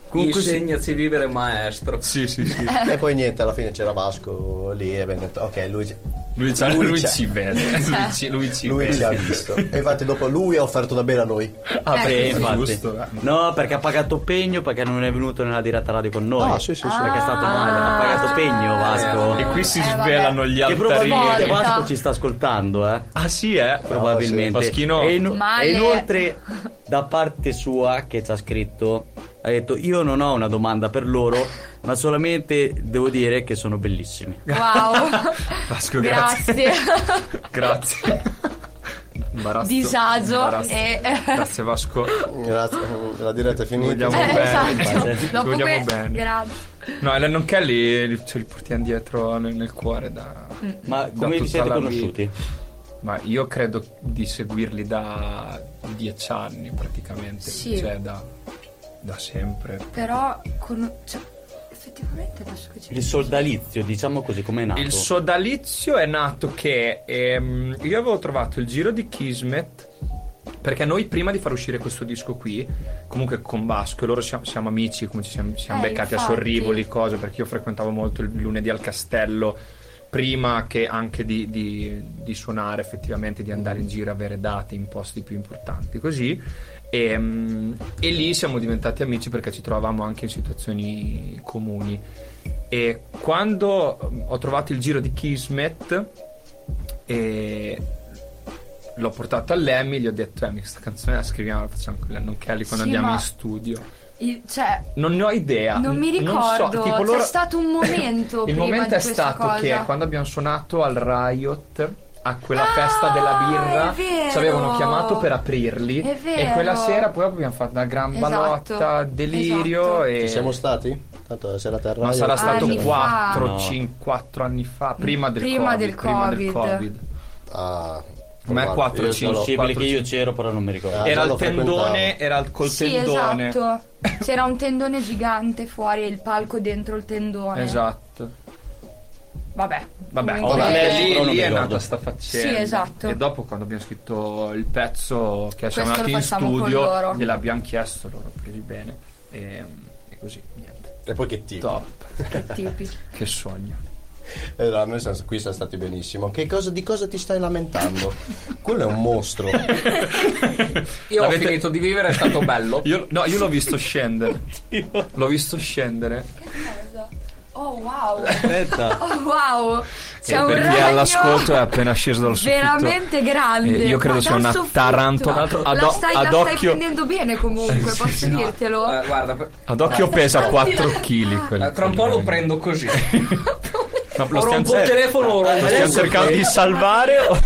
Speaker 2: Comunque sì.
Speaker 3: Insegnaci a vivere maestro.
Speaker 6: Sì, sì, sì.
Speaker 4: E poi niente, alla fine c'era Vasco lì e abbiamo detto, ok, lui,
Speaker 6: Lui, c'ha-
Speaker 4: Lui
Speaker 6: lui
Speaker 4: c'è.
Speaker 6: ci vede. Lui ci, lui ci
Speaker 4: lui
Speaker 6: vede.
Speaker 4: ci ha visto. E infatti dopo lui ha offerto da bere a noi.
Speaker 6: Ah,
Speaker 2: Eh,
Speaker 6: beh,
Speaker 2: infatti.
Speaker 6: giusto. eh.
Speaker 2: No, perché ha pagato pegno perché non è venuto nella diretta radio con noi.
Speaker 4: Ah, sì, sì, sì.
Speaker 2: Perché è stato male, ha
Speaker 5: Ah.
Speaker 2: pagato pegno Vasco.
Speaker 6: E qui si
Speaker 5: Eh, vabbè.
Speaker 6: svelano gli
Speaker 2: che probabilmente
Speaker 6: altarini.
Speaker 5: Volta.
Speaker 2: Vasco ci sta ascoltando, eh.
Speaker 6: Ah, sì, eh.
Speaker 2: Probabilmente.
Speaker 6: Vaschino.
Speaker 2: E, ino-
Speaker 5: Male.
Speaker 2: e inoltre, da parte sua, che ci ha scritto, ha detto: Io non ho una domanda per loro, ma solamente devo dire che sono bellissimi.
Speaker 5: Wow.
Speaker 6: Vasco, grazie.
Speaker 5: Grazie.
Speaker 6: Grazie. Imbarazzo.
Speaker 5: Disagio
Speaker 6: Imbarazzo.
Speaker 5: e-
Speaker 6: Grazie Vasco.
Speaker 4: Grazie, la diretta è finita.
Speaker 6: Vogliamo
Speaker 5: Eh,
Speaker 6: bene.
Speaker 5: esatto. Dopo
Speaker 6: Vogliamo
Speaker 5: que-
Speaker 6: bene.
Speaker 5: Grazie.
Speaker 6: No, e Lennon Kelly li- ce li portiamo dietro nel, nel cuore da...
Speaker 2: Ma
Speaker 6: da
Speaker 2: come vi
Speaker 6: tutta
Speaker 2: siete
Speaker 6: la
Speaker 2: conosciuti?
Speaker 6: vita. Ma io credo di seguirli da dieci anni praticamente.
Speaker 5: Sì.
Speaker 6: Cioè da, da sempre.
Speaker 5: Però con... cioè, effettivamente adesso che ci
Speaker 2: Il sodalizio, diciamo così, come è nato?
Speaker 6: Il sodalizio è nato che ehm, io avevo trovato il giro di Kismet. Perché noi prima di far uscire questo disco qui, comunque con Vasco, e loro siamo, siamo amici, come ci siamo, ci siamo
Speaker 5: Eh,
Speaker 6: beccati
Speaker 5: infatti.
Speaker 6: a Sorrivoli, cose, perché io frequentavo molto il lunedì al castello, prima che anche di, di- di suonare effettivamente, di andare in giro, avere date in posti più importanti, così. E, mm, e lì siamo diventati amici perché ci trovavamo anche in situazioni comuni. E quando mm, ho trovato il giro di Kismet, e l'ho portato all'Emmy, gli ho detto, Emmy, questa canzone la scriviamo, la facciamo con Lennon Kelly quando
Speaker 5: Sì,
Speaker 6: andiamo
Speaker 5: ma-
Speaker 6: in studio.
Speaker 5: I- cioè,
Speaker 6: Non ne ho idea.
Speaker 5: Non mi
Speaker 6: n-
Speaker 5: ricordo,
Speaker 6: Ah, so, tipo
Speaker 5: c'è
Speaker 6: loro-
Speaker 5: stato un momento
Speaker 6: Il
Speaker 5: prima
Speaker 6: momento
Speaker 5: di
Speaker 6: è
Speaker 5: questa
Speaker 6: stato
Speaker 5: cosa.
Speaker 6: che quando abbiamo suonato al Riot a quella
Speaker 5: Ah,
Speaker 6: festa della
Speaker 5: è
Speaker 6: birra
Speaker 5: vero!
Speaker 6: ci avevano chiamato per aprirli
Speaker 5: È
Speaker 6: e quella
Speaker 5: vero!
Speaker 6: sera poi abbiamo fatto una gran
Speaker 5: Esatto,
Speaker 6: balotta, delirio
Speaker 5: esatto.
Speaker 6: e
Speaker 4: Ci siamo stati? Tanto se la terra...
Speaker 6: ma Eh. sarà stato
Speaker 5: Anni fa. Mm.
Speaker 6: 4,
Speaker 2: No.
Speaker 6: 5, 4 anni fa, prima del
Speaker 5: Prima
Speaker 6: Covid,
Speaker 5: del
Speaker 6: prima del
Speaker 5: Covid.
Speaker 6: Covid.
Speaker 4: Ah,
Speaker 6: Ma è
Speaker 4: guarda,
Speaker 6: quattro,
Speaker 4: io
Speaker 6: sì,
Speaker 4: sono-
Speaker 6: sì.
Speaker 2: Possibile
Speaker 6: quattro, Eh,
Speaker 2: che io
Speaker 6: cinque.
Speaker 2: c'ero, però non mi ricordo.
Speaker 4: Ah,
Speaker 6: era
Speaker 4: già
Speaker 6: il
Speaker 4: lo
Speaker 6: tendone,
Speaker 4: frequentavo.
Speaker 6: era il- col
Speaker 5: sì,
Speaker 6: tendone.
Speaker 5: esatto. C'era un tendone gigante fuori e il palco dentro il tendone.
Speaker 6: Esatto.
Speaker 5: Vabbè.
Speaker 6: Vabbè, oh,
Speaker 5: comunque-
Speaker 2: ora
Speaker 6: vabbè,
Speaker 2: lei-
Speaker 6: lì,
Speaker 2: però non
Speaker 6: lì
Speaker 2: mi
Speaker 6: è
Speaker 2: ricordo.
Speaker 6: nata sta faccenda.
Speaker 5: Sì, esatto.
Speaker 6: E dopo quando abbiamo scritto il pezzo che siamo
Speaker 5: lo
Speaker 6: andati in
Speaker 5: facciamo con loro.
Speaker 6: studio, gliel'abbiamo chiesto, loro presi bene. E, e così, niente.
Speaker 4: E poi che ti...
Speaker 6: Top.
Speaker 5: Che tipi.
Speaker 6: Che sogno.
Speaker 4: Eh, no, noi siamo- qui siamo stati benissimo. Che cosa, di cosa ti stai lamentando? Quello è un mostro.
Speaker 3: Io
Speaker 6: L'avete-
Speaker 3: ho finito di vivere, è stato bello.
Speaker 6: Io, no, io l'ho visto scendere. l'ho visto scendere.
Speaker 5: Oh wow!
Speaker 2: Aspetta.
Speaker 5: Oh wow! C'è
Speaker 6: E
Speaker 5: un
Speaker 6: per
Speaker 5: ragno
Speaker 6: chi è all'ascolto è appena sceso dal soffitto.
Speaker 5: veramente grande.
Speaker 6: Eh, io credo
Speaker 5: ma
Speaker 6: sia
Speaker 5: dal
Speaker 6: una
Speaker 5: soffitto.
Speaker 6: tarantola. Ad
Speaker 5: la
Speaker 6: o-
Speaker 5: stai,
Speaker 6: ad
Speaker 5: la stai
Speaker 6: occhio-
Speaker 5: prendendo bene comunque, posso dirtelo?
Speaker 3: Eh, guarda, per-
Speaker 6: Ad occhio pesa 4 kg.
Speaker 3: eh, tra un po' lo prendo così.
Speaker 6: No,
Speaker 3: O
Speaker 6: lo stiamo
Speaker 3: rompo il
Speaker 6: cer-
Speaker 3: telefono o rompo
Speaker 6: lo stiamo cercando di salvare. o-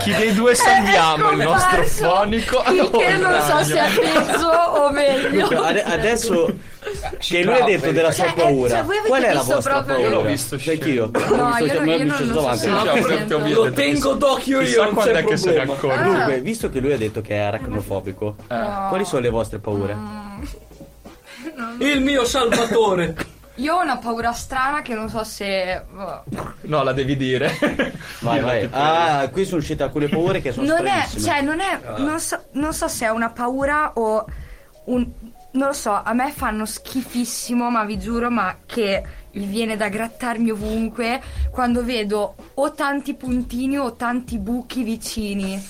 Speaker 6: Chi dei due salviamo?
Speaker 5: È
Speaker 6: Il nostro
Speaker 5: scomparso.
Speaker 6: fonico.
Speaker 5: Il che
Speaker 6: o-
Speaker 5: non so se è peso o meglio.
Speaker 2: Cioè, ade- adesso che lui ha
Speaker 3: bravo,
Speaker 2: detto
Speaker 3: vedi.
Speaker 2: della sua
Speaker 5: Cioè,
Speaker 2: paura.
Speaker 5: cioè, voi avete
Speaker 2: Qual è la
Speaker 5: visto
Speaker 2: vostra
Speaker 5: proprio-
Speaker 2: paura?
Speaker 5: Io l'ho
Speaker 6: visto
Speaker 2: Cioè,
Speaker 6: scendere.
Speaker 2: io.
Speaker 5: No, io non- io
Speaker 2: mi
Speaker 5: non
Speaker 2: sono
Speaker 5: lo so
Speaker 2: davanti.
Speaker 5: se lo
Speaker 6: Già,
Speaker 5: sento.
Speaker 6: proprio a
Speaker 3: Lo
Speaker 6: mille,
Speaker 3: tengo
Speaker 6: perché-
Speaker 3: d'occhio io,
Speaker 6: Chissà
Speaker 3: non c'è
Speaker 6: quando è che se ne
Speaker 3: problema.
Speaker 6: accorge.
Speaker 2: Dunque, visto che lui ha detto che è aracnofobico, quali sono le vostre paure?
Speaker 5: Mm.
Speaker 3: Il mio salvatore.
Speaker 5: Io ho una paura strana che non so se. boh.
Speaker 6: No, la devi dire.
Speaker 2: Vai, vai. Ah, qui sono uscite alcune paure che sono
Speaker 5: Non è,
Speaker 2: stranissime.
Speaker 5: cioè, non è.
Speaker 3: Ah.
Speaker 5: Non so, non so se è una paura o un. Non lo so, a me fanno schifissimo, ma vi giuro, ma che mi viene da grattarmi ovunque quando vedo o tanti puntini o tanti buchi vicini.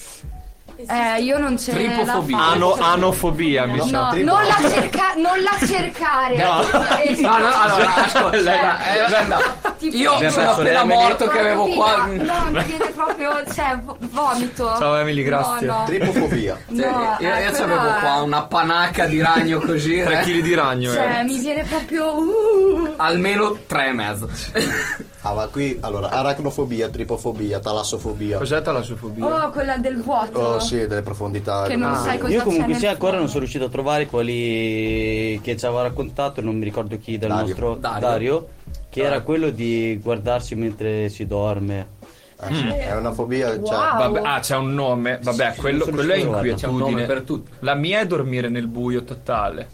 Speaker 5: Eh, io non ce la
Speaker 3: Tripofobia. diciamo,
Speaker 5: faccio.
Speaker 6: Ano- anofobia, mi sa.
Speaker 5: No, non la, cerca- non la cercare. Eh,
Speaker 3: Ah, No, no, allora,
Speaker 7: Cioè,
Speaker 3: ascolta.
Speaker 6: Lei-
Speaker 3: eh, guarda,
Speaker 5: tipo-
Speaker 3: Io sono appena
Speaker 2: Emily-
Speaker 3: morto che avevo
Speaker 5: Guarda,
Speaker 3: qua.
Speaker 5: No, mi viene proprio, cioè, vo- vomito.
Speaker 6: Ciao, Emily, grazie.
Speaker 5: No, no.
Speaker 4: Tripofobia.
Speaker 3: Cioè,
Speaker 5: no,
Speaker 3: io
Speaker 5: eh,
Speaker 3: io
Speaker 5: quella-
Speaker 3: avevo qua una panaca di ragno così,
Speaker 6: 3
Speaker 3: eh.
Speaker 6: kg di ragno.
Speaker 5: Cioè,
Speaker 6: eh.
Speaker 5: mi viene proprio... uh.
Speaker 3: almeno tre e mezzo.
Speaker 4: Ah, ma qui allora aracnofobia, tripofobia, talassofobia.
Speaker 6: Cos'è la sua fobia?
Speaker 5: Oh, quella del vuoto.
Speaker 4: Oh, sì, delle profondità.
Speaker 5: Che non
Speaker 4: delle-
Speaker 5: sai cosa
Speaker 2: Io
Speaker 5: c'è
Speaker 2: comunque
Speaker 5: nel
Speaker 2: sia ancora non
Speaker 5: fondo.
Speaker 2: sono riuscito a trovare quelli che ci aveva raccontato, non mi ricordo chi del
Speaker 4: Dario.
Speaker 2: nostro
Speaker 3: Dario.
Speaker 2: Dario, che era quello di guardarsi mentre si dorme.
Speaker 4: Eh, sì, È una fobia.
Speaker 5: Wow.
Speaker 4: Cioè,
Speaker 6: Vabbè, ah, c'è un nome. Vabbè, quello,
Speaker 2: sono
Speaker 6: quello è
Speaker 2: sicuro, guarda.
Speaker 3: C'è un nome per
Speaker 6: inquietudine.
Speaker 3: tutto.
Speaker 6: La mia è dormire nel buio totale.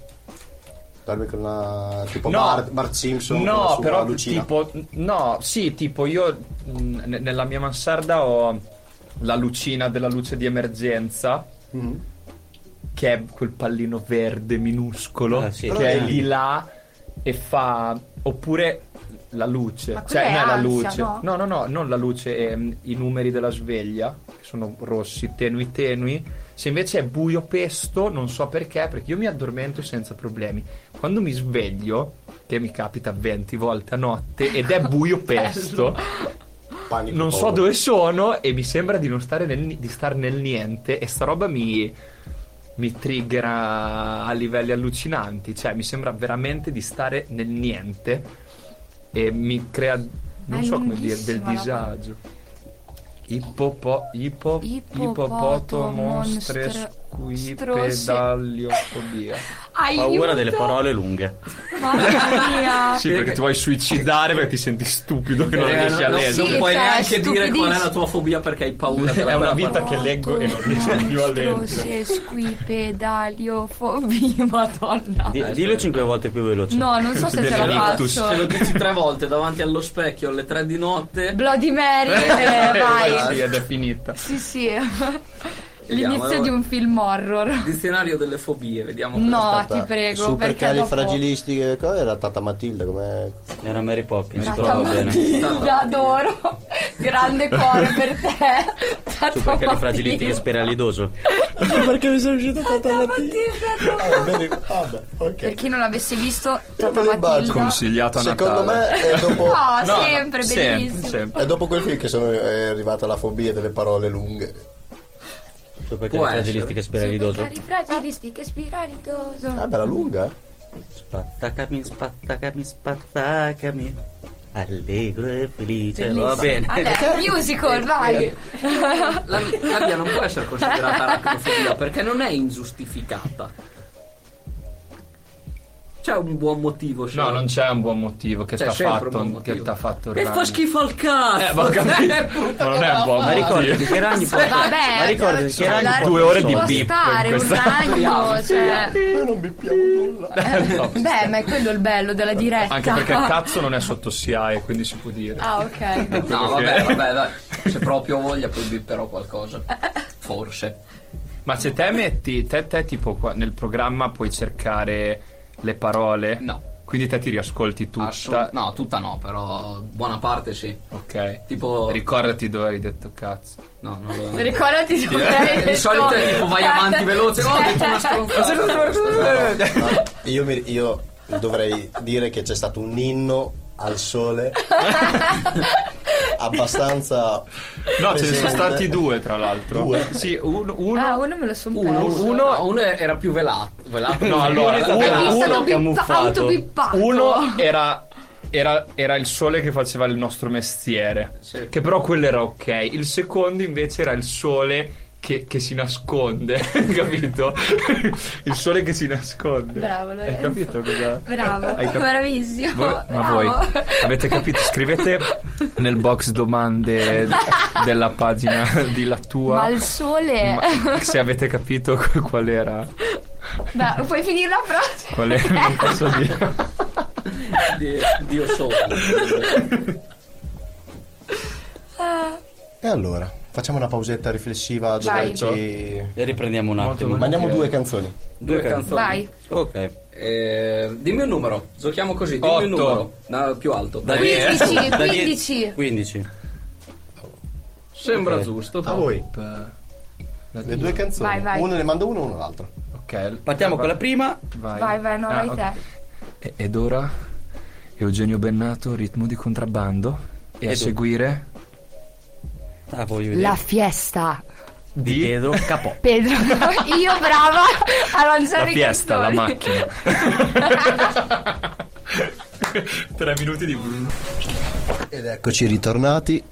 Speaker 4: dormi con una. Tipo Bart, Bart Simpson. con la
Speaker 6: no,
Speaker 4: sua
Speaker 6: però
Speaker 4: lucina.
Speaker 6: tipo no, sì, tipo io mh, ne- nella mia mansarda ho la lucina della luce di emergenza che è quel pallino verde minuscolo
Speaker 2: Ah, sì.
Speaker 6: che è di là e fa oppure la luce,
Speaker 5: Ma
Speaker 6: cioè non
Speaker 5: quella è
Speaker 6: è la
Speaker 5: ansia,
Speaker 6: luce.
Speaker 5: no?
Speaker 6: no, no, no, non la luce, ehm, i numeri della sveglia che sono rossi, tenui tenui. Se invece è buio pesto, non so perché, perché io mi addormento senza problemi. Quando mi sveglio, che mi capita 20 volte a notte ed è buio pesto,
Speaker 4: Panico,
Speaker 6: non so
Speaker 4: paura.
Speaker 6: dove sono e mi sembra di non stare nel, di star nel niente e sta roba mi, mi triggera a livelli allucinanti, cioè mi sembra veramente di stare nel niente e mi crea, non
Speaker 5: è
Speaker 6: so come dire, del
Speaker 5: lunghissima la-
Speaker 6: disagio. Ippopo, ipo,
Speaker 5: Ippopoto,
Speaker 6: ippopoto, mostre,
Speaker 5: monstre- strose.
Speaker 6: squipedaliofobia.
Speaker 5: Aiuto!
Speaker 2: Paura delle parole lunghe.
Speaker 5: Mamma mia!
Speaker 6: Sì, perché ti vuoi suicidare perché ti senti stupido che non
Speaker 3: Eh,
Speaker 6: riesci a
Speaker 3: non-
Speaker 6: leggere.
Speaker 5: Sì,
Speaker 3: Non puoi
Speaker 5: cioè,
Speaker 3: neanche dire qual è la
Speaker 5: stupidissimo.
Speaker 3: tua fobia perché hai paura.
Speaker 6: È
Speaker 3: della
Speaker 6: una
Speaker 3: parola.
Speaker 6: vita che leggo e non riesco più a leggere.
Speaker 5: Strose, squipedaliofobia, madonna.
Speaker 2: Di- dillo cinque volte più veloce.
Speaker 5: No, non so se ce la
Speaker 6: Dell'ictus.
Speaker 3: Se lo
Speaker 5: faccio.
Speaker 3: dici tre volte davanti allo specchio alle tre di notte,
Speaker 5: Bloody Mary, eh,
Speaker 6: Sì,
Speaker 5: vai.
Speaker 6: ed è finita.
Speaker 5: Sì, sì.
Speaker 3: Vediamo, allora.
Speaker 5: L'inizio di un film horror. dizionario
Speaker 3: dizionario delle fobie, vediamo.
Speaker 5: No,
Speaker 4: Aspetta,
Speaker 5: Ah, ti prego,
Speaker 4: Super
Speaker 5: perché
Speaker 4: cali
Speaker 5: dopo...
Speaker 4: fragilistiche. cosa Era Tata Matilda come.
Speaker 2: Era Mary Poppins,
Speaker 5: Tata
Speaker 2: però va bene.
Speaker 5: Matilda, adoro. Grande cuore per te. Tata
Speaker 2: Perché le
Speaker 5: Matilda.
Speaker 2: fragilità spiralidoso.
Speaker 4: perché mi sono uscito Tata
Speaker 5: Tata Matilda,
Speaker 6: Eh,
Speaker 5: no.
Speaker 4: Vabbè, ok.
Speaker 5: Per chi non l'avesse visto, Tata
Speaker 4: Come
Speaker 5: Matilda.
Speaker 4: bacio.
Speaker 6: Consigliato a
Speaker 4: Secondo
Speaker 6: Natale.
Speaker 4: me è dopo,
Speaker 5: No, sempre, bellissimo.
Speaker 6: sempre.
Speaker 4: è dopo quel film che sono, è arrivata la fobia delle parole lunghe.
Speaker 2: Cioè, perché
Speaker 3: Può
Speaker 2: le fragilistiche spiralidoso.
Speaker 4: Ah, bella lunga, eh.
Speaker 2: Spattacami, spattacami, spattacami. Allegro e felice. Va
Speaker 5: Bellissimo.
Speaker 2: bene.
Speaker 5: Allora, musical, vai.
Speaker 3: La, la mia non può essere considerata aracnofobia perché non è ingiustificata. C'è un buon motivo.
Speaker 6: No,
Speaker 3: Sharon.
Speaker 6: non c'è un buon motivo che
Speaker 3: C'è
Speaker 6: t'ha
Speaker 3: sempre
Speaker 6: fatto,
Speaker 3: un buon
Speaker 6: che
Speaker 3: motivo.
Speaker 6: t'ha fatto il
Speaker 3: E
Speaker 6: ragno.
Speaker 3: fa schifo al cazzo.
Speaker 6: Eh, ma ho capito.
Speaker 3: Eh, puttana,
Speaker 6: Ma non è un buon
Speaker 2: Ma ricordati che ragni possono.
Speaker 5: Vabbè, cioè,
Speaker 2: Ma ricordati che
Speaker 5: allora-
Speaker 2: ragni possono-
Speaker 6: Due ore di
Speaker 5: Può
Speaker 6: bip in
Speaker 5: stare un
Speaker 6: questa- Eh,
Speaker 5: ragno, cioè...
Speaker 4: Noi non bippiamo nulla.
Speaker 6: No,
Speaker 5: Beh, ma è quello il bello della diretta.
Speaker 6: Anche perché cazzo non è sotto SIAE, quindi si può dire.
Speaker 5: Ah, ok.
Speaker 3: No, vabbè, vabbè, dai. Se proprio voglia, poi bipperò qualcosa. Forse.
Speaker 6: Ma se te metti, te, te tipo qua, nel programma puoi cercare le parole.
Speaker 3: No.
Speaker 6: Quindi te ti riascolti tutta.
Speaker 3: Assu- no, tutta no, però buona parte sì.
Speaker 6: Ok.
Speaker 3: Tipo-
Speaker 6: Ricordati dove hai detto cazzo.
Speaker 3: No, non lo
Speaker 5: Ricordati
Speaker 6: eh.
Speaker 5: dove hai
Speaker 3: Di
Speaker 5: detto-
Speaker 3: solito è tipo
Speaker 5: Cioè,
Speaker 3: vai avanti veloce. Oh, ho detto una stronzata.
Speaker 4: Io, mi- io dovrei dire che c'è stato un inno al sole abbastanza
Speaker 6: No, ce ne sono
Speaker 4: presente.
Speaker 6: stati due, tra l'altro.
Speaker 4: Due?
Speaker 6: Sì, un- uno.
Speaker 5: Ah, uno me lo sono
Speaker 6: uno,
Speaker 5: perso.
Speaker 6: uno-
Speaker 7: No, uno era più velato. velato
Speaker 6: No, allora,
Speaker 5: Uno
Speaker 6: uno-
Speaker 5: è stato
Speaker 6: uno
Speaker 5: bippa-
Speaker 2: camuffato.
Speaker 5: autobippato.
Speaker 6: uno era, era, era il sole che faceva il nostro mestiere.
Speaker 7: Sì.
Speaker 6: Che però quello era ok. Il secondo invece era il sole che, che si nasconde, capito? il sole che si nasconde.
Speaker 5: Bravo,
Speaker 6: Hai
Speaker 5: Lorenzo.
Speaker 6: capito cosa?
Speaker 5: Bravo,
Speaker 6: Hai cap-
Speaker 5: bravissimo.
Speaker 6: Voi- ma
Speaker 5: bravo.
Speaker 6: voi avete capito? Scrivete nel box domande della pagina di La Tua.
Speaker 5: Ma il sole.
Speaker 6: Ma se avete capito qual era,
Speaker 5: Beh, puoi finire la frase.
Speaker 6: qual era non posso dire.
Speaker 7: Dio, Dio solo.
Speaker 4: e allora facciamo una pausetta riflessiva dove
Speaker 5: Vai.
Speaker 4: ci
Speaker 2: E riprendiamo un
Speaker 6: Molto
Speaker 2: attimo.
Speaker 6: bene.
Speaker 4: mandiamo due canzoni
Speaker 7: Due canzoni.
Speaker 5: Vai.
Speaker 2: Ok.
Speaker 7: Eh, dimmi un numero. Giochiamo così. Dimmi un
Speaker 6: Otto.
Speaker 7: numero. No, più alto.
Speaker 2: Da
Speaker 5: Quindici,
Speaker 2: dieci- da dieci-
Speaker 5: quindici.
Speaker 2: 15.
Speaker 7: Sembra giusto. eh,
Speaker 4: a voi le due canzoni
Speaker 5: Vai, vai.
Speaker 4: uno ne mando uno uno l'altro
Speaker 6: Ok,
Speaker 2: Partiamo con la prima.
Speaker 6: Vai,
Speaker 5: Vai, vai, no,
Speaker 6: Ah,
Speaker 5: vai
Speaker 6: ok.
Speaker 5: te.
Speaker 6: E- Ed ora Eugenio Bennato, ritmo di contrabbando. E, a
Speaker 2: Ed-
Speaker 6: seguire
Speaker 2: Ah, voglio vedere.
Speaker 5: La fiesta.
Speaker 2: Di Pedro Capò.
Speaker 5: Pedro. Io brava a lanciare
Speaker 6: la
Speaker 5: i
Speaker 6: fiesta, la
Speaker 5: cartoni.
Speaker 6: macchina. Tre minuti di
Speaker 4: Ed eccoci ritornati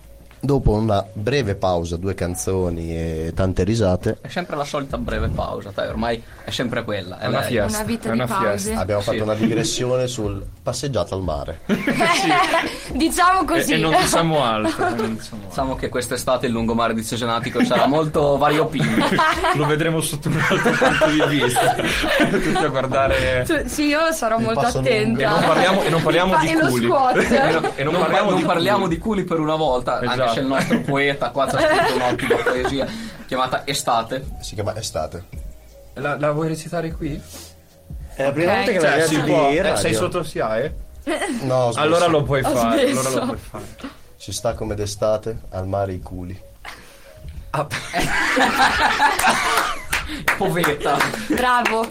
Speaker 4: dopo una breve pausa, due canzoni e tante risate.
Speaker 7: È sempre la solita breve pausa, dai, ormai è sempre quella. Eh, È
Speaker 6: È una
Speaker 7: lei.
Speaker 6: fiesta.
Speaker 5: Una vita
Speaker 6: è
Speaker 5: di
Speaker 6: una
Speaker 5: pause.
Speaker 6: fiesta.
Speaker 4: Abbiamo fatto una digressione sul passeggiata al mare.
Speaker 5: diciamo così.
Speaker 6: E, e non diciamo altro. e non diciamo altro.
Speaker 7: Diciamo che quest'estate il lungomare di Cesenatico sarà molto variopinto.
Speaker 6: Lo vedremo sotto un altro punto di vista. Tutti a guardare.
Speaker 5: Tu- sì, io sarò molto
Speaker 4: passo lungo.
Speaker 6: E
Speaker 5: attenta.
Speaker 6: non parliamo, e non parliamo
Speaker 5: Fa-
Speaker 6: di
Speaker 5: e lo
Speaker 6: culi.
Speaker 5: squat.
Speaker 6: E no- e non,
Speaker 7: non,
Speaker 6: parliamo,
Speaker 7: par- non
Speaker 6: di
Speaker 7: parliamo
Speaker 6: culi.
Speaker 7: di culi per una volta, anche
Speaker 6: Esatto.
Speaker 7: se il nostro poeta qua ci ha scritto un'ottima poesia chiamata Estate.
Speaker 4: Si chiama Estate.
Speaker 6: La, la vuoi recitare qui?
Speaker 2: È la prima
Speaker 5: Ok.
Speaker 2: volta che la
Speaker 6: Cioè, si
Speaker 2: ragazzi
Speaker 6: può.
Speaker 2: di
Speaker 6: Eh,
Speaker 2: radio.
Speaker 6: sei sotto SIAE?
Speaker 4: No, ho smesso.
Speaker 6: Allora lo puoi
Speaker 5: Ho
Speaker 6: fare.
Speaker 5: smesso.
Speaker 6: Allora lo puoi fare.
Speaker 4: Si sta come d'estate al mare i culi.
Speaker 6: Ah.
Speaker 7: Poveta.
Speaker 5: Bravo.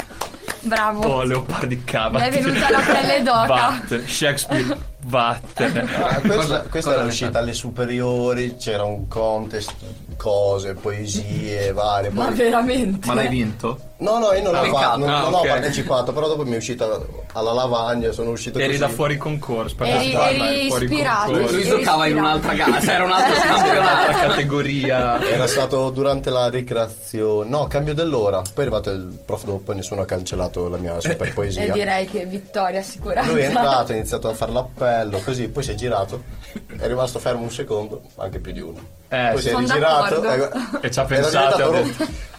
Speaker 5: Bravo.
Speaker 6: Oh, Leopardi cava.
Speaker 5: Mi è venuta la pelle d'oca.
Speaker 6: Vattene. Shakespeare,
Speaker 4: Ah,
Speaker 6: vattene.
Speaker 4: Questa,
Speaker 7: cosa-
Speaker 4: questa
Speaker 7: cosa
Speaker 4: era
Speaker 7: ne
Speaker 4: uscita alle superiori, c'era un contest, cose, poesie varie. poi-
Speaker 5: Ma veramente.
Speaker 6: l'hai vinto?
Speaker 4: No, no, io non, l'ho,
Speaker 7: peccato.
Speaker 4: fa- non-
Speaker 6: Ah,
Speaker 4: non ho
Speaker 6: ok.
Speaker 4: partecipato, però dopo mi è uscita alla lavagna, sono uscito
Speaker 6: Eri
Speaker 4: così.
Speaker 6: da fuori concorso. perché
Speaker 5: Eri,
Speaker 6: stava
Speaker 5: eri
Speaker 6: fuori
Speaker 5: ispirato.
Speaker 6: concorso.
Speaker 7: Lui giocava in un'altra gara, era un altro
Speaker 6: Un'altra
Speaker 7: campionato.
Speaker 6: categoria.
Speaker 4: Era stato durante la ricreazione, no, cambio dell'ora. Poi è arrivato il prof dopo e nessuno ha cancellato la mia super
Speaker 5: E
Speaker 4: poesia.
Speaker 5: direi che vittoria sicuramente.
Speaker 4: Lui è entrato, ha iniziato a fare l'appello, così, poi si è girato, è rimasto fermo un secondo, anche più di uno.
Speaker 6: Eh,
Speaker 4: poi si è
Speaker 5: Sono
Speaker 4: rigirato ecco,
Speaker 5: d'accordo.
Speaker 6: E ci ha
Speaker 4: era
Speaker 6: pensato,
Speaker 4: diventato
Speaker 6: ha
Speaker 4: uno-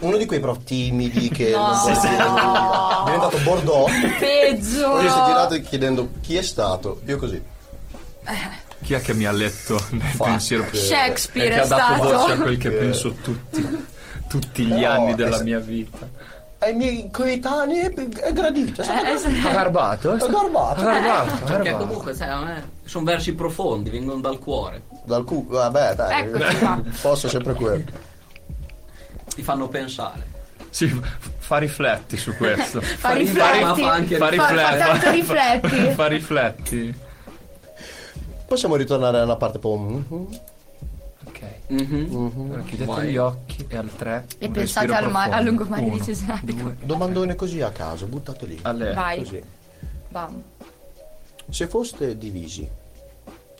Speaker 4: Uno di quei prof timidi che
Speaker 5: No.
Speaker 4: non vuole dire nulla. è diventato Bordeaux.
Speaker 5: Peggio.
Speaker 4: Poi si è girato chiedendo chi è stato, io così.
Speaker 6: Chi è che mi ha letto nel
Speaker 4: Fuck.
Speaker 6: pensiero? E
Speaker 5: Shakespeare
Speaker 6: che
Speaker 5: è
Speaker 6: ha dato voce a
Speaker 5: stato.
Speaker 6: quel che
Speaker 4: Eh.
Speaker 6: penso tutti, tutti gli
Speaker 4: No,
Speaker 6: anni della
Speaker 4: es-
Speaker 6: mia vita.
Speaker 4: Ai miei coetanei è gradito, eh. è stato
Speaker 5: Eh,
Speaker 6: Ha garbato? Cioè, Ha
Speaker 4: garbato.
Speaker 6: garbato, ha
Speaker 7: Perché
Speaker 6: garbato.
Speaker 7: comunque sai, non è- sono versi profondi, vengono dal cuore,
Speaker 4: dal culo, vabbè dai,
Speaker 5: Eccoci qua.
Speaker 4: posso sempre quello.
Speaker 7: ti fanno pensare.
Speaker 6: Sì, f- fa rifletti su questo.
Speaker 5: Fa
Speaker 7: ma
Speaker 5: rifletti.
Speaker 7: fa anche
Speaker 6: Fa
Speaker 5: Fa, fa
Speaker 6: rifletti.
Speaker 5: tanto rifletti.
Speaker 6: Fa rifletti.
Speaker 4: Possiamo ritornare a una parte un po'... mhm.
Speaker 6: Ok.
Speaker 7: Mhm.
Speaker 6: Allora, chiudete
Speaker 7: Vai.
Speaker 6: gli occhi e al 3
Speaker 5: E pensate al ma- al lungomare di Cesenatico.
Speaker 4: Domandone così a caso, buttate lì.
Speaker 6: Alle...
Speaker 5: Vai.
Speaker 4: Così.
Speaker 5: Bam.
Speaker 4: Se foste divisi,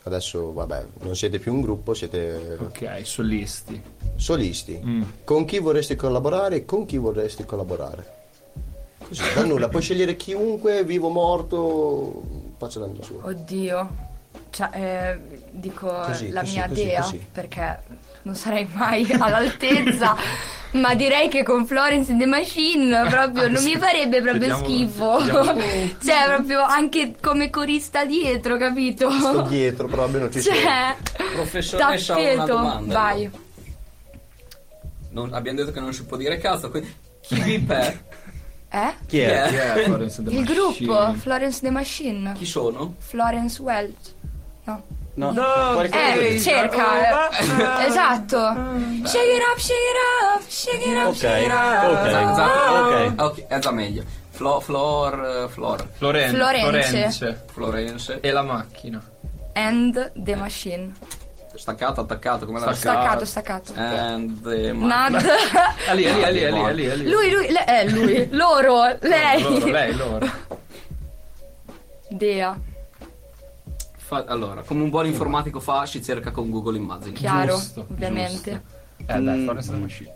Speaker 4: adesso vabbè, non siete più un gruppo, siete
Speaker 6: Ok, solisti.
Speaker 4: solisti.
Speaker 6: Mm.
Speaker 4: Con chi vorresti collaborare e con chi vorresti collaborare? Così, da nulla, puoi scegliere chiunque, vivo o morto, faccia l'anno suo.
Speaker 5: Oddio. Cioè, eh, dico
Speaker 4: Così,
Speaker 5: la
Speaker 4: così,
Speaker 5: mia
Speaker 4: così,
Speaker 5: dea,
Speaker 4: così.
Speaker 5: perché non sarei mai all'altezza, ma direi che con Florence and the Machine
Speaker 4: Ah,
Speaker 5: proprio non mi farebbe proprio
Speaker 6: Vediamo-
Speaker 5: schifo. cioè, proprio anche come corista dietro, capito?
Speaker 4: Sto dietro, però almeno ci sono.
Speaker 5: Cioè,
Speaker 7: Professoressa, ho una
Speaker 5: tappeto,
Speaker 7: domanda.
Speaker 5: vai.
Speaker 7: Non- abbiamo detto che non si può dire cazzo, quindi chi vi per?
Speaker 5: Eh?
Speaker 2: Chi è?
Speaker 7: Chi, è?
Speaker 5: Il gruppo Florence the Machine,
Speaker 7: Chi sono?
Speaker 5: Florence Welch. No.
Speaker 2: No.
Speaker 5: Eh, cerca. eh. esatto. Shake it up, shake it up, shake it up,
Speaker 2: Ok,
Speaker 5: shake it up.
Speaker 6: Eh,
Speaker 2: ok.
Speaker 7: Esatto.
Speaker 2: Ok.
Speaker 7: Ah, Ok, è già meglio. Flo, flor, eh, flor,
Speaker 6: Floren-
Speaker 5: Florence.
Speaker 6: Florence.
Speaker 5: Eh.
Speaker 7: Florense.
Speaker 6: E la macchina.
Speaker 5: And the machine.
Speaker 7: Staccato, attaccato, come la
Speaker 5: Staccato, staccato.
Speaker 7: And the Eh, ma-
Speaker 5: Nad.
Speaker 6: È Ah, lì, è lì, è lì, è lì, è lì, è lì.
Speaker 5: Lui, lui, le- eh, lui. Loro, lei.
Speaker 6: Loro, lei, loro.
Speaker 5: Dea,
Speaker 7: fa- allora, come un buon informatico fa, si cerca con Google Immagini.
Speaker 5: chiaro,
Speaker 6: Giusto,
Speaker 5: ovviamente.
Speaker 6: Eh, dai, Florence la macchina.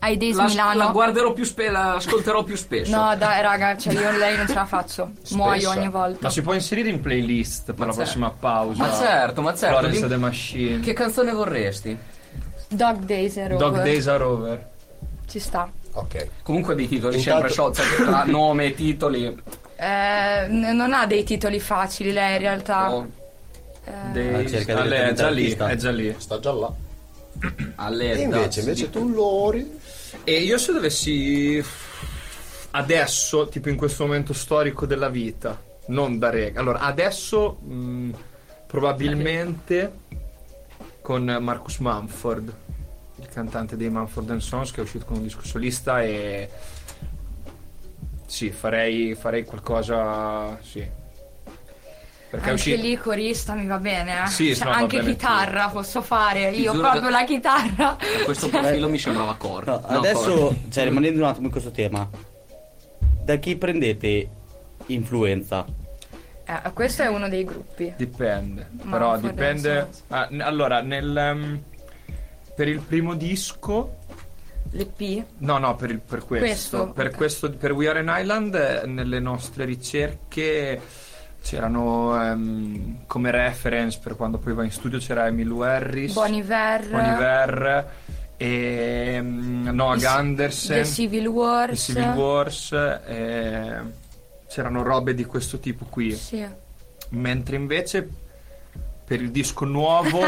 Speaker 5: Ai Days
Speaker 7: La,
Speaker 5: Milano.
Speaker 7: la guarderò più spesso, la ascolterò più spesso.
Speaker 5: No, dai, raga, cioè io lei non ce la faccio. Muoio ogni volta.
Speaker 6: Ma si può inserire in playlist per la
Speaker 7: certo.
Speaker 6: prossima pausa.
Speaker 7: Ma certo, ma certo.
Speaker 6: Florence
Speaker 7: Dim-
Speaker 6: the Machine.
Speaker 7: Che canzone vorresti?
Speaker 5: Dog Days e
Speaker 6: Dog
Speaker 5: Rover.
Speaker 6: Days Are Over.
Speaker 5: Ci sta.
Speaker 4: Ok.
Speaker 7: Comunque dei titoli
Speaker 4: Intanto-
Speaker 7: sempre sciolti, cioè, tra nome e titoli.
Speaker 5: Eh, n- non ha dei titoli facili lei in realtà.
Speaker 7: Oh,
Speaker 6: Days-
Speaker 2: cerca di
Speaker 6: Ah, lei è già lì,
Speaker 2: artista.
Speaker 6: è già lì.
Speaker 4: Sta già là.
Speaker 7: alle
Speaker 4: E
Speaker 7: Dazzi
Speaker 4: invece, invece
Speaker 7: di-
Speaker 4: tu Lori.
Speaker 6: E io se dovessi adesso, tipo in questo momento storico della vita, non da rega. Allora, adesso mh, probabilmente con Marcus Mumford, il cantante dei Mumford and Sons che è uscito con un disco solista e sì, farei, farei qualcosa, sì. Perché è
Speaker 5: anche
Speaker 6: uscito
Speaker 5: lì corista mi va bene. eh.
Speaker 6: Sì,
Speaker 5: Cioè,
Speaker 6: no, va
Speaker 5: anche
Speaker 6: bene
Speaker 5: chitarra posso fare.
Speaker 7: Ti
Speaker 5: io
Speaker 7: giuro
Speaker 5: proprio
Speaker 7: che-
Speaker 5: la chitarra.
Speaker 7: A questo profilo mi sembrava core.
Speaker 2: No,
Speaker 7: No,
Speaker 2: adesso,
Speaker 7: core.
Speaker 2: cioè, rimanendo un attimo in questo tema, da chi prendete influenza?
Speaker 5: Eh, questo è uno dei gruppi.
Speaker 6: Dipende,
Speaker 5: Ma
Speaker 6: però
Speaker 5: non fa
Speaker 6: dipende.
Speaker 5: adesso.
Speaker 6: Ah, n- allora, nel, ehm, per il primo disco,
Speaker 5: L'EP.
Speaker 6: no, no, per, il- per questo,
Speaker 5: Questo,
Speaker 6: per
Speaker 5: ok.
Speaker 6: questo, per We Are an Island, eh, nelle nostre ricerche c'erano ehm, come reference per quando poi va in studio c'era Emilio Harris,
Speaker 5: Bon Iver.
Speaker 6: Bon Iver, e ehm, Noah
Speaker 5: i-
Speaker 6: Gandersen.
Speaker 5: The Civil Wars.
Speaker 6: I Civil Wars, eh, c'erano robe di questo tipo qui.
Speaker 5: Sì.
Speaker 6: Mentre invece per il disco nuovo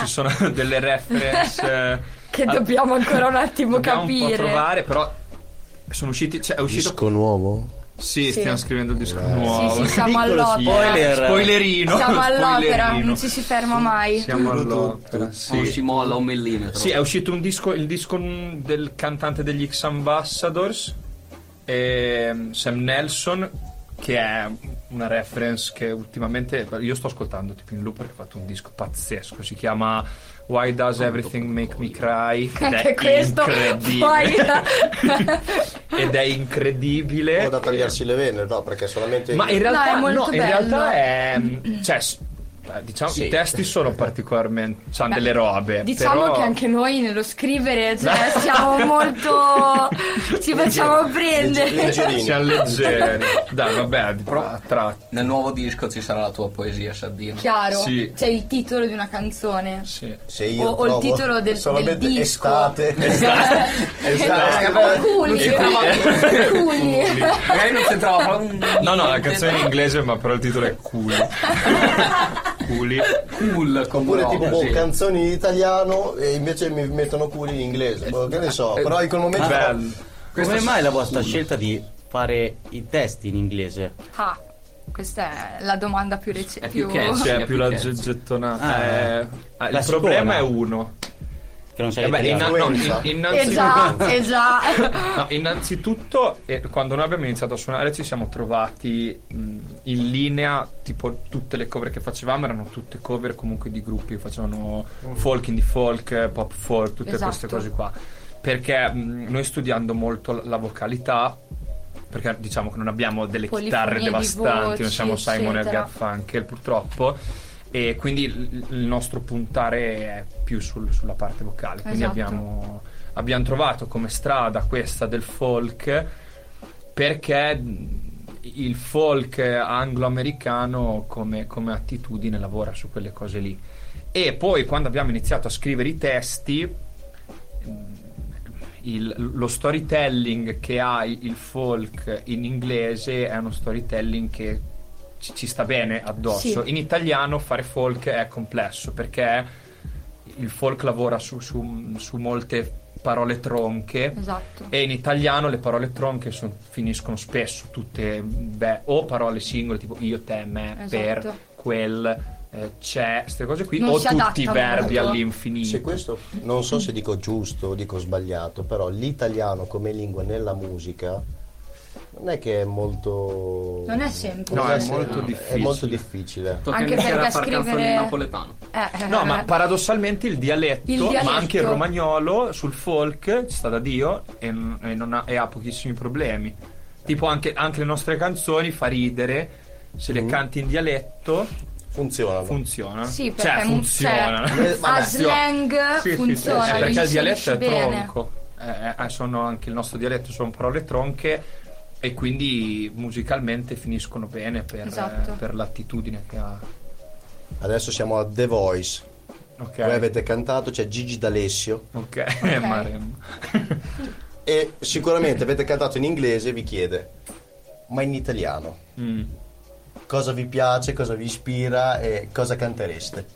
Speaker 6: ci sono delle reference eh,
Speaker 5: Che
Speaker 6: a-
Speaker 5: dobbiamo ancora un attimo
Speaker 6: dobbiamo un po'
Speaker 5: capire.
Speaker 6: trovare, però sono usciti, cioè, è uscito
Speaker 4: Disco nuovo?
Speaker 6: Sì,
Speaker 5: Sì.
Speaker 6: stiamo scrivendo il disco
Speaker 5: sì,
Speaker 6: nuovo.
Speaker 5: sì, siamo
Speaker 2: Piccolo
Speaker 5: all'opera.
Speaker 2: Spoiler.
Speaker 6: Spoilerino.
Speaker 5: Siamo all'opera,
Speaker 6: spoilerino.
Speaker 5: non ci si ferma mai.
Speaker 6: Siamo all'opera. Sì.
Speaker 7: Non si molla un millimetro.
Speaker 6: Sì, è uscito un disco, il disco mm, del cantante degli X Ambassadors, ehm, Sam Nelson, che è una reference che ultimamente io sto ascoltando tipo in loop perché ha fatto un disco pazzesco, si chiama Why Does Everything Make Me Cry? ed è
Speaker 5: Anche questo
Speaker 6: incredibile.
Speaker 5: poi
Speaker 6: Ed è incredibile.
Speaker 4: Ho da tagliarsi le vene, no, perché solamente.
Speaker 6: Eh, Ma in
Speaker 5: No,
Speaker 6: realtà,
Speaker 5: è molto
Speaker 6: no, in
Speaker 5: bello.
Speaker 6: realtà è. Cioè, s- eh, diciamo,
Speaker 4: Sì.
Speaker 6: i testi sono particolarmente. C'hanno
Speaker 5: Beh,
Speaker 6: delle robe.
Speaker 5: diciamo
Speaker 6: Eh, però-
Speaker 5: che anche noi nello scrivere cioè, siamo molto ci facciamo prendere.
Speaker 4: Leggerini.
Speaker 6: Siamo leggeri. Ah. Dai, vabbè, di- a tratti.
Speaker 7: Nel nuovo disco ci sarà la tua poesia, Saddino.
Speaker 5: Chiaro,
Speaker 6: Sì.
Speaker 5: c'è il titolo di una canzone.
Speaker 6: Sì.
Speaker 4: Se io
Speaker 5: O- o il
Speaker 4: trovo
Speaker 5: titolo del-
Speaker 4: solamente
Speaker 5: del disco. Esatto.
Speaker 4: estate,
Speaker 6: Esatto,
Speaker 5: O culi, o culi.
Speaker 7: Magari non c'entrava proprio un...
Speaker 6: No, no, la canzone è in inglese, ma però il titolo è Culi. Culi.
Speaker 7: Cool,
Speaker 4: oppure
Speaker 7: no,
Speaker 4: tipo boh,
Speaker 7: sì.
Speaker 4: canzoni in italiano e invece mi mettono culi in inglese. Boh, che ne so, però in quel momento.
Speaker 6: Bello.
Speaker 2: Come mai la vostra scelta di fare i testi in inglese?
Speaker 5: Ah, questa è la domanda più
Speaker 7: È
Speaker 5: recente.
Speaker 7: più catchy.
Speaker 6: Cioè,
Speaker 7: Sì,
Speaker 6: più
Speaker 7: più
Speaker 6: la
Speaker 7: catchy.
Speaker 6: gettonata.
Speaker 2: Ah,
Speaker 6: eh, ah,
Speaker 2: la
Speaker 6: il problema
Speaker 2: sicona.
Speaker 6: è uno.
Speaker 2: Che non
Speaker 6: Eh
Speaker 2: sarete
Speaker 6: beh, inna- no,
Speaker 4: influenza.
Speaker 6: in-
Speaker 5: E
Speaker 6: innanzitutto,
Speaker 5: Eh, già, e già.
Speaker 6: No, innanzitutto, eh, quando noi abbiamo iniziato a suonare, ci siamo trovati mh, in linea. Tipo, tutte le cover che facevamo erano tutte cover comunque di gruppi che facevano folk, indie folk, eh, pop folk, tutte
Speaker 5: Esatto.
Speaker 6: queste cose qua. Perché mh, noi studiando molto la- la vocalità, perché diciamo che non abbiamo delle
Speaker 5: Polifonie
Speaker 6: chitarre
Speaker 5: di
Speaker 6: devastanti, non
Speaker 5: voci,
Speaker 6: siamo Simon e
Speaker 5: eccetera.
Speaker 6: Garfunkel purtroppo. E quindi il- il nostro puntare è più sul- sulla parte vocale. Quindi
Speaker 5: Esatto.
Speaker 6: abbiamo, abbiamo trovato come strada questa del folk perché il folk anglo-americano come, come attitudine lavora su quelle cose lì. E poi quando abbiamo iniziato a scrivere i testi, mm, il- lo storytelling che ha il il folk in inglese è uno storytelling che ci, ci sta bene addosso.
Speaker 5: Sì.
Speaker 6: In italiano fare folk è complesso perché il folk lavora su, su- su molte parole tronche.
Speaker 5: Esatto.
Speaker 6: E in italiano le parole tronche son- finiscono spesso tutte beh, o parole singole tipo io, te, me,
Speaker 5: Esatto.
Speaker 6: per, quel, eh, c'è, queste cose qui,
Speaker 5: Non
Speaker 6: o
Speaker 5: si
Speaker 6: tutti i
Speaker 5: adattano
Speaker 6: verbi
Speaker 5: molto.
Speaker 6: all'infinito.
Speaker 4: Se questo non so se dico giusto o dico sbagliato, però l'italiano come lingua nella musica Non è che è molto...
Speaker 5: Non è semplice.
Speaker 6: No, è
Speaker 4: Sì, no,
Speaker 6: molto difficile.
Speaker 4: È molto difficile.
Speaker 7: Tocca
Speaker 5: Anche
Speaker 7: iniziare
Speaker 5: perché
Speaker 7: a far
Speaker 5: scrivere-
Speaker 7: canzoni in napoletano.
Speaker 5: Eh,
Speaker 6: No, ma paradossalmente il dialetto,
Speaker 5: Il dialetto.
Speaker 6: ma anche il romagnolo sul folk ci sta da Dio e, e non ha, e ha pochissimi problemi. Tipo anche, anche le nostre canzoni fa ridere, se le canti in dialetto
Speaker 4: Funziona.
Speaker 6: funziona.
Speaker 5: eh, Sì, perché
Speaker 6: cioè,
Speaker 5: è un-
Speaker 6: funziona.
Speaker 5: cioè,
Speaker 4: Eh,
Speaker 5: a
Speaker 4: vabbè,
Speaker 5: slang
Speaker 6: Sì, sì, sì,
Speaker 5: funziona.
Speaker 6: sì, perché il
Speaker 5: l'inserisci
Speaker 6: dialetto è
Speaker 5: bene.
Speaker 6: tronco. Eh, eh, sono anche il nostro dialetto sono parole tronche e quindi musicalmente finiscono bene per,
Speaker 5: Esatto.
Speaker 6: per l'attitudine che ha.
Speaker 4: Adesso siamo a The Voice.
Speaker 6: Ok.
Speaker 4: Voi avete cantato, c'è Gigi D'Alessio.
Speaker 6: Ok, Maremma.
Speaker 4: E sicuramente avete cantato in inglese e vi chiede, ma in italiano?
Speaker 6: Mm.
Speaker 4: Cosa vi piace, cosa vi ispira e cosa cantereste?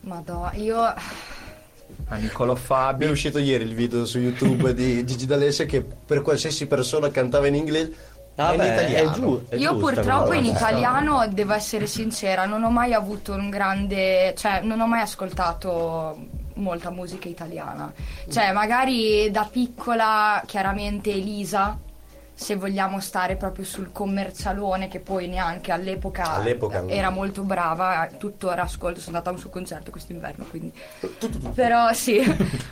Speaker 5: Madò, io
Speaker 6: A Niccolò
Speaker 4: Mi è
Speaker 6: Fabio.
Speaker 4: uscito ieri il video su YouTube di Gigi D'Alessio che per qualsiasi persona cantava in inglese, ma
Speaker 2: Ah,
Speaker 4: in
Speaker 2: beh,
Speaker 4: italiano.
Speaker 2: è giu- è
Speaker 5: Io
Speaker 2: giusta
Speaker 5: purtroppo
Speaker 2: quella
Speaker 5: in
Speaker 2: cosa.
Speaker 5: italiano, devo essere sincera, non ho mai avuto un grande, cioè non ho mai ascoltato molta musica italiana. Cioè magari da piccola chiaramente Elisa, se vogliamo stare proprio sul commercialone che poi neanche all'epoca,
Speaker 4: All'epoca no.
Speaker 5: era molto brava, tuttora ascolto, sono andata a un suo concerto quest'inverno, quindi... Però sì,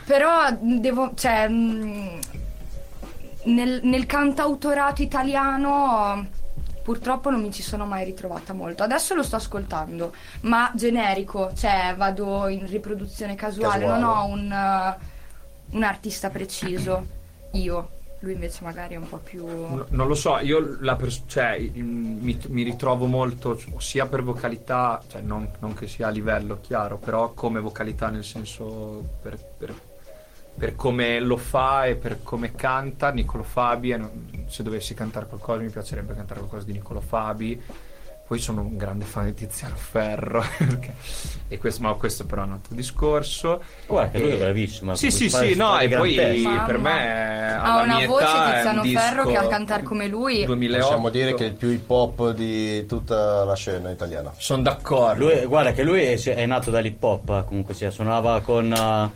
Speaker 5: però devo, cioè... mh, nel, nel cantautorato italiano purtroppo non mi ci sono mai ritrovata molto. Adesso lo sto ascoltando, ma generico, cioè vado in riproduzione casuale,
Speaker 4: Casuale.
Speaker 5: non ho un, eh, un artista preciso. Io, lui invece magari è un po' più...
Speaker 6: No- Non lo so, io la pers- cioè, mm, mi, mi ritrovo molto sia per vocalità, cioè non, non che sia a livello chiaro, però come vocalità nel senso per, per- per come lo fa e per come canta Niccolo Fabi. e non- se dovessi cantare qualcosa mi piacerebbe cantare qualcosa di Niccolo Fabi. Poi sono un grande fan di Tiziano Ferro, perché- e questo, ma questo però è un altro discorso.
Speaker 2: Guarda che lui è
Speaker 6: Eh,
Speaker 2: bravissimo.
Speaker 6: Sì,
Speaker 2: fa-
Speaker 6: sì,
Speaker 2: fa-
Speaker 6: sì,
Speaker 2: fa
Speaker 6: no,
Speaker 2: dei
Speaker 6: e
Speaker 2: gran
Speaker 6: poi
Speaker 2: testi.
Speaker 6: per
Speaker 5: Mamma.
Speaker 6: me
Speaker 5: Ha
Speaker 6: alla
Speaker 5: una
Speaker 6: mia
Speaker 5: voce
Speaker 6: età è
Speaker 5: Tiziano
Speaker 6: un
Speaker 5: Ferro
Speaker 6: disco
Speaker 5: che a cantare come lui-
Speaker 6: 2008.
Speaker 4: Possiamo dire che è il più hip hop di tutta la scena italiana.
Speaker 6: sono d'accordo.
Speaker 2: Lui- guarda che lui è, è nato dall'hip hop, eh, comunque sia, suonava con, eh,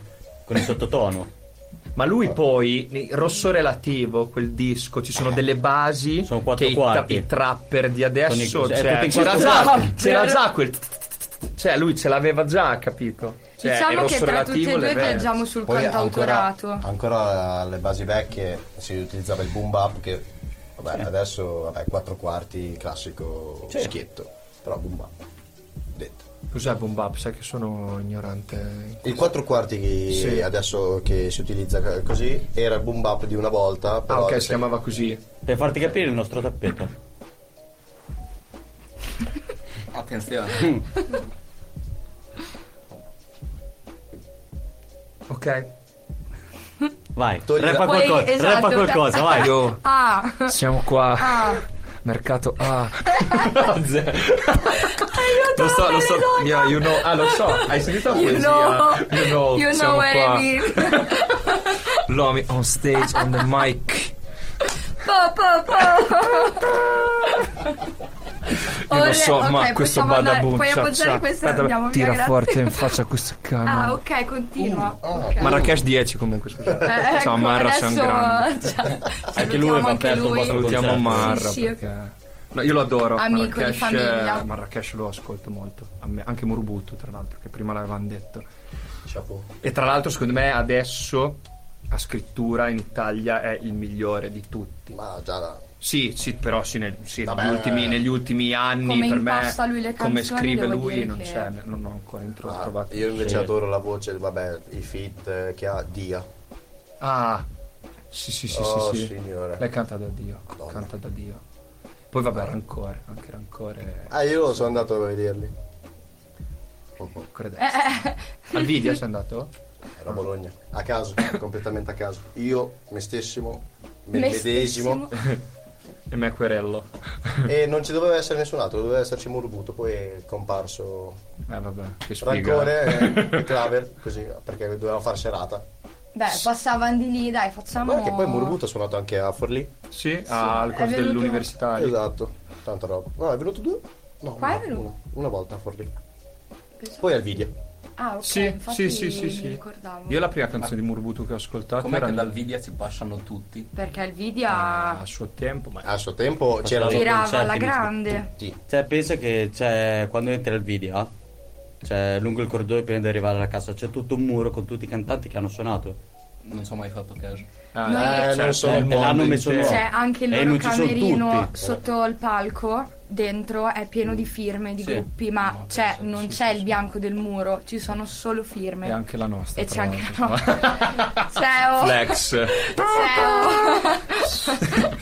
Speaker 2: con il sottotono.
Speaker 6: Ma lui poi, nel Rosso Relativo, quel disco, ci sono delle basi
Speaker 2: Sono quattro
Speaker 6: che i,
Speaker 2: quarti.
Speaker 6: i trapper di adesso,
Speaker 2: Con i- eh,
Speaker 6: cioè,
Speaker 2: tutti in
Speaker 6: c'era,
Speaker 2: quattro
Speaker 6: già,
Speaker 2: quarti.
Speaker 6: c'era già quel... Cioè lui ce l'aveva già, capito? Cioè, il
Speaker 5: diciamo che diciamo
Speaker 6: Rosso
Speaker 5: tra tutti
Speaker 6: Relativo
Speaker 5: e due
Speaker 6: le versi.
Speaker 5: viaggiamo sul
Speaker 4: Poi ancora,
Speaker 5: cantautorato.
Speaker 4: ancora alle basi vecchie si utilizzava il boom bap che vabbè, adesso vabbè, quattro quarti classico schietto, però boom bap. Detto.
Speaker 6: Cos'è Bombap? Sai che sono ignorante.
Speaker 4: Il quattro quarti che
Speaker 6: Sì.
Speaker 4: adesso che si utilizza co- così era il boom bap di una volta,
Speaker 6: Ah,
Speaker 4: però
Speaker 6: ok,
Speaker 4: adesso-
Speaker 6: si chiamava così.
Speaker 2: Per farti capire il nostro tappeto.
Speaker 7: Attenzione.
Speaker 6: Ok.
Speaker 2: Vai,
Speaker 4: Togli la-
Speaker 2: repa
Speaker 5: Poi-
Speaker 2: qualcosa,
Speaker 5: esatto,
Speaker 2: rappa qualcosa, vai.
Speaker 6: Io,
Speaker 5: Ah,
Speaker 6: siamo qua.
Speaker 5: ah,
Speaker 6: Mercato A.
Speaker 5: aiuto,
Speaker 6: Lo so, lo
Speaker 5: me
Speaker 6: so.
Speaker 5: ne do-
Speaker 6: Yeah, you know. Ah, lo so. Hai sentito la
Speaker 5: You
Speaker 6: poesia?
Speaker 5: know,
Speaker 6: you know.
Speaker 5: you know
Speaker 6: siamo
Speaker 5: what
Speaker 6: qua.
Speaker 5: I mean.
Speaker 6: Lomi on stage, on the mic.
Speaker 5: Po, po, po.
Speaker 6: Io lo so,
Speaker 5: Ok,
Speaker 6: ma questo boh,
Speaker 5: possiamo andare-
Speaker 6: badaboom.
Speaker 5: puoi
Speaker 6: cia,
Speaker 5: appoggiare
Speaker 6: cia.
Speaker 5: questo e
Speaker 6: Aspetta,
Speaker 5: andiamo via,
Speaker 6: Tira
Speaker 5: grazie.
Speaker 6: forte in faccia questa camera.
Speaker 5: Ah, ok, continua. Ok.
Speaker 6: Marrakesh 10 comunque, scusate.
Speaker 5: Eh,
Speaker 6: Oh, Ciao
Speaker 5: ecco,
Speaker 6: Marra, siamo grandi.
Speaker 5: adesso- cioè,
Speaker 2: Anche lui
Speaker 5: salutiamo
Speaker 2: aveva
Speaker 5: anche
Speaker 2: aperto un
Speaker 5: lui.
Speaker 2: po' sul-
Speaker 6: Salutiamo Marra
Speaker 5: Sì, sì.
Speaker 6: perché... No, io lo adoro.
Speaker 5: Amico di
Speaker 6: Marrakesh, eh,
Speaker 5: famiglia.
Speaker 6: Marrakesh lo ascolto molto. A me- Anche Morubutu, tra l'altro, che prima l'avevamo detto.
Speaker 4: Chapeau.
Speaker 6: E tra l'altro, secondo me, adesso a scrittura in Italia è il migliore di tutti.
Speaker 4: Ma già da-
Speaker 6: Sì, sì, però sì, nel- sì,
Speaker 4: Vabbè.
Speaker 6: negli, ultimi, negli ultimi anni
Speaker 5: Come
Speaker 6: per me,
Speaker 5: impasta lui le
Speaker 6: come
Speaker 5: canzoni,
Speaker 6: scrive
Speaker 5: devo
Speaker 6: lui,
Speaker 5: dire
Speaker 6: non
Speaker 5: che-
Speaker 6: c'è, non ho ancora intro-
Speaker 4: ah,
Speaker 6: trovato.
Speaker 4: io invece
Speaker 2: Sì.
Speaker 4: adoro la voce, vabbè, i fit eh, che ha Dia.
Speaker 6: Ah, sì, sì, sì,
Speaker 4: Oh,
Speaker 6: sì, sì.
Speaker 4: signore.
Speaker 6: Lei canta da Dio,
Speaker 4: Madonna.
Speaker 6: canta da Dio. Poi vabbè, rancore, anche rancore.
Speaker 4: Ah, io sono andato a vederli.
Speaker 6: rancore adesso.
Speaker 5: Eh,
Speaker 6: Al video sei andato?
Speaker 4: Era a Eh, Bologna, a caso, completamente a caso. Io, me stessimo, me
Speaker 5: Me
Speaker 4: medesimo.
Speaker 6: E me querello.
Speaker 4: E non ci doveva essere nessun altro, doveva esserci Murubuto, poi è comparso
Speaker 6: Eh vabbè, che spiga.
Speaker 4: Rancore e, e Claver, così, perché dovevamo far serata.
Speaker 5: Beh, passavano di lì, dai, facciamo...
Speaker 4: Ma che poi Murubuto ha suonato anche a Forlì.
Speaker 6: Sì, al
Speaker 5: è
Speaker 6: corso
Speaker 5: venuto-
Speaker 6: dell'universitario.
Speaker 4: Esatto, tanta roba. No, è venuto due? No,
Speaker 5: Qua è
Speaker 4: una,
Speaker 5: venuto?
Speaker 4: una, una volta a Forlì.
Speaker 5: Pensavo-
Speaker 4: Poi al video.
Speaker 5: Ah, ok.
Speaker 6: Sì,
Speaker 5: infatti
Speaker 6: sì, sì, sì, sì.
Speaker 5: mi ricordavo.
Speaker 6: Io la prima canzone di Murbutu che ho ascoltato
Speaker 7: Com'è
Speaker 6: era
Speaker 7: che dal Vidia ci passano tutti?
Speaker 5: Perché il Vidia
Speaker 4: Ah,
Speaker 6: a suo tempo, ma
Speaker 4: A suo tempo c'erano
Speaker 2: Sì.
Speaker 5: girava
Speaker 2: concerti
Speaker 5: alla
Speaker 2: di
Speaker 5: grande.
Speaker 2: Cioè, penso che c'è, quando entri al video, cioè, lungo il corridoio prima di arrivare alla casa, c'è tutto un muro con tutti i cantanti che hanno suonato.
Speaker 7: Non ci ho mai fatto caso.
Speaker 6: Ah,
Speaker 5: Noi-
Speaker 6: eh,
Speaker 4: Eh, non
Speaker 2: eh,
Speaker 4: sono
Speaker 2: l'hanno messo
Speaker 6: intero.
Speaker 2: nuovo.
Speaker 5: C'è anche il
Speaker 2: Eh,
Speaker 5: loro
Speaker 2: non ci sono
Speaker 5: camerino
Speaker 2: tutti.
Speaker 5: sotto il palco, dentro è pieno di firme di
Speaker 2: Sì.
Speaker 5: gruppi, ma c'è- non c'è il bianco del muro, ci sono solo firme.
Speaker 6: E anche la nostra.
Speaker 5: E
Speaker 6: tra
Speaker 5: c'è anche la
Speaker 6: l'altro.
Speaker 5: nostra. c'è o-
Speaker 6: Flex.
Speaker 5: c'è o-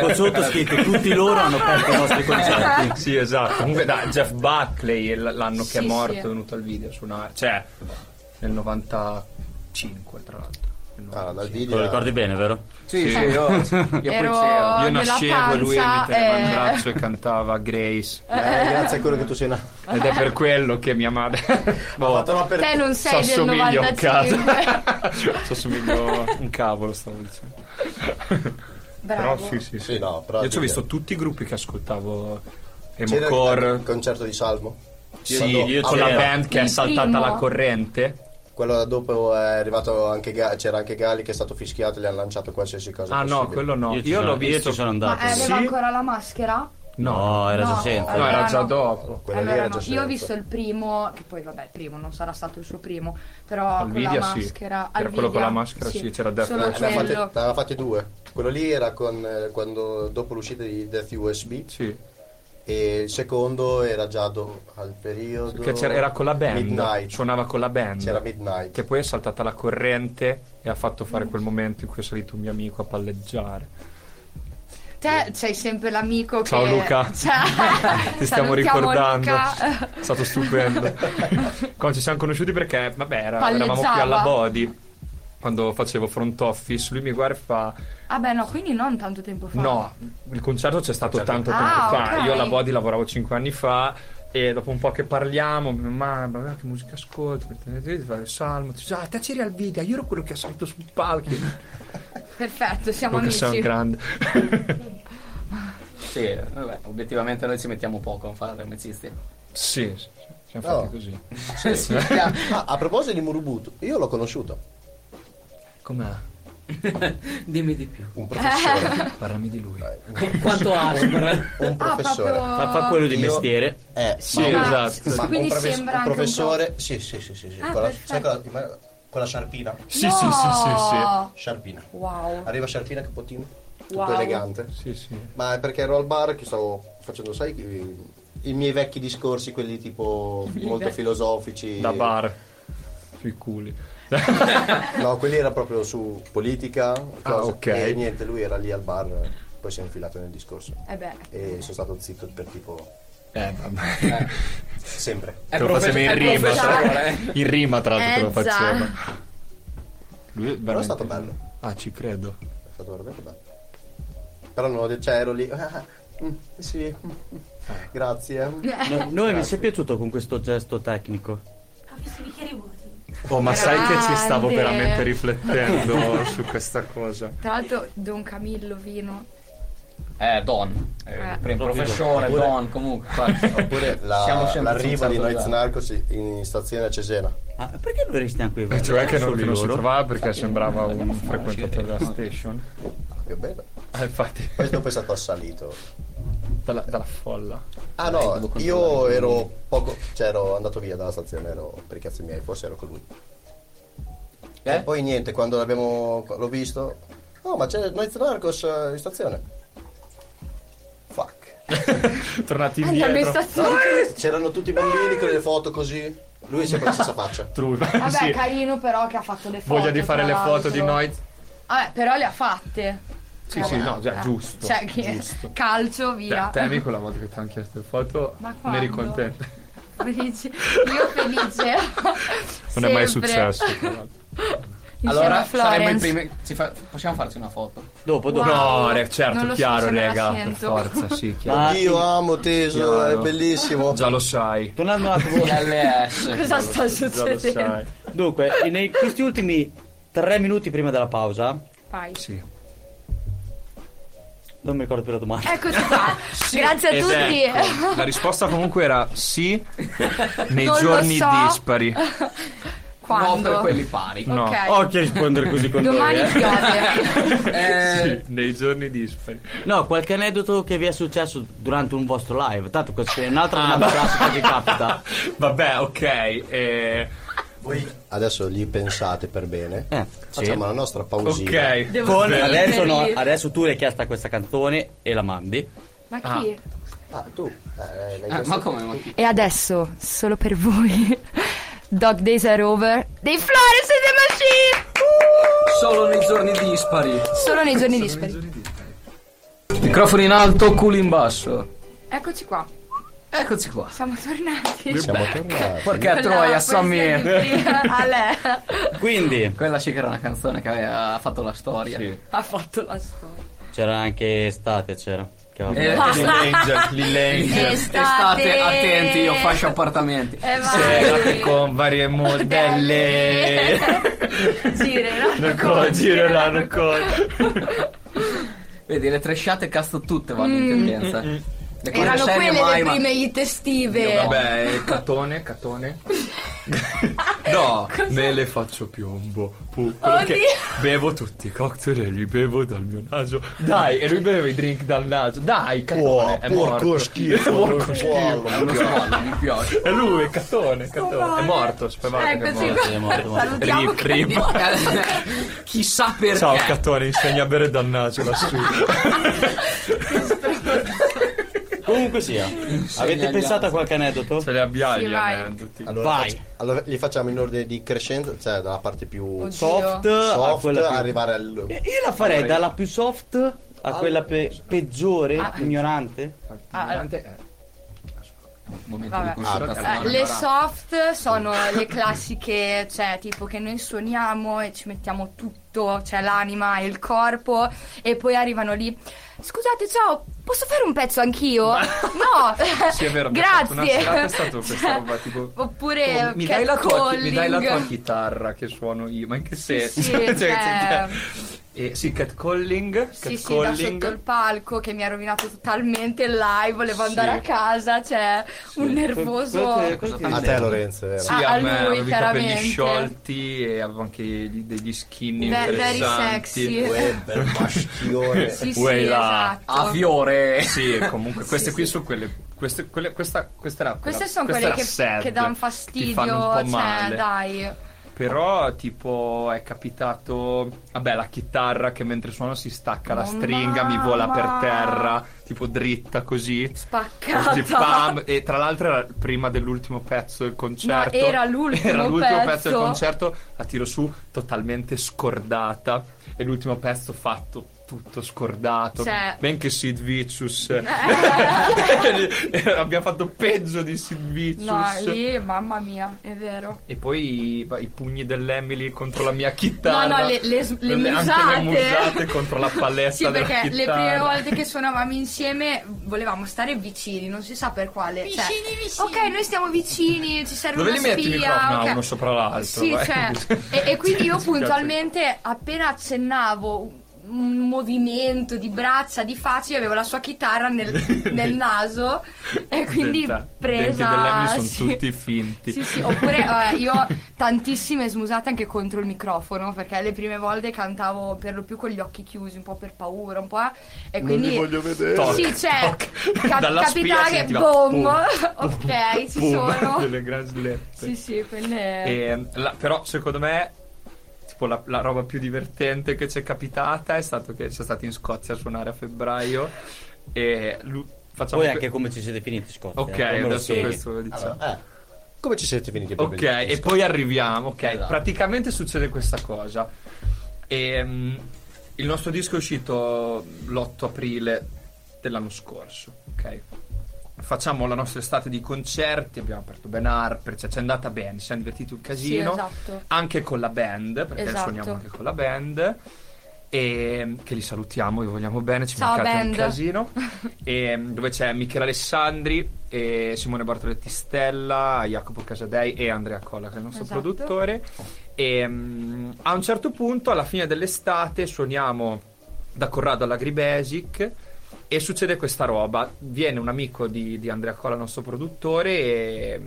Speaker 2: Con sottoscritto, tutti loro hanno aperto i nostri concerti.
Speaker 6: sì, esatto. Comunque da Jeff Buckley l- l'anno che
Speaker 5: Sì,
Speaker 6: è morto
Speaker 5: sì.
Speaker 6: è venuto al video a suonare. Cioè, nel 95, tra l'altro. Nel
Speaker 4: Ah, dal
Speaker 6: 95.
Speaker 2: Te lo
Speaker 4: video.
Speaker 2: ricordi bene, vero?
Speaker 3: Sì,
Speaker 6: Sì.
Speaker 3: sì, io, io poi
Speaker 5: Ero-
Speaker 3: c'ero.
Speaker 6: Io
Speaker 5: nella
Speaker 6: nascevo e lui mi
Speaker 5: panza,
Speaker 6: teneva in
Speaker 5: eh.
Speaker 6: braccio e cantava Grace.
Speaker 4: Eh, grazie a quello che tu sei nato.
Speaker 6: Ed è per quello che mia madre.
Speaker 4: Ho
Speaker 6: Boh,
Speaker 4: fatto una per-
Speaker 5: Te non sei del
Speaker 6: s'assomiglio a un
Speaker 5: 95.
Speaker 6: cazzo. S'assomiglio a un cavolo, stavo dicendo.
Speaker 5: Bravo.
Speaker 6: sì,
Speaker 4: Sì, no, però
Speaker 6: Io ci
Speaker 4: dire-
Speaker 6: ho visto tutti i gruppi che ascoltavo.
Speaker 4: C'era il
Speaker 6: Emocore.
Speaker 4: concerto di Salmo.
Speaker 6: Sì,
Speaker 4: Quando-
Speaker 6: io con
Speaker 4: ah,
Speaker 6: la
Speaker 4: c'era.
Speaker 6: band che è
Speaker 5: Il
Speaker 6: saltata
Speaker 5: primo.
Speaker 6: la corrente.
Speaker 4: Quello dopo è arrivato anche Ga- c'era anche Gali che è stato fischiato e gli hanno lanciato qualsiasi cosa.
Speaker 6: Ah no,
Speaker 4: possibile.
Speaker 6: quello no. Io,
Speaker 2: ci sono-
Speaker 6: l'ho visto.
Speaker 2: ci sono
Speaker 5: Ma
Speaker 2: andato.
Speaker 5: aveva
Speaker 6: Sì.
Speaker 5: ancora la maschera?
Speaker 6: No,
Speaker 2: No, era già
Speaker 5: No.
Speaker 2: senza.
Speaker 6: no, era
Speaker 5: Allora
Speaker 6: già
Speaker 5: no.
Speaker 6: dopo.
Speaker 4: Quello lì
Speaker 5: Allora
Speaker 4: era
Speaker 5: no,
Speaker 4: già
Speaker 5: io ho
Speaker 4: scelto.
Speaker 5: visto il primo, che poi vabbè, il primo non sarà stato il suo primo, però
Speaker 6: Al
Speaker 5: con la
Speaker 6: Vidia sì.
Speaker 5: maschera.
Speaker 6: Era
Speaker 5: al
Speaker 6: quello con
Speaker 5: Vidia,
Speaker 6: la maschera, sì, c'era Death
Speaker 5: Solo
Speaker 4: Eh, Ne aveva fatti- ne
Speaker 5: quello.
Speaker 4: aveva fatti due. Quello lì era con, eh, quando, dopo l'uscita di Death USB
Speaker 6: Sì.
Speaker 4: e il secondo era già do- al periodo...
Speaker 6: Che c'era, era con la band.
Speaker 4: Midnight.
Speaker 6: Suonava con la band.
Speaker 4: C'era Midnight.
Speaker 6: Che poi è saltata la corrente e ha fatto fare quel momento in cui è salito un mio amico a palleggiare.
Speaker 5: Te sei sempre l'amico
Speaker 6: Ciao,
Speaker 5: che...
Speaker 6: Luca.
Speaker 5: Ciao.
Speaker 6: Ti stiamo
Speaker 5: Salutiamo
Speaker 6: ricordando.
Speaker 5: Luca.
Speaker 6: È stato stupendo. quando ci siamo conosciuti perché, vabbè, era- eravamo qui
Speaker 5: Palleggiava.
Speaker 6: alla Body. Quando facevo front office, lui mi guarda e fa:
Speaker 5: Ah beh, no, quindi non tanto tempo fa.
Speaker 6: No, il concerto c'è stato tanto tempo
Speaker 5: Ah,
Speaker 6: fa.
Speaker 5: ok.
Speaker 6: Io alla Body lavoravo 5 anni fa e dopo un po' che parliamo, ma ma che musica ascolti? Il salmo, ti dice, ah, te c'eri al video, io ero quello che ha salito sul palco.
Speaker 5: Perfetto, siamo
Speaker 6: Comunque sei un
Speaker 5: amici.
Speaker 6: grande.
Speaker 7: Sì, vabbè, obiettivamente noi ci mettiamo poco a fare amicizia.
Speaker 6: sì, sì, siamo fatti
Speaker 4: Oh.
Speaker 6: così.
Speaker 7: Sì, sì, chiaro.
Speaker 4: Ah, a proposito di Murubutu, io l'ho conosciuto.
Speaker 6: Com'è?
Speaker 7: Dimmi di più.
Speaker 4: Un professore.
Speaker 6: Parlami di lui.
Speaker 7: Quanto asper?
Speaker 4: un
Speaker 5: Ah,
Speaker 4: professore.
Speaker 2: Fa, fa quello di
Speaker 4: Io-
Speaker 2: mestiere.
Speaker 4: Eh,
Speaker 6: Sì,
Speaker 4: ma un-
Speaker 6: esatto.
Speaker 4: ma
Speaker 5: Quindi
Speaker 4: un, profe-
Speaker 5: sembra
Speaker 4: un
Speaker 5: anche un
Speaker 4: professore... Sì, sì, sì, sì. sì.
Speaker 5: Ah,
Speaker 4: con, la,
Speaker 5: perfetto.
Speaker 4: sai con la- con la sciarpina.
Speaker 6: Sì, sì, sì, sì, sì.
Speaker 4: Sciarpina.
Speaker 5: Wow.
Speaker 4: Arriva Sciarpina Capottino, tutto
Speaker 5: Wow.
Speaker 4: elegante.
Speaker 6: Sì, sì.
Speaker 4: Ma è perché ero al bar che stavo facendo, sai, i, i miei vecchi discorsi, quelli tipo molto filosofici.
Speaker 6: Da bar. Eh, Sui culi.
Speaker 4: No, quelli era proprio su politica. cose.
Speaker 6: Ah, ok.
Speaker 4: E niente, lui era lì al bar, poi si è infilato nel discorso.
Speaker 5: Eh beh.
Speaker 4: E sono stato zitto per tipo
Speaker 6: Eh, vabbè.
Speaker 4: sempre.
Speaker 7: È
Speaker 6: Te lo facevi
Speaker 7: profe-
Speaker 6: in
Speaker 7: è
Speaker 6: rima.
Speaker 7: professore.
Speaker 6: In rima, tra l'altro, te
Speaker 5: Eh,
Speaker 6: lo
Speaker 5: già.
Speaker 6: faceva. Lui è veramente...
Speaker 4: Però è stato bello.
Speaker 6: Ah, ci credo.
Speaker 4: È stato veramente bello. Però no, cioè, ero lì. "Ah, mm,
Speaker 7: Eh.
Speaker 4: sì, mm, grazie.
Speaker 2: No, noi mi si è piaciuto con questo gesto tecnico.
Speaker 9: Ha visto i bicchieri vuoti.
Speaker 6: Oh, ma sai che ci stavo
Speaker 5: Grande.
Speaker 6: veramente riflettendo su questa cosa.
Speaker 5: Tra l'altro Don Camillo Vino.
Speaker 7: Eh, Don.
Speaker 5: Eh.
Speaker 7: Eh, primo professore,
Speaker 4: Oppure-
Speaker 7: Don, comunque.
Speaker 4: Oppure
Speaker 7: Siamo
Speaker 4: la,
Speaker 7: sempre
Speaker 4: l'arrivo di
Speaker 7: sul
Speaker 4: Noiz
Speaker 7: salto
Speaker 4: Narcos in stazione a Cesena.
Speaker 2: Ah, perché noi restiamo qui?
Speaker 6: Cioè che non,
Speaker 2: Solo
Speaker 6: che non si
Speaker 2: loro?
Speaker 6: trovava perché sembrava un frequentatore della station.
Speaker 4: Che bello.
Speaker 6: Ah, infatti,
Speaker 4: Poi dopo è stato assalito.
Speaker 6: dalla, dalla folla.
Speaker 4: Ah
Speaker 7: Eh,
Speaker 4: no, io ero poco, cioè ero andato via dalla stazione, ero per i cazzi miei, forse ero con lui.
Speaker 7: Eh?
Speaker 4: E poi niente, quando l'abbiamo, l'ho visto, oh ma c'è Noiz Narcos eh, in stazione. Fuck.
Speaker 6: Tornati
Speaker 5: Andiamo in
Speaker 6: indietro.
Speaker 5: stazione.
Speaker 4: C'erano tutti i bambini con le foto così, lui è sempre la stessa faccia.
Speaker 6: True,
Speaker 5: Vabbè,
Speaker 6: sì.
Speaker 5: carino però che ha fatto le foto.
Speaker 6: Voglia di fare
Speaker 5: tra
Speaker 6: le foto
Speaker 5: l'altro.
Speaker 6: di noi.
Speaker 5: Vabbè, però le ha fatte.
Speaker 6: Sì, sì, no, già,
Speaker 5: Eh,
Speaker 6: giusto.
Speaker 5: Cioè, che-
Speaker 6: giusto.
Speaker 5: calcio,
Speaker 6: Cioè,
Speaker 5: via.
Speaker 6: te, amico, la volta che ti hanno chiesto le foto,
Speaker 5: Ma
Speaker 6: ne eri
Speaker 5: quando?
Speaker 6: contento.
Speaker 5: Felice. Io felice.
Speaker 6: Non è mai
Speaker 5: Sempre.
Speaker 6: successo. tra l'altro.
Speaker 5: Insieme
Speaker 7: Allora,
Speaker 5: a
Speaker 7: saremmo i
Speaker 5: Florence.
Speaker 7: primi. ci fa- Possiamo farci una foto?
Speaker 2: Dopo, dopo.
Speaker 5: Wow.
Speaker 6: No, re- certo,
Speaker 5: Non lo so
Speaker 6: chiaro,
Speaker 5: se me la
Speaker 6: raga, per
Speaker 5: sento.
Speaker 6: forza, sì, chiaro.
Speaker 2: Ma
Speaker 4: Io amo Teso, è
Speaker 6: Chiaro.
Speaker 4: bellissimo.
Speaker 6: Già lo sai.
Speaker 2: tornando un attimo.
Speaker 7: LS.
Speaker 5: Cosa sta
Speaker 6: Già lo
Speaker 5: succedendo?
Speaker 6: sai.
Speaker 2: Dunque, in questi ultimi tre minuti prima della pausa,
Speaker 5: Vai.
Speaker 6: Sì.
Speaker 2: Non mi ricordo più la domanda.
Speaker 5: Eccoci qua. Grazie a Cioè, tutti.
Speaker 6: Ecco, la risposta comunque era sì nei
Speaker 5: Non lo
Speaker 6: giorni
Speaker 5: so.
Speaker 6: dispari.
Speaker 5: Quando?
Speaker 3: No, per quelli pari.
Speaker 6: No.
Speaker 5: Ok.
Speaker 2: Oh, che rispondere così con noi,
Speaker 5: Domani
Speaker 2: eh.
Speaker 5: piove.
Speaker 3: Eh,
Speaker 6: Sì, nei giorni dispari.
Speaker 2: No, qualche aneddoto che vi è successo durante un vostro live. Tanto questa è
Speaker 5: Ah,
Speaker 2: un'altra domanda classica che capita.
Speaker 6: Vabbè, ok. eh,
Speaker 4: Voi adesso li pensate per bene.
Speaker 2: Eh, sì.
Speaker 4: Facciamo la nostra pausina.
Speaker 6: ok.
Speaker 5: Devo
Speaker 2: Con-
Speaker 5: scrivere.
Speaker 2: adesso, no, adesso tu l'hai chiesta questa canzone e la mandi.
Speaker 5: Ma chi?
Speaker 4: Ah, tu. eh, l'hai
Speaker 2: Ah,
Speaker 3: eh,
Speaker 4: chiesto
Speaker 3: ma come? Ma chi?
Speaker 5: E adesso, solo per voi, Dog Days Are Over dei Flores e the Machine. Uh!
Speaker 7: Solo nei giorni dispari.
Speaker 5: Solo nei giorni dispari.
Speaker 3: Microfono in alto, culo in basso.
Speaker 5: Eccoci qua.
Speaker 3: Eccoci qua.
Speaker 5: Siamo tornati.
Speaker 4: Siamo tornati.
Speaker 3: Porca troia, Sammy.
Speaker 5: Ale.
Speaker 2: Quindi
Speaker 3: Quella sì che era una canzone che aveva fatto la storia.
Speaker 6: Sì.
Speaker 5: Ha fatto la storia.
Speaker 2: c'era anche estate, c'era. Che vabbè.
Speaker 3: Eh,
Speaker 6: Lil Angel, Lil Angel.
Speaker 5: Estate.
Speaker 3: Estate, attenti, io faccio appartamenti.
Speaker 5: E
Speaker 6: Serate
Speaker 5: Eh, vai.
Speaker 6: con varie modelle.
Speaker 5: Gire, no?
Speaker 6: Non co- girerà, non co-
Speaker 3: Vedi, le tresciate cazzo tutte vanno in
Speaker 4: Mm,
Speaker 3: tendenza. Le cose
Speaker 5: Mm. Erano
Speaker 3: serie
Speaker 5: quelle
Speaker 3: mai,
Speaker 5: le
Speaker 3: ma-
Speaker 5: prime hit estive.
Speaker 6: Vabbè, catone, catone. No, me le faccio piombo. Pu- quello
Speaker 5: Oddio.
Speaker 6: che bevo tutti i cocktail e li bevo dal mio naso. Oh, Dai, e lui beve i drink dal naso. Dai, catone, è morto.
Speaker 4: schifo. Porco schifo.
Speaker 3: Uno scoglio, mi piace.
Speaker 6: E lui, catone, catone. È morto, spavate che è
Speaker 5: Eccoci
Speaker 6: morto.
Speaker 2: Sì, è morto, è
Speaker 5: qua.
Speaker 2: morto.
Speaker 5: Salutiamo
Speaker 6: Rip, rip.
Speaker 5: Candida.
Speaker 3: Chissà perché.
Speaker 6: Ciao, catone, insegna a bere dal naso lassù.
Speaker 2: Comunque sia, avete
Speaker 3: agli
Speaker 2: pensato
Speaker 3: altri.
Speaker 2: a qualche aneddoto?
Speaker 6: Se le abbaglia,
Speaker 5: Sì, vai.
Speaker 6: tutti.
Speaker 4: Allora,
Speaker 2: Vai.
Speaker 4: fac- allora li facciamo in ordine di crescenza, cioè dalla parte più
Speaker 5: Oddio.
Speaker 2: Soft, Ah, a
Speaker 4: soft
Speaker 2: quella più-
Speaker 4: arrivare al
Speaker 2: Eh, Io la farei dalla più soft a quella pe- peggiore,
Speaker 5: Ah.
Speaker 2: ignorante.
Speaker 3: Momento
Speaker 5: Vabbè.
Speaker 4: Ah,
Speaker 3: di
Speaker 5: Eh,
Speaker 3: consultazione.
Speaker 5: le soft sono le classiche, cioè tipo che noi suoniamo e ci mettiamo tutto, cioè l'anima e il corpo e poi arrivano lì. Scusate, ciao, posso fare un pezzo anch'io? No,
Speaker 6: Sì, è vero, abbiamo fatto una serata, è
Speaker 5: grazie. Cioè,
Speaker 6: stato questa roba tipo...
Speaker 5: Oppure
Speaker 6: Oh, mi, dai la tua, mi dai la tua
Speaker 5: Eh, catcalling.
Speaker 6: chitarra che suono io, ma in che senso?
Speaker 5: Sì, sì, cioè-
Speaker 6: eh, sì, catcalling,
Speaker 5: Sì, sì, da sotto il
Speaker 6: catcalling.
Speaker 5: palco che mi ha rovinato totalmente il live, volevo
Speaker 6: Sì.
Speaker 5: andare a casa, cioè un nervoso...
Speaker 2: Que- que- que-
Speaker 4: a te Lorenzo, è vero?
Speaker 6: Sì,
Speaker 5: Ah,
Speaker 6: a me
Speaker 5: a lui,
Speaker 6: avevo i capelli
Speaker 5: chiaramente.
Speaker 6: sciolti e avevo anche gli- degli skinny
Speaker 5: Ve- very
Speaker 6: interessanti.
Speaker 5: sexy.
Speaker 4: Uè, bel bastione.
Speaker 5: Sì, sì,
Speaker 6: Quella.
Speaker 5: esatto.
Speaker 3: A fiore.
Speaker 6: Sì, comunque queste qui sono quelle queste quelle questa questa era
Speaker 5: Queste
Speaker 6: quella-
Speaker 5: sono
Speaker 6: questa
Speaker 5: quelle
Speaker 6: era
Speaker 5: che,
Speaker 6: sad, ti
Speaker 5: che danno
Speaker 6: fanno un
Speaker 5: fastidio,
Speaker 6: po'
Speaker 5: cioè
Speaker 6: male.
Speaker 5: dai.
Speaker 6: Però tipo è capitato vabbè la chitarra che mentre suono si stacca la
Speaker 5: Mamma,
Speaker 6: stringa, mi vola per
Speaker 5: ma-
Speaker 6: terra, tipo dritta così. Così,
Speaker 5: Spaccata.
Speaker 6: pam! E tra l'altro era prima dell'ultimo pezzo del concerto.
Speaker 5: No, era l'ultimo
Speaker 6: Era l'ultimo pezzo. del
Speaker 5: pezzo.
Speaker 6: concerto, la tiro su totalmente scordata. E l'ultimo pezzo fatto tutto scordato.
Speaker 5: Cioè-
Speaker 6: Benché Sid Vicious. Abbiamo fatto peggio di Sid Vicious.
Speaker 5: No, lì, mamma mia, è vero.
Speaker 6: E poi i, i pugni dell'Emily contro la mia chitarra.
Speaker 5: No, no, le- le- le
Speaker 6: Anche le
Speaker 5: musate.
Speaker 6: musate contro la palestra
Speaker 5: Sì,
Speaker 6: della
Speaker 5: perché le
Speaker 6: chitarra.
Speaker 5: prime volte che suonavamo insieme volevamo stare vicini, non si sa per quale. Vicini, vicini. Ok, noi stiamo vicini, ci serve
Speaker 6: Dove
Speaker 5: una
Speaker 6: li metti i
Speaker 5: spia.
Speaker 6: microfoni? No,
Speaker 5: ok.
Speaker 6: uno sopra l'altro,
Speaker 5: Sì,
Speaker 6: vai.
Speaker 5: cioè, e, e quindi io
Speaker 6: Mi spiace.
Speaker 5: puntualmente appena accennavo un- un movimento di braccia, di faccia, io avevo la sua chitarra nel, nel naso e quindi
Speaker 6: Denta- denti
Speaker 5: presa...
Speaker 6: dell'Emily sono
Speaker 5: sì.
Speaker 6: tutti finti.
Speaker 5: Sì, sì, oppure eh, io ho tantissime smusate anche contro il microfono, perché le prime volte cantavo per lo più con gli occhi chiusi, un po' per paura, un po'. eh, E quindi.
Speaker 6: vedere.
Speaker 5: sì, cioè, cap-
Speaker 6: Dalla
Speaker 5: capitava
Speaker 6: spia
Speaker 5: che
Speaker 6: sentiva
Speaker 5: boom!
Speaker 6: pum,
Speaker 5: ok, ci
Speaker 6: Boom,
Speaker 5: sono.
Speaker 6: delle gran slette.
Speaker 5: Sì, sì, quelle.
Speaker 6: E, la- però secondo me tipo la, la roba più divertente che ci è capitata è stato che siamo stati in Scozia a suonare a febbraio e lu- facciamo
Speaker 2: Poi
Speaker 6: que-
Speaker 2: anche come ci siete finiti, Scotta.
Speaker 6: Ok,
Speaker 2: eh, come lo
Speaker 6: adesso
Speaker 2: spieghi?
Speaker 6: questo lo diciamo.
Speaker 4: Allora, eh, come ci siete finiti? per
Speaker 6: Ok,
Speaker 4: vedere?
Speaker 6: e poi arriviamo. Ok,
Speaker 3: Esatto.
Speaker 6: praticamente succede questa cosa. Ehm, il nostro disco è uscito l'8 aprile dell'anno scorso. Ok, facciamo la nostra estate di concerti. Abbiamo aperto Ben Harper, cioè ci è andata bene, ci siamo divertiti un
Speaker 5: sì,
Speaker 6: casino.
Speaker 5: esatto.
Speaker 6: Anche con la band, perché
Speaker 5: Esatto.
Speaker 6: suoniamo anche con la band. E mm, che li salutiamo, li vogliamo bene, ci
Speaker 5: Ciao,
Speaker 6: mancate un
Speaker 5: band.
Speaker 6: casino. E, mm, dove c'è Michele Alessandri, e Simone Bartoletti Stella, Jacopo Casadei e Andrea Colla, che è il nostro
Speaker 5: Esatto.
Speaker 6: produttore. E mm, a un certo punto, alla fine dell'estate, suoniamo da Corrado alla Agribasic E succede questa roba, viene un amico di, di Andrea Cola, nostro produttore, e,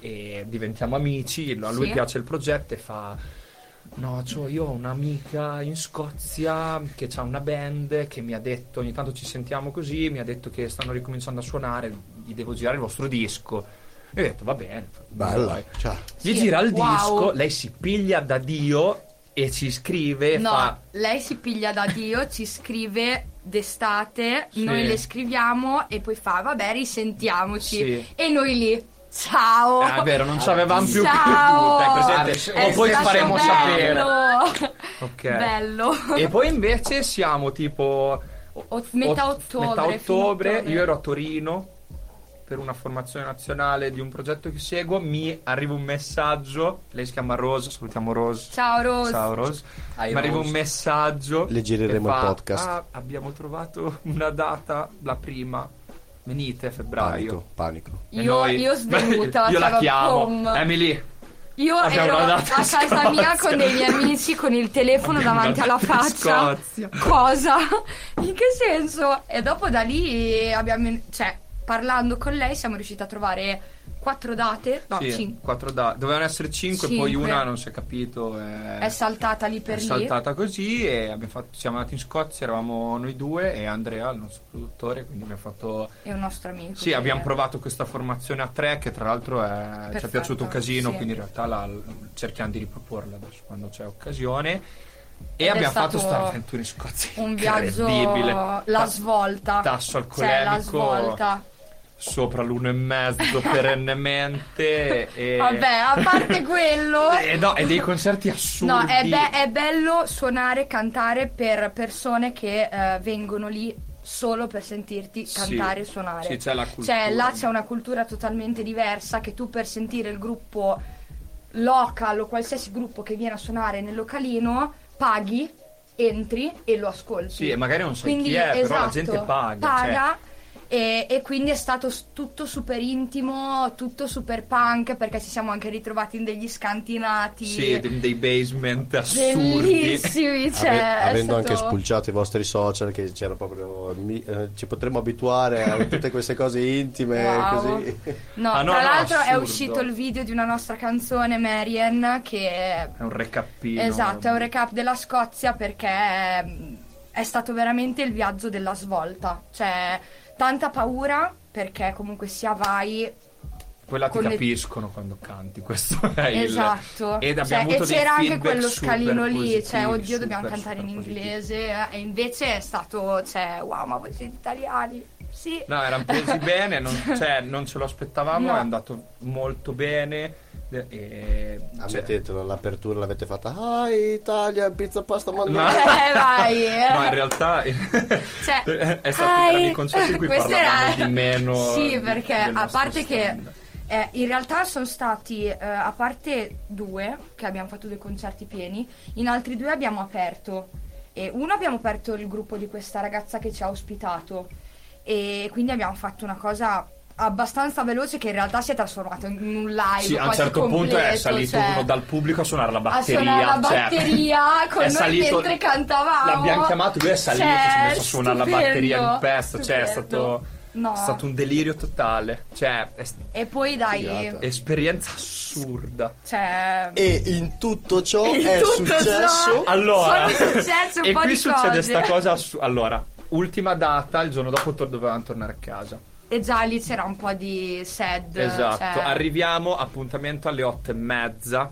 Speaker 6: e diventiamo amici, a lui
Speaker 5: Sì.
Speaker 6: piace il progetto e fa... No, cioè io ho un'amica in Scozia che ha una band che mi ha detto, ogni tanto ci sentiamo così, mi ha detto che stanno ricominciando a suonare, gli devo girare il vostro disco. E ho detto, va bene.
Speaker 4: Bella.
Speaker 6: Vai.
Speaker 4: Ciao.
Speaker 6: Gli
Speaker 5: Sì,
Speaker 6: gira il
Speaker 5: wow.
Speaker 6: disco, lei si piglia da Dio e ci scrive e
Speaker 5: No,
Speaker 6: fa...
Speaker 5: lei si piglia da Dio, ci scrive d'estate,
Speaker 6: Sì.
Speaker 5: noi le scriviamo e poi fa, vabbè, risentiamoci.
Speaker 6: Sì.
Speaker 5: E noi lì, ciao.
Speaker 6: Ah, è vero, non ci avevamo più creduto.
Speaker 5: Ciao.
Speaker 6: Hai
Speaker 5: È
Speaker 6: presente? O poi
Speaker 5: stato
Speaker 6: faremo sapere.
Speaker 5: bello.
Speaker 6: Ok.
Speaker 5: Bello.
Speaker 6: E poi invece siamo tipo
Speaker 5: Ot- metà
Speaker 6: ot-
Speaker 5: ottobre,
Speaker 6: metà
Speaker 5: fine
Speaker 6: ottobre,
Speaker 5: ottobre.
Speaker 6: io ero a Torino per una formazione nazionale di un progetto che seguo, mi arriva un messaggio, lei si chiama Rose, salutiamo Rose.
Speaker 5: Ciao Rose.
Speaker 6: Ciao Rose.
Speaker 7: Hi,
Speaker 6: Mi arriva
Speaker 7: Rose.
Speaker 6: un messaggio.
Speaker 4: Le gireremo
Speaker 6: che
Speaker 4: il podcast.
Speaker 6: "Ah, abbiamo trovato una data, la prima. Venite a
Speaker 4: Panico,
Speaker 6: febbraio.
Speaker 4: panico.
Speaker 6: E
Speaker 5: Io,
Speaker 6: noi-
Speaker 5: io svenuta,
Speaker 6: io la
Speaker 5: cioè,
Speaker 6: chiamo. Eh,
Speaker 5: boom.
Speaker 6: Emily.
Speaker 5: Io
Speaker 6: Abbiamo
Speaker 5: ero
Speaker 6: la
Speaker 5: a
Speaker 6: data in
Speaker 5: casa mia
Speaker 6: Scozia.
Speaker 5: con degli amici con il telefono
Speaker 6: Abbiamo
Speaker 5: davanti
Speaker 6: la
Speaker 5: alla
Speaker 6: data in
Speaker 5: faccia.
Speaker 6: Scozia.
Speaker 5: Cosa? In che senso? E dopo da lì abbiamo. cioè, parlando con lei siamo riusciti a trovare quattro date. No,
Speaker 6: Sì,
Speaker 5: cinque.
Speaker 6: quattro da- Dovevano essere 5, poi
Speaker 5: Cinque.
Speaker 6: una non si è capito. eh,
Speaker 5: È saltata lì per
Speaker 6: è
Speaker 5: lì.
Speaker 6: saltata così e abbiamo fatto- siamo andati in Scozia, eravamo noi due e Andrea, il nostro produttore, quindi abbiamo fatto...
Speaker 5: È un nostro amico.
Speaker 6: Sì,
Speaker 5: che-
Speaker 6: abbiamo provato questa formazione a tre che tra l'altro è- ci
Speaker 5: Perfetta,
Speaker 6: è piaciuto un casino,
Speaker 5: sì.
Speaker 6: quindi in realtà la- cerchiamo di riproporla adesso quando c'è occasione. E
Speaker 5: Ed è
Speaker 6: abbiamo fatto
Speaker 5: stato
Speaker 6: sta avventura in Scozia.
Speaker 5: Un viaggio.
Speaker 6: incredibile.
Speaker 5: La
Speaker 6: Ta-
Speaker 5: svolta.
Speaker 6: Tasso alcolemico
Speaker 5: Cioè, la svolta.
Speaker 6: sopra l'uno e mezzo perennemente. e-
Speaker 5: Vabbè, a parte quello.
Speaker 6: Eh, no, e dei concerti assurdi.
Speaker 5: No, eh, è, be- è bello suonare, cantare per persone che eh, vengono lì solo per sentirti
Speaker 6: Sì.
Speaker 5: cantare e suonare.
Speaker 6: Sì, c'è la cultura.
Speaker 5: Cioè, là c'è una cultura totalmente diversa che tu per sentire il gruppo local o qualsiasi gruppo che viene a suonare nel localino paghi, entri e lo ascolti.
Speaker 6: Sì, e magari non so
Speaker 5: Quindi,
Speaker 6: chi è, però la
Speaker 5: esatto,
Speaker 6: gente paga. cioè,
Speaker 5: paga e, e quindi è stato s- tutto super intimo, tutto super punk perché ci siamo anche ritrovati in degli scantinati.
Speaker 6: sì, de- dei basement assurdi.
Speaker 5: Bellissimi, cioè,
Speaker 4: Ave-
Speaker 5: è
Speaker 4: avendo
Speaker 5: stato-
Speaker 4: anche spulciato i vostri social, che c'era proprio. mi- eh, ci potremmo abituare a tutte queste cose intime.
Speaker 5: Wow.
Speaker 4: Così.
Speaker 5: No,
Speaker 6: Ah, no,
Speaker 5: tra
Speaker 6: no,
Speaker 5: l'altro è
Speaker 6: assurdo.
Speaker 5: uscito il video di una nostra canzone, Marian, che
Speaker 6: È un recapino.
Speaker 5: esatto, è un recap della Scozia perché mh, è stato veramente il viaggio della svolta. Cioè, tanta paura perché comunque sia vai
Speaker 6: Quella ti
Speaker 5: con le-
Speaker 6: capiscono quando canti, questo è il...
Speaker 5: Esatto.
Speaker 6: Ed abbiamo
Speaker 5: Cioè,
Speaker 6: avuto
Speaker 5: e
Speaker 6: dei
Speaker 5: c'era anche
Speaker 6: feedback
Speaker 5: quello
Speaker 6: super
Speaker 5: scalino lì,
Speaker 6: positivi,
Speaker 5: cioè, oddio, dobbiamo
Speaker 6: super,
Speaker 5: cantare in
Speaker 6: super positivi.
Speaker 5: inglese. eh, E invece è stato, cioè, wow, ma voi siete italiani. Sì.
Speaker 6: No, erano presi bene, non, cioè, non ce lo aspettavamo,
Speaker 5: No.
Speaker 6: è andato molto bene. e- E, cioè,
Speaker 4: Ammettetelo, l'apertura l'avete fatta. Ah, Italia, pizza, pasta,
Speaker 6: No.
Speaker 4: mandata.
Speaker 5: Eh, vai. eh.
Speaker 6: No, in realtà
Speaker 5: Cioè,
Speaker 6: è stato uno
Speaker 5: hai-
Speaker 6: eh, esatto, dei concerti in cui
Speaker 5: questo era-
Speaker 6: parlavamo di meno.
Speaker 5: Sì,
Speaker 6: di-
Speaker 5: perché
Speaker 6: del
Speaker 5: a
Speaker 6: nostro
Speaker 5: parte che
Speaker 6: stand.
Speaker 5: eh, in realtà sono stati, eh, a parte due, che abbiamo fatto due concerti pieni, in altri due abbiamo aperto. E uno abbiamo aperto il gruppo di questa ragazza che ci ha ospitato. E quindi abbiamo fatto una cosa abbastanza veloce che in realtà si è trasformato in un live.
Speaker 6: Sì, a un
Speaker 5: quasi
Speaker 6: certo punto è
Speaker 5: completo,
Speaker 6: salito
Speaker 5: cioè,
Speaker 6: uno dal pubblico a suonare la
Speaker 5: a
Speaker 6: batteria.
Speaker 5: suonare la
Speaker 6: cioè,
Speaker 5: batteria con
Speaker 6: è
Speaker 5: noi
Speaker 6: salito-
Speaker 5: mentre cantavamo.
Speaker 6: L'abbiamo chiamato, lui è salito, si è
Speaker 5: Cioè,
Speaker 6: messo a suonare la
Speaker 5: stupendo,
Speaker 6: batteria in pezzo. Cioè, è
Speaker 5: stupendo.
Speaker 6: stato,
Speaker 5: No.
Speaker 6: è stato un delirio totale. Cioè, è st-
Speaker 5: E poi dai,
Speaker 4: Figata.
Speaker 6: esatto. esperienza assurda.
Speaker 5: cioè...
Speaker 4: E in tutto ciò
Speaker 5: In
Speaker 4: è
Speaker 5: tutto ciò-
Speaker 4: successo.
Speaker 6: Allora,
Speaker 5: Sono successe un
Speaker 6: e
Speaker 5: po'
Speaker 6: qui
Speaker 5: di
Speaker 6: succede
Speaker 5: cose.
Speaker 6: sta cosa. assu- allora, ultima data, il giorno dopo tor- dovevamo tornare a casa.
Speaker 5: E già lì c'era un po' di sad.
Speaker 6: Esatto,
Speaker 5: cioè-
Speaker 6: arriviamo appuntamento alle otto e mezza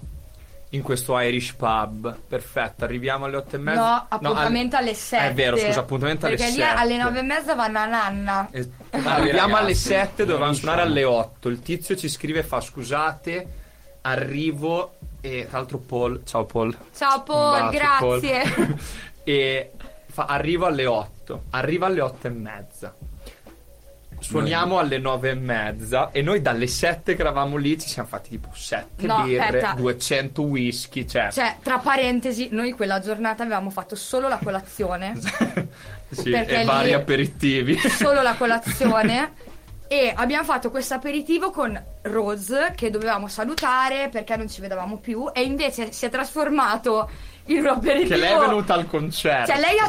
Speaker 6: in questo Irish pub. Perfetto, arriviamo alle otto e mezza.
Speaker 5: No, appuntamento
Speaker 6: alle-
Speaker 5: alle 7.
Speaker 6: È vero, scusa, appuntamento alle 7.
Speaker 5: Perché lì alle 9 e mezza vanno a nanna.
Speaker 6: Eh, Arriviamo alle
Speaker 7: ragazzi,
Speaker 6: 7, dovevamo suonare alle 8. Il tizio ci scrive e fa scusate, arrivo e tra l'altro Paul, ciao Paul.
Speaker 5: Ciao
Speaker 6: Un
Speaker 5: Paul,
Speaker 6: bacio, Paul.
Speaker 5: grazie.
Speaker 6: e fa, arrivo alle 8, arriva alle 8 e mezza. Suoniamo alle 9 e mezza e noi dalle 7 che eravamo lì ci siamo fatti tipo 7
Speaker 5: No,
Speaker 6: birre,
Speaker 5: aspetta.
Speaker 6: 200 whisky, cioè...
Speaker 5: Cioè, tra parentesi, noi quella giornata avevamo fatto solo la colazione.
Speaker 6: sì,
Speaker 5: perché
Speaker 6: e vari
Speaker 5: lì-
Speaker 6: aperitivi.
Speaker 5: solo la colazione. E abbiamo fatto questo aperitivo con Rose che dovevamo salutare perché non ci vedevamo più e invece si è trasformato in un aperitivo.
Speaker 6: Che lei è venuta al concerto.
Speaker 5: Cioè, lei ha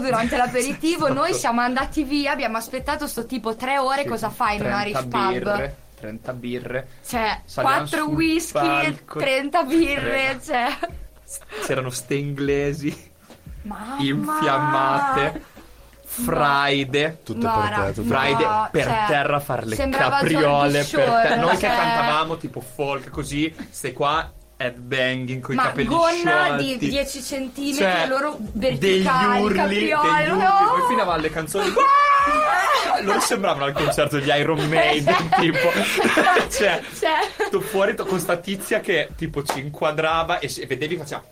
Speaker 5: durante l'aperitivo, noi siamo andati via, abbiamo aspettato sto tipo tre ore, cosa fa in un
Speaker 6: 30
Speaker 5: Irish pub?
Speaker 6: birre, 30 birre.
Speaker 5: Cioè,
Speaker 6: Saliamo
Speaker 5: quattro
Speaker 6: sul
Speaker 5: whisky,
Speaker 6: palco.
Speaker 5: 30 birre,
Speaker 6: Prego.
Speaker 5: cioè...
Speaker 6: C'erano ste inglesi
Speaker 5: Mamma.
Speaker 6: infiammate. Fraide.
Speaker 4: Tutte
Speaker 5: Guarda,
Speaker 4: per te, tutte
Speaker 5: no,
Speaker 6: Fraide per
Speaker 5: cioè,
Speaker 6: terra a far le
Speaker 5: sembrava
Speaker 6: capriole
Speaker 5: Jordi
Speaker 6: per
Speaker 5: Shore,
Speaker 6: terra. Noi che
Speaker 5: cioè-
Speaker 6: cantavamo tipo folk così, ste qua headbanging con i
Speaker 5: Ma
Speaker 6: capelli
Speaker 5: gonna
Speaker 6: sciolti.
Speaker 5: di 10 centimetri,
Speaker 6: Cioè,
Speaker 5: loro
Speaker 6: degli
Speaker 5: verticali, oh.
Speaker 6: urli, degli
Speaker 5: capriolo.
Speaker 6: urli. Poi finava le canzoni. loro sembravano al concerto di Iron Maiden, tipo. cioè,
Speaker 5: Esatto. Cioè,
Speaker 6: tu fuori to- con sta tizia che tipo ci inquadrava e, si- e vedevi faceva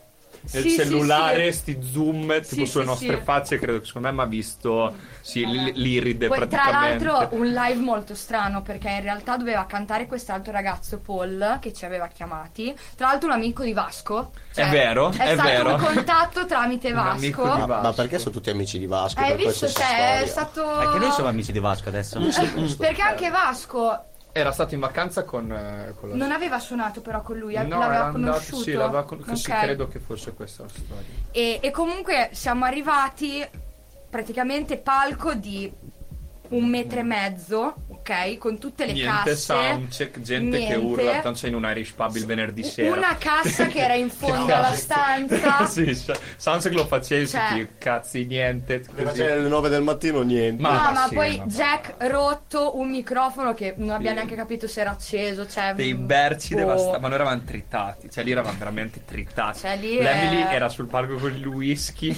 Speaker 6: nel
Speaker 5: Sì, sì,
Speaker 6: cellulare sti zoom tipo
Speaker 5: Sì,
Speaker 6: sulle
Speaker 5: sì,
Speaker 6: nostre
Speaker 5: sì.
Speaker 6: facce credo che secondo me mi ha visto sì, l- l'iride
Speaker 5: Poi, tra
Speaker 6: praticamente
Speaker 5: l'altro un live molto strano perché in realtà doveva cantare quest'altro ragazzo Paul che ci aveva chiamati. Tra l'altro un amico di Vasco. Cioè,
Speaker 6: È vero,
Speaker 5: È,
Speaker 6: è
Speaker 5: stato
Speaker 6: vero.
Speaker 5: un contatto tramite
Speaker 6: Un amico di
Speaker 5: Vasco.
Speaker 6: Vasco.
Speaker 4: Ma, ma perché sono tutti amici di Vasco?
Speaker 5: Hai
Speaker 4: per
Speaker 5: visto
Speaker 4: qualsiasi
Speaker 5: te?
Speaker 4: storia?
Speaker 5: È stato
Speaker 2: Anche noi siamo amici di Vasco adesso.
Speaker 5: Perché anche Vasco
Speaker 6: era stato in vacanza con, eh, con la
Speaker 5: non aveva suonato però con lui, eh,
Speaker 6: No, era
Speaker 5: l'aveva
Speaker 6: andato-
Speaker 5: conosciuto.
Speaker 6: sì, l'aveva con- sì,
Speaker 5: Ok.
Speaker 6: credo che fosse questa la storia
Speaker 5: E, e comunque siamo arrivati praticamente palco di un metro e mezzo, ok? Con tutte le
Speaker 6: niente
Speaker 5: casse.
Speaker 6: soundcheck gente
Speaker 5: niente.
Speaker 6: che urla tanto c'è in un Irish pub il venerdì sera
Speaker 5: Una cassa che era in fondo
Speaker 6: Che
Speaker 5: alla
Speaker 6: cazzo.
Speaker 5: stanza.
Speaker 6: sì, sa- soundcheck lo facevi
Speaker 5: Cioè-
Speaker 6: senti, cazzi niente così.
Speaker 4: Le facevi alle 9 del mattino niente.
Speaker 6: Ma-
Speaker 5: No, ma
Speaker 6: sì,
Speaker 5: poi
Speaker 6: ma-
Speaker 5: Jack rotto un microfono che non abbiamo
Speaker 6: Sì.
Speaker 5: neanche capito se era acceso. Cioè,
Speaker 6: dei berci
Speaker 5: boh.
Speaker 6: devastati, ma noi eravamo tritati, cioè lì eravamo veramente tritati.
Speaker 5: Cioè, lì
Speaker 6: L'Emily
Speaker 5: è-
Speaker 6: era sul palco con il whisky.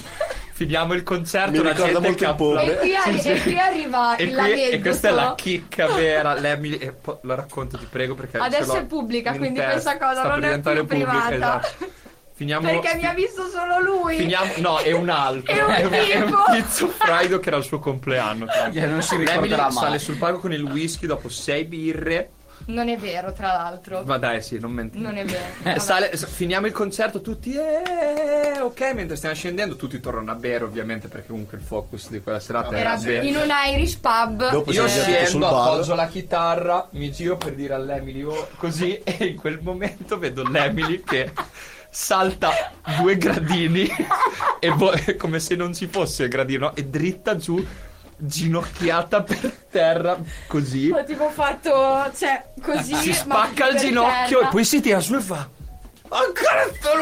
Speaker 6: Finiamo il concerto,
Speaker 4: Mi
Speaker 6: la
Speaker 4: ricorda
Speaker 6: gente
Speaker 4: molto
Speaker 6: che
Speaker 4: il
Speaker 6: applaude.
Speaker 5: E qui, arri-
Speaker 6: Sì, sì.
Speaker 5: e qui arriva
Speaker 6: E,
Speaker 5: Ah, il
Speaker 6: qui- e
Speaker 5: l'aneddoto.
Speaker 6: questa è la chicca vera, l'Emily, e poi lo racconto, ti prego, perché
Speaker 5: Adesso
Speaker 6: ce l'ho
Speaker 5: è pubblica,
Speaker 6: in
Speaker 5: quindi
Speaker 6: testa,
Speaker 5: questa cosa
Speaker 6: sta
Speaker 5: non
Speaker 6: per
Speaker 5: è
Speaker 6: diventare
Speaker 5: più
Speaker 6: pubblica,
Speaker 5: privata.
Speaker 6: esatto. Finiamo,
Speaker 5: Perché mi ha visto solo lui.
Speaker 6: finiamo, no, è un altro,
Speaker 5: È un
Speaker 6: è, è un
Speaker 5: tipo.
Speaker 6: tizio fraido che era il suo compleanno. tra l'altro.
Speaker 3: Che non si ricorderà
Speaker 6: L'Emily
Speaker 3: mai.
Speaker 6: sale sul palco con il whisky dopo sei birre,
Speaker 5: Non è vero, tra l'altro.
Speaker 6: ma dai, sì, non mentire.
Speaker 5: Non è vero.
Speaker 6: Eh,
Speaker 5: Vabbè.
Speaker 6: sale- s- finiamo il concerto tutti eh, ok mentre stiamo scendendo tutti tornano a bere ovviamente perché comunque il focus di quella serata era,
Speaker 5: Era
Speaker 6: bere
Speaker 5: in un Irish pub.
Speaker 4: Dopo Poi
Speaker 6: Ah, io
Speaker 4: siamo andati sul
Speaker 6: scendo
Speaker 4: bar.
Speaker 6: appoggio la chitarra mi giro per dire all'Emily oh, così e in quel momento vedo l'Emily che salta due gradini e vo- come se non ci fosse il gradino e dritta giù ginocchiata per terra così
Speaker 5: Ho tipo fatto, cioè, così.
Speaker 6: si
Speaker 5: ma
Speaker 6: spacca
Speaker 5: per
Speaker 6: il ginocchio
Speaker 5: terra.
Speaker 6: e poi si tira su e fa ancora sto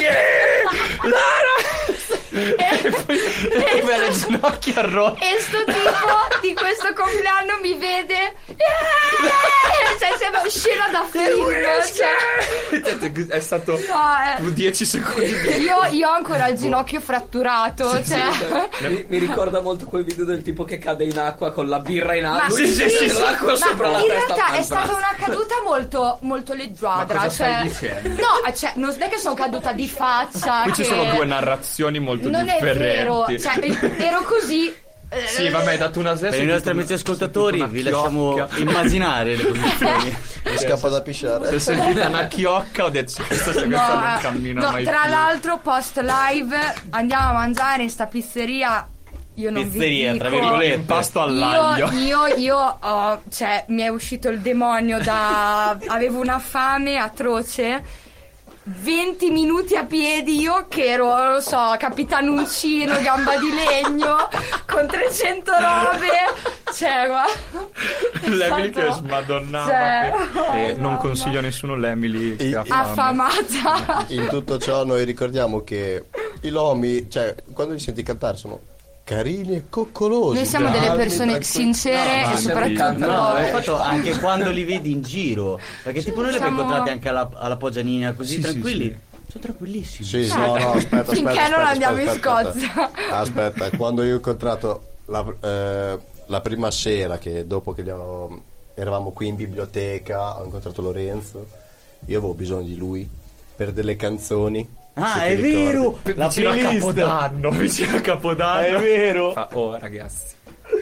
Speaker 6: whisky Lara e poi e poi ha le ginocchia rotte
Speaker 5: E sto tipo di questo compleanno mi vede. Eh! cioè, sembra scena da film. Cioè,
Speaker 6: è stato
Speaker 5: no,
Speaker 6: 10 secondi
Speaker 5: eh. io, io ho ancora il ginocchio fratturato. cioè.
Speaker 3: Eh? Mi, mi ricorda molto quel video del tipo che cade in acqua con la birra in
Speaker 5: Ma
Speaker 3: acqua.
Speaker 6: Sì, sì, sì, sì.
Speaker 3: l'acqua
Speaker 5: Ma
Speaker 3: sopra la
Speaker 5: in
Speaker 3: testa.
Speaker 5: realtà è
Speaker 3: al
Speaker 5: stata
Speaker 3: braccio.
Speaker 5: una caduta molto, molto leggiadra.
Speaker 6: Ma cosa
Speaker 5: cioè,
Speaker 6: stai dicendo?
Speaker 5: no, cioè, non è che sono caduta di faccia.
Speaker 6: qui ci
Speaker 5: Ah, che-
Speaker 6: sono due narrazioni molto
Speaker 5: Non è
Speaker 6: differenti
Speaker 5: vero. Cioè, ero così. eh,
Speaker 6: sì vabbè hai dato una
Speaker 2: Per i nostri amici ascoltatori vi lasciamo immaginare le condizioni.
Speaker 4: Mi scappa da pisciare.
Speaker 6: se sentite una chiocca ho detto questa, questa non cammina
Speaker 5: ah, no,
Speaker 6: mai
Speaker 5: tra
Speaker 6: più.
Speaker 5: l'altro post live andiamo a mangiare in sta pizzeria io non
Speaker 2: Pizzeria,
Speaker 5: vi
Speaker 2: tra
Speaker 5: dico
Speaker 2: virgolette.
Speaker 6: Pasto all'aglio.
Speaker 5: io, io, io ho- cioè, mi è uscito il demonio da... avevo una fame atroce. 20 minuti a piedi io che ero, non lo so, capitanuncino, gamba di legno, con 300 robe. Cioè, guarda.
Speaker 6: L'Emily che è
Speaker 5: Stato-
Speaker 6: smadonnata
Speaker 5: Esatto. Cioè,
Speaker 6: che- eh, non
Speaker 5: mamma.
Speaker 6: consiglio a nessuno l'Emily che
Speaker 4: E-
Speaker 6: ha
Speaker 4: e-
Speaker 6: fame.
Speaker 5: affamata.
Speaker 4: In tutto ciò noi ricordiamo che i lomi, cioè, quando li senti cantare sono carini e coccolosi.
Speaker 5: Noi siamo delle
Speaker 4: bravi,
Speaker 5: persone
Speaker 4: tranquilli.
Speaker 5: sincere
Speaker 6: No, ma
Speaker 5: e soprattutto
Speaker 6: siamo-
Speaker 2: No,
Speaker 5: eh.
Speaker 2: ma infatti anche quando li vedi in giro, perché tipo noi li abbiamo
Speaker 5: siamo-
Speaker 2: incontrati anche alla, alla Poggianina, così
Speaker 6: Sì, sì,
Speaker 2: tranquilli.
Speaker 6: sì.
Speaker 2: Sono tranquillissimi.
Speaker 4: Sì, sì, no, no, aspetta, aspetta.
Speaker 5: Finché non
Speaker 4: aspetta,
Speaker 5: andiamo in
Speaker 4: aspetta, aspetta.
Speaker 5: Scozia.
Speaker 4: Aspetta, quando io ho incontrato la, eh, la prima sera, che dopo che li ho- eravamo qui in biblioteca, ho incontrato Lorenzo, io avevo bisogno di lui per delle canzoni. se
Speaker 2: Ah,
Speaker 4: ti
Speaker 2: è
Speaker 4: ricordi.
Speaker 2: vero! La
Speaker 6: vicino a
Speaker 2: playlist!
Speaker 6: Capodanno, vicino a Capodanno.
Speaker 2: È vero!
Speaker 6: Fa- oh ragazzi,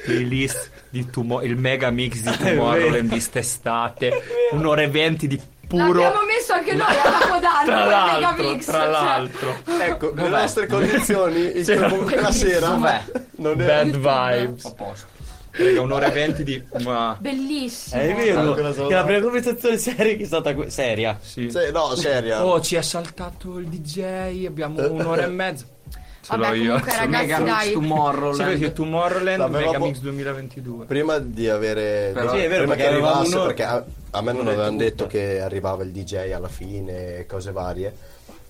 Speaker 6: playlist di tumo- il mega mix di
Speaker 2: vero.
Speaker 6: Tomorrowland di quest'estate, un'ora e venti di
Speaker 5: L'abbiamo
Speaker 6: puro...
Speaker 5: messo anche noi a Capodanno
Speaker 6: Tra
Speaker 5: con
Speaker 6: l'altro,
Speaker 5: Megamix,
Speaker 6: tra
Speaker 5: cioè.
Speaker 6: l'altro,
Speaker 4: Ecco, le nostre condizioni, in quella sera, non era...
Speaker 6: bad vibes.
Speaker 3: A posto.
Speaker 6: Raga, un'ora e venti di... Ma...
Speaker 5: Bellissimo.
Speaker 2: È vero,
Speaker 4: Ancora solo.
Speaker 2: che la prima conversazione seria che è stata que- seria.
Speaker 6: Sì.
Speaker 4: Sì, no, seria.
Speaker 6: Oh, ci è saltato il DJ,
Speaker 4: Eh.
Speaker 6: abbiamo un'ora e mezza. Ce
Speaker 5: Vabbè,
Speaker 6: l'ho io.
Speaker 5: comunque,
Speaker 7: Cioè,
Speaker 5: ragazzi,
Speaker 3: Mega Mix
Speaker 5: dai.
Speaker 6: Sapete che
Speaker 3: Tomorrowland.
Speaker 6: Tomorrowland
Speaker 4: L'avevamo-
Speaker 6: Mega Mix 2022.
Speaker 4: Prima di avere.
Speaker 7: Però-
Speaker 4: di-
Speaker 7: Sì, è
Speaker 2: vero,
Speaker 4: prima
Speaker 2: perché
Speaker 4: che arrivasse,
Speaker 2: avevamo uno-
Speaker 4: perché a, a me non
Speaker 2: un'ora e
Speaker 4: avevano detto
Speaker 2: tutta.
Speaker 4: che arrivava il DJ alla fine e cose varie.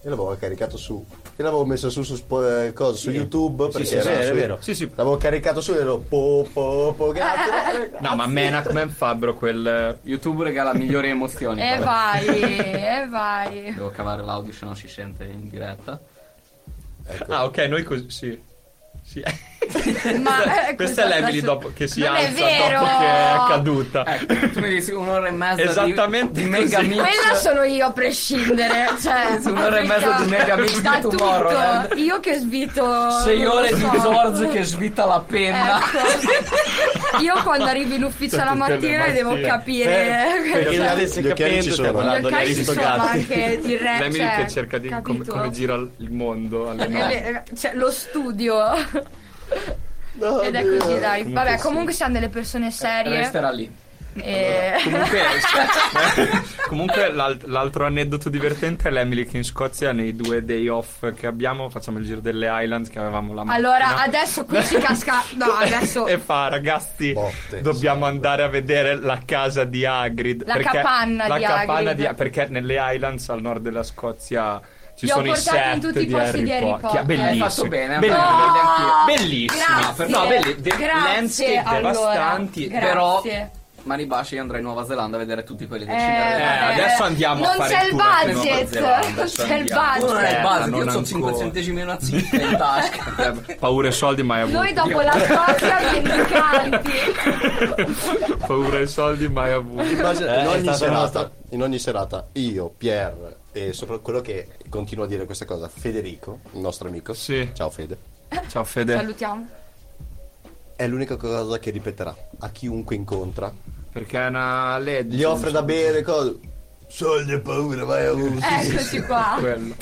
Speaker 4: Io l'avevo caricato su. Io l'avevo messo su su, Spo- eh, cosa, su YouTube.
Speaker 2: Sì,
Speaker 4: Perché
Speaker 2: sì,
Speaker 4: era
Speaker 2: sì, è
Speaker 4: su-
Speaker 2: vero.
Speaker 6: Sì, sì.
Speaker 4: L'avevo caricato su e ero po po po grazie.
Speaker 6: No,
Speaker 5: Ah,
Speaker 6: ma Menacman fabbro quel...
Speaker 7: YouTube regala migliori emozioni.
Speaker 5: E
Speaker 7: però.
Speaker 5: vai, e vai.
Speaker 7: Devo cavare l'audio se non si sente in diretta.
Speaker 4: Ecco.
Speaker 6: Ah, ok, noi così... Sì. Sì.
Speaker 5: Ma eh,
Speaker 6: Questa è l'Emily dopo, che si
Speaker 5: Non è
Speaker 6: alza
Speaker 5: vero. Eh,
Speaker 6: dopo che è caduta.
Speaker 7: Ecco, tu mi dici un'ora e mezza di-
Speaker 6: Esattamente
Speaker 7: di, Mega
Speaker 6: così.
Speaker 7: Mix.
Speaker 5: Quella sono io a prescindere. Cioè,
Speaker 7: Un'ora e mezza di mega mix di
Speaker 5: da
Speaker 7: Tomorrowland.
Speaker 5: tutto. Io che svito.
Speaker 7: Sei
Speaker 5: non lo
Speaker 7: ore di
Speaker 5: so.
Speaker 7: Zorz che svita la penna.
Speaker 5: Ecco. Io quando arrivo in ufficio la
Speaker 6: Tutte le Eh,
Speaker 5: mattina devo
Speaker 6: mattine.
Speaker 5: capire.
Speaker 2: Perché
Speaker 5: Cioè,
Speaker 2: non avesse
Speaker 4: gli occhiali
Speaker 2: capito,
Speaker 4: ci sono.
Speaker 2: stiamo
Speaker 5: gli
Speaker 2: parlando di
Speaker 5: occhiali ci sono
Speaker 2: aristocratici.
Speaker 5: anche di re,
Speaker 6: L'Emily
Speaker 5: cioè,
Speaker 6: che cerca di... com- Come,
Speaker 5: capito?
Speaker 6: gira il mondo alle
Speaker 5: È
Speaker 6: mani.
Speaker 5: ver- cioè, lo studio.
Speaker 4: No,
Speaker 5: Ed è
Speaker 4: Dio.
Speaker 5: così, dai. Vabbè, comunque siamo delle persone Eh, serie.
Speaker 7: Resterà lì.
Speaker 5: e-
Speaker 6: Comunque, comunque l'alt- l'altro aneddoto divertente è l'Emily che in Scozia nei due day off che abbiamo facciamo il giro delle Highlands che avevamo la mattina.
Speaker 5: Allora, adesso qui ci casca. No, adesso.
Speaker 6: e fa ragazzi
Speaker 4: Botte,
Speaker 6: dobbiamo andare a vedere la casa di Hagrid
Speaker 5: La
Speaker 6: perché-
Speaker 5: capanna
Speaker 6: la
Speaker 5: di
Speaker 6: capanna
Speaker 5: Hagrid.
Speaker 6: di- perché nelle Highlands al nord della Scozia ci
Speaker 5: Li ho
Speaker 6: sono i
Speaker 5: portati in
Speaker 6: set
Speaker 5: tutti i
Speaker 6: di,
Speaker 5: posti
Speaker 6: Harry
Speaker 5: di Harry
Speaker 6: Potter,
Speaker 5: Potter.
Speaker 6: bellissimi.
Speaker 7: Eh, Hai fatto bene,
Speaker 6: Belli-
Speaker 7: bravo.
Speaker 6: belli
Speaker 5: Oh,
Speaker 6: anch'io. bellissimi
Speaker 5: grazie,
Speaker 6: no belli de-
Speaker 5: grazie,
Speaker 6: landscape
Speaker 5: allora,
Speaker 6: devastanti
Speaker 5: grazie.
Speaker 7: però- Mani baci, io andrò in Nuova Zelanda a vedere tutti quelli del
Speaker 5: Eh,
Speaker 7: Cinderella.
Speaker 5: vabbè.
Speaker 6: adesso andiamo a
Speaker 5: non
Speaker 6: fare
Speaker 5: c'è
Speaker 6: il
Speaker 5: il
Speaker 6: tour per Nuova
Speaker 5: budget
Speaker 6: Zelanda,
Speaker 5: non
Speaker 6: adesso
Speaker 5: c'è il
Speaker 6: andiamo.
Speaker 7: Tu non hai
Speaker 5: budget
Speaker 7: il base,
Speaker 6: non
Speaker 7: io ho
Speaker 6: ancora.
Speaker 7: 5 centesimi e una cifra in tasca.
Speaker 6: Eh, paura e soldi mai avuti
Speaker 5: noi dopo
Speaker 6: Eh,
Speaker 5: la storia vendicanti
Speaker 6: paura e soldi mai avuti
Speaker 4: Immagina,
Speaker 2: Eh,
Speaker 4: in,
Speaker 2: è
Speaker 4: ogni
Speaker 2: stata
Speaker 4: serata,
Speaker 2: nota.
Speaker 4: in ogni serata io, Pier e soprattutto quello che continua a dire questa cosa, Federico, il nostro amico.
Speaker 6: Sì.
Speaker 4: Ciao Fede.
Speaker 6: ciao Fede
Speaker 5: salutiamo
Speaker 4: È l'unica cosa che ripeterà a chiunque incontra.
Speaker 6: perché è una legge
Speaker 4: Gli offre da bere cose. Eh, Soldi e paura, vai a un
Speaker 5: eccoci qua
Speaker 6: Quello.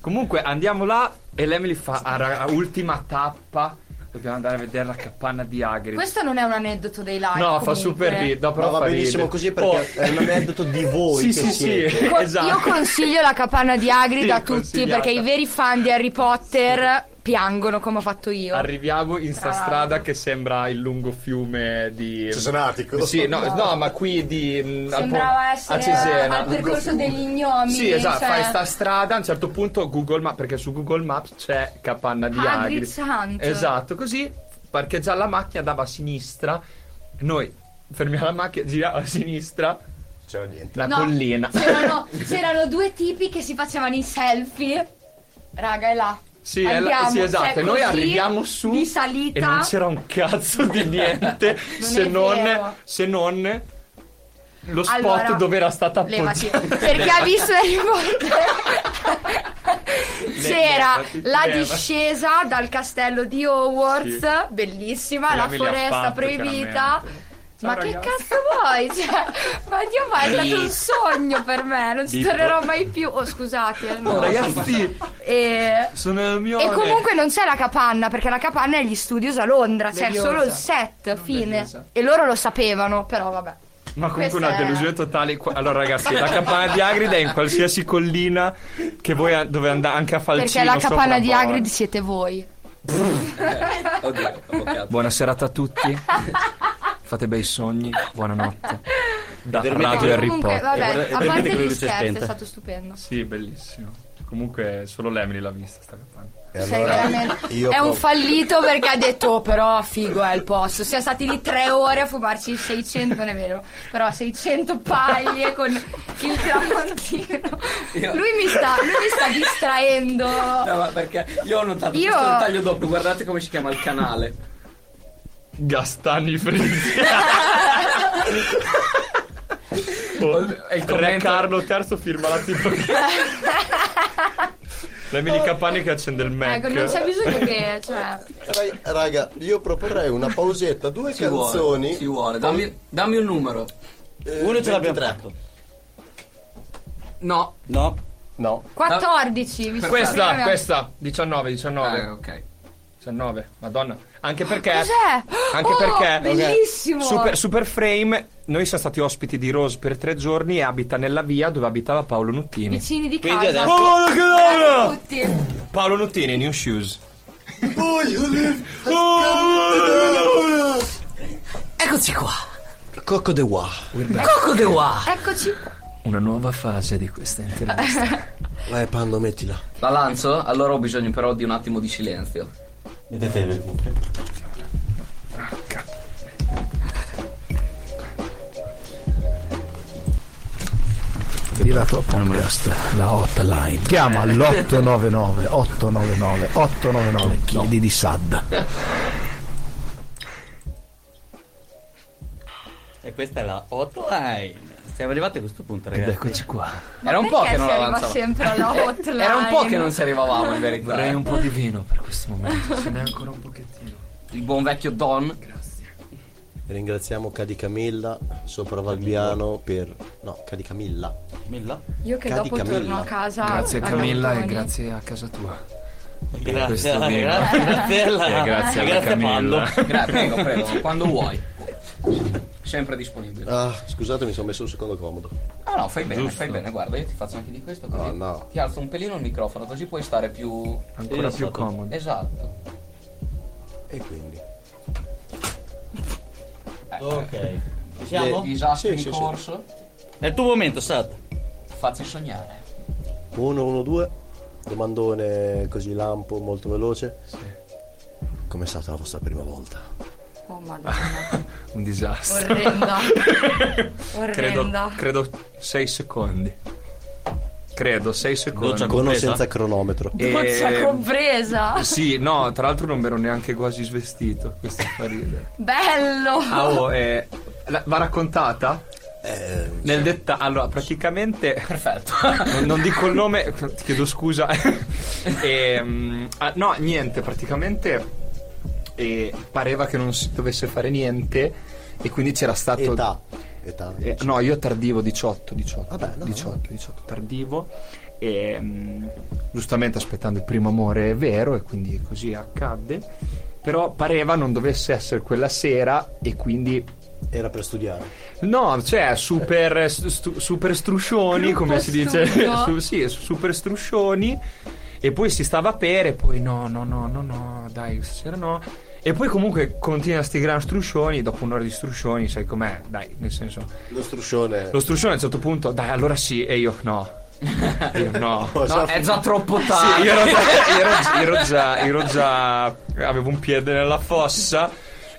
Speaker 6: Comunque andiamo là e l'Emily fa "Ah, raga, ultima tappa. Dobbiamo andare a vedere la capanna di Agri.
Speaker 5: questo non è un aneddoto dei live
Speaker 6: no, fa super ridere. Dopo
Speaker 4: Ma
Speaker 6: fa
Speaker 4: va benissimo
Speaker 6: ridere.
Speaker 4: così perché
Speaker 6: Oh,
Speaker 4: è un aneddoto di voi.
Speaker 6: sì, sì,
Speaker 4: che
Speaker 6: sì,
Speaker 4: siete.
Speaker 6: esatto.
Speaker 5: io consiglio la capanna di Agri
Speaker 6: Sì,
Speaker 5: da tutti
Speaker 6: consigliata.
Speaker 5: perché i veri fan di Harry Potter piangono come ho fatto io
Speaker 6: Arriviamo in sta
Speaker 5: Tra
Speaker 6: strada
Speaker 5: l'altro.
Speaker 6: che sembra il lungo fiume di.
Speaker 4: Cesenatico.
Speaker 6: Sì, no, no, ma qui di. mh, al
Speaker 5: sembrava
Speaker 6: po- Esatto. a
Speaker 5: essere
Speaker 6: Cesena.
Speaker 5: al percorso degli ignomi
Speaker 6: Sì, esatto,
Speaker 5: cioè,
Speaker 6: fai sta strada, a un certo punto Google Maps, perché su Google Maps c'è capanna di Agri.
Speaker 5: Hagrid's Hunt.
Speaker 6: Esatto, così parcheggia la macchina, andava a sinistra, noi fermiamo la macchina, giriamo a sinistra,
Speaker 4: C'era niente.
Speaker 6: la
Speaker 5: No,
Speaker 6: collina.
Speaker 5: c'erano, c'erano due tipi che si facevano i selfie raga è là
Speaker 6: Sì, è la-
Speaker 5: Andiamo,
Speaker 6: sì, esatto,
Speaker 5: cioè,
Speaker 6: e noi
Speaker 5: così,
Speaker 6: arriviamo su
Speaker 5: di salita
Speaker 6: e non c'era un cazzo di niente se,
Speaker 5: è
Speaker 6: non,
Speaker 5: vero.
Speaker 6: se non lo spot
Speaker 5: Allora,
Speaker 6: dove era stata
Speaker 5: Levati.
Speaker 6: appoggiata.
Speaker 5: Perché ha visto Harry Potter? C'era
Speaker 6: Levati,
Speaker 5: la
Speaker 6: levati.
Speaker 5: discesa dal castello di Hogwarts,
Speaker 6: Sì.
Speaker 5: bellissima,
Speaker 6: Quella
Speaker 5: la
Speaker 6: me li ha
Speaker 5: foresta
Speaker 6: fatto,
Speaker 5: proibita.
Speaker 6: chiaramente. Ciao,
Speaker 5: Ma
Speaker 6: ragazzi.
Speaker 5: che cazzo vuoi? Cioè, ma Dio mio, è stato un sogno per me, non ci
Speaker 2: Bip.
Speaker 5: tornerò mai più. Oh, scusate. no.
Speaker 6: No, ragazzi,
Speaker 5: E...
Speaker 6: sono il mio
Speaker 5: e comunque non c'è la capanna, perché la capanna è gli studios a Londra, c'è
Speaker 6: Leviosa.
Speaker 5: solo il set, fine.
Speaker 6: Leviosa.
Speaker 5: E loro lo sapevano, però vabbè.
Speaker 6: Ma comunque
Speaker 5: Questa
Speaker 6: una
Speaker 5: è-
Speaker 6: delusione totale. Qua- Allora, ragazzi, la capanna di Agrid è in qualsiasi collina che voi a- dove andate anche a Falcino.
Speaker 5: Perché la capanna
Speaker 6: sopra
Speaker 5: di
Speaker 6: Bora.
Speaker 5: Hagrid siete voi.
Speaker 7: Oddio, ho boccato.
Speaker 6: Buona serata a tutti. Fate bei sogni. Buonanotte. Da
Speaker 2: Dormite
Speaker 6: Radio
Speaker 2: bene.
Speaker 6: Ah, Harry Potter.
Speaker 5: Eh, comunque, vabbè,
Speaker 2: E
Speaker 5: a
Speaker 2: guarda- e
Speaker 5: parte
Speaker 2: guardate con le
Speaker 5: gli
Speaker 2: luci
Speaker 5: scherzi,
Speaker 2: spente.
Speaker 5: è stato stupendo.
Speaker 6: Sì, bellissimo. Comunque solo l'Emily l'ha vista sta capanna.
Speaker 4: E
Speaker 5: Sei
Speaker 4: allora
Speaker 5: Cioè, veramente-
Speaker 4: io
Speaker 5: È un
Speaker 4: provo-
Speaker 5: fallito perché ha detto, "Oh, però figo è il posto. Siamo stati lì tre ore a fumarci 600, non è vero, però 600 paglie con il tramontino.
Speaker 7: Io-
Speaker 5: Lui mi sta, lui mi sta distraendo.
Speaker 7: No, ma perché io ho notato
Speaker 5: Io-
Speaker 7: questo dettaglio dopo, guardate come si chiama il canale.
Speaker 6: Gastani Frisi. Oh,
Speaker 7: E il
Speaker 6: Re
Speaker 7: commento-
Speaker 6: Carlo III firma la tipografia. L'Emily Capanni che accende il Mac.
Speaker 5: Ecco, non c'è bisogno che, cioè,
Speaker 4: Ra- Raga, io proporrei una pausetta, due
Speaker 7: Ci
Speaker 4: canzoni.
Speaker 7: vuole, ci vuole. Dammi, dammi un numero.
Speaker 4: Eh,
Speaker 2: Uno ce l'abbiamo
Speaker 4: 23.
Speaker 2: fatto.
Speaker 7: No.
Speaker 2: No?
Speaker 4: No.
Speaker 5: 14, mi sa che
Speaker 6: Questa,
Speaker 5: abbiamo-
Speaker 6: questa, 19, 19.
Speaker 7: Eh, ok.
Speaker 6: 19, madonna.
Speaker 5: Ah,
Speaker 6: Anche perché...
Speaker 5: Cos'è?
Speaker 6: Anche
Speaker 5: Oh,
Speaker 6: perché...
Speaker 5: bellissimo!
Speaker 6: Super, Super Frame, noi siamo stati ospiti di Rose per tre giorni e abita nella via dove abitava Paolo Nuttini.
Speaker 5: Vicini di
Speaker 2: Quindi
Speaker 5: casa.
Speaker 2: adesso-
Speaker 6: Paolo, che
Speaker 5: Eh,
Speaker 6: donna!
Speaker 5: Tutti.
Speaker 6: Paolo Nuttini, New Shoes.
Speaker 3: Eccoci qua. Cocco de wa. Cocco de wa.
Speaker 5: Eccoci.
Speaker 6: Una nuova fase di questa intervista.
Speaker 10: Vai Pando, mettila.
Speaker 7: La lancio? Allora ho bisogno però di un attimo di silenzio.
Speaker 2: Vedete le cuffie.
Speaker 10: Vedi la tua podcast, la hotline. Chiama all'899 899 899. Chiedi di Sad.
Speaker 2: E questa è la hotline. Siamo arrivati a questo punto, ragazzi.
Speaker 6: Eccoci qua.
Speaker 5: Ma
Speaker 7: Era un po'
Speaker 5: perché
Speaker 7: che non
Speaker 5: si
Speaker 7: la
Speaker 5: arriva
Speaker 7: lanciavo.
Speaker 5: sempre alla hotline.
Speaker 7: Era un po' che non si arrivavamo in verità. eh.
Speaker 6: Vorrei un po' di vino per questo momento. Ce n'è ancora un pochettino.
Speaker 7: Il buon vecchio Don.
Speaker 4: Ringraziamo Cadi Camilla, Sopravalbiano per... No, Cadi Camilla.
Speaker 2: Milla.
Speaker 5: Io che
Speaker 4: Cadi
Speaker 5: dopo torno
Speaker 4: Camilla.
Speaker 5: a casa.
Speaker 6: Grazie
Speaker 5: a
Speaker 6: Camilla e
Speaker 5: gattoni.
Speaker 6: grazie a casa tua.
Speaker 2: Grazie,
Speaker 6: questo
Speaker 2: grazie,
Speaker 6: vino.
Speaker 2: grazie, alla-
Speaker 6: Eh, grazie alla Camilla.
Speaker 2: Pando.
Speaker 7: Gra- prego, prego, quando vuoi. Sempre disponibile.
Speaker 4: Ah, scusate, mi sono messo il secondo comodo.
Speaker 7: Ah no, fai bene, fai bene, guarda, io ti faccio anche di questo così.
Speaker 4: No, Ah, no.
Speaker 7: Ti alzo un pelino il microfono così puoi stare più.
Speaker 6: Ancora
Speaker 2: Sì,
Speaker 6: più
Speaker 2: esatto.
Speaker 6: comodo.
Speaker 7: Esatto.
Speaker 4: Eh, E quindi...
Speaker 2: Ok. Ci siamo?
Speaker 4: Sì,
Speaker 7: Disastro Oh. in
Speaker 4: sì, sì.
Speaker 7: corso.
Speaker 2: È il tuo momento, Sat.
Speaker 7: Facci sognare.
Speaker 4: 1-1-2, domandone così lampo, molto veloce. Com'è stata la vostra prima volta?
Speaker 5: Oh madonna.
Speaker 6: Un disastro.
Speaker 5: Orrenda.
Speaker 6: Credo,
Speaker 5: Orrenda.
Speaker 6: credo 6 secondi. Credo 6 secondi. Ehm,
Speaker 2: Doccia
Speaker 4: Con o
Speaker 2: Compresa?
Speaker 4: senza cronometro?
Speaker 6: E-
Speaker 5: Doccia compresa.
Speaker 6: Sì, no, tra l'altro non mi ero neanche quasi svestito. Questo fa ridere.
Speaker 5: Bello.
Speaker 6: Ah, oh, eh, la- va raccontata?
Speaker 4: Eh,
Speaker 6: Nel dettaglio. Allora, praticamente.
Speaker 7: Perfetto.
Speaker 6: Non, non dico il nome, ti chiedo scusa. Ehm, ah, no, niente, praticamente eh, pareva che non si dovesse fare niente e quindi c'era stato...
Speaker 4: Eh, età. Età.
Speaker 6: Eh, no, io tardivo, 18, 18,
Speaker 4: Vabbè, no,
Speaker 6: 18, 18, tardivo. E, mm, giustamente aspettando il primo amore vero e quindi così accadde. Però pareva non dovesse essere quella sera e quindi
Speaker 5: mm.
Speaker 4: Era per studiare.
Speaker 6: No, cioè, super, stu- super struscioni,
Speaker 5: Gruppo
Speaker 6: come si dice.
Speaker 5: stupido.
Speaker 6: Su- sì, super struscioni. E poi si stava a bere, e poi no, no, no, no, no, dai, stasera no. E poi comunque continua sti gran struscioni, dopo un'ora di struscioni, sai com'è? Dai, nel senso...
Speaker 4: Lo struscione.
Speaker 6: Lo struscione a un certo punto, dai, allora sì, e io no. E io no.
Speaker 7: No,
Speaker 4: Esatto.
Speaker 7: è già troppo tardi.
Speaker 6: Sì, io ero, già, ero- ero già- ero già- avevo un piede nella fossa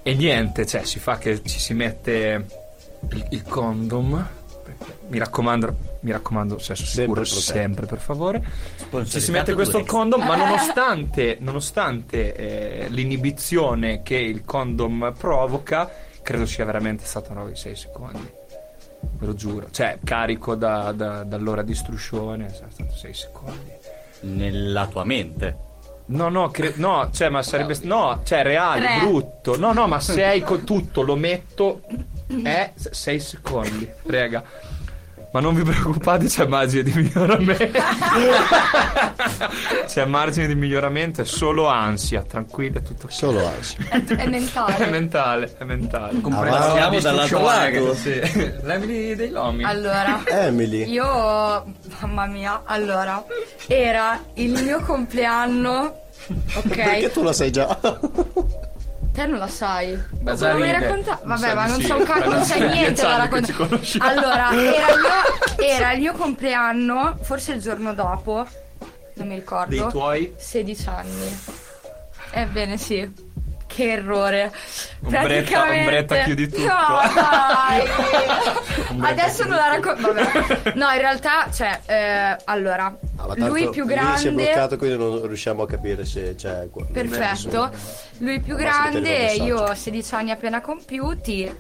Speaker 6: e niente, cioè si fa che ci si mette il, il condom. perché- Mi raccomando, mi raccomando, sesso sicuro
Speaker 4: protetto.
Speaker 6: sempre per favore. Ci si mette
Speaker 2: da
Speaker 6: questo
Speaker 2: Durex.
Speaker 6: condom, ma nonostante, nonostante eh, l'inibizione che il condom provoca, credo sia veramente stata 9-6 secondi. Ve lo giuro, cioè carico da- da- dall'ora di struscione, sarà stato 6 secondi.
Speaker 2: Nella tua mente.
Speaker 6: No, no, cre- no, cioè, ma sarebbe. No, cioè, reale,
Speaker 5: Tre.
Speaker 6: brutto. No, no, ma se hai con tutto, lo metto. È 6 secondi, rega. Ma non vi preoccupate, c'è margine di miglioramento. c'è margine di miglioramento, è solo ansia, tranquilla, tutto ok.
Speaker 4: Solo ansia.
Speaker 5: È
Speaker 6: È
Speaker 5: mentale.
Speaker 6: mentale, è mentale.
Speaker 7: Comprensiamo
Speaker 4: Avanti,
Speaker 7: di
Speaker 2: dall'altro
Speaker 7: istruzione,
Speaker 2: lato.
Speaker 7: che- sì. Levili dei lomi.
Speaker 5: Allora.
Speaker 4: Emily.
Speaker 5: Io, mamma mia, allora, era il mio compleanno,
Speaker 4: Perché
Speaker 5: ok?
Speaker 4: tu la sai già?
Speaker 5: Te non la sai.
Speaker 7: Beh, già
Speaker 5: non mi
Speaker 7: ride.
Speaker 5: racconta-
Speaker 6: Non
Speaker 5: Vabbè,
Speaker 6: sa
Speaker 5: ma
Speaker 6: di
Speaker 5: non
Speaker 6: sì.
Speaker 5: c'è un cazzo, non
Speaker 6: È
Speaker 5: c'è
Speaker 6: da
Speaker 5: niente da
Speaker 6: dieci anni che
Speaker 5: raccontare.
Speaker 6: ci conosciamo.
Speaker 5: Allora, era il, mio, era il mio compleanno, forse il giorno dopo, non mi ricordo.
Speaker 6: Dei tuoi?
Speaker 5: 16 anni. Ebbene sì. Che errore.
Speaker 6: Ombretta-
Speaker 5: Praticamente-
Speaker 6: ombretta chiudi tutto.
Speaker 5: No, dai. Adesso non la racconto. Vabbè. No, in realtà, cioè, eh, allora,
Speaker 4: Ah, ma tanto
Speaker 5: lui più
Speaker 4: Si è
Speaker 5: grande.
Speaker 4: bloccato, quindi non riusciamo a capire se c'è. qua- non è
Speaker 5: Perfetto.
Speaker 4: nessuno.
Speaker 5: Lui più
Speaker 4: Ma se vedete il
Speaker 5: grande,
Speaker 4: messaggio.
Speaker 5: io 16 anni appena compiuti.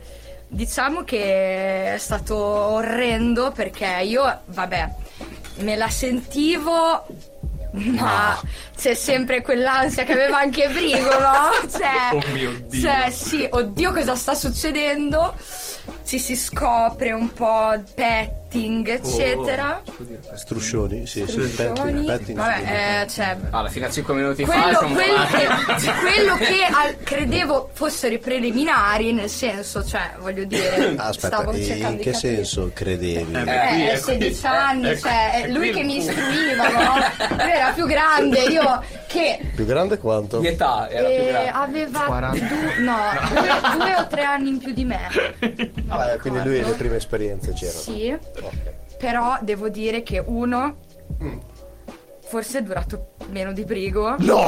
Speaker 5: Diciamo che è stato orrendo perché io, vabbè, me la sentivo, ma c'è sempre quell'ansia che aveva anche Brigo, no? Cioè,
Speaker 6: Oh mio Dio.
Speaker 5: Cioè, sì, oddio cosa sta succedendo. ci si scopre un po' petting,
Speaker 6: Oh,
Speaker 5: eccetera.
Speaker 4: Struscioni, sì, sì,
Speaker 5: Struscioni.
Speaker 4: pettini, pettini.
Speaker 5: Vabbè, eh, cioè,
Speaker 7: Allora, fino a 5 minuti fa
Speaker 5: quello,
Speaker 7: siamo
Speaker 5: quello
Speaker 7: qua.
Speaker 5: che, quello che al- credevo fossero i preliminari, nel senso, cioè, voglio dire,
Speaker 4: Ah, Aspetta,
Speaker 5: stavo
Speaker 4: e
Speaker 5: cercando
Speaker 4: in
Speaker 5: di
Speaker 4: che
Speaker 5: capire.
Speaker 4: senso credevi?
Speaker 5: Eh,
Speaker 6: Qui,
Speaker 5: eh,
Speaker 6: ecco,
Speaker 5: 16
Speaker 6: qui,
Speaker 5: anni,
Speaker 6: ecco,
Speaker 5: cioè,
Speaker 6: ecco,
Speaker 5: lui
Speaker 6: qui
Speaker 5: che
Speaker 6: il
Speaker 5: mi
Speaker 6: punto.
Speaker 5: istruiva, no? Lui era più grande, io che
Speaker 4: Più grande quanto?
Speaker 7: Di età era più
Speaker 5: eh,
Speaker 7: grande.
Speaker 5: aveva
Speaker 6: 40.
Speaker 5: du- no, due, due o tre anni in più di me.
Speaker 4: Ah, quindi lui le prime esperienze c'erano.
Speaker 5: Sì,
Speaker 4: Ok.
Speaker 5: però devo dire che uno forse è durato meno di Brigo.
Speaker 6: No!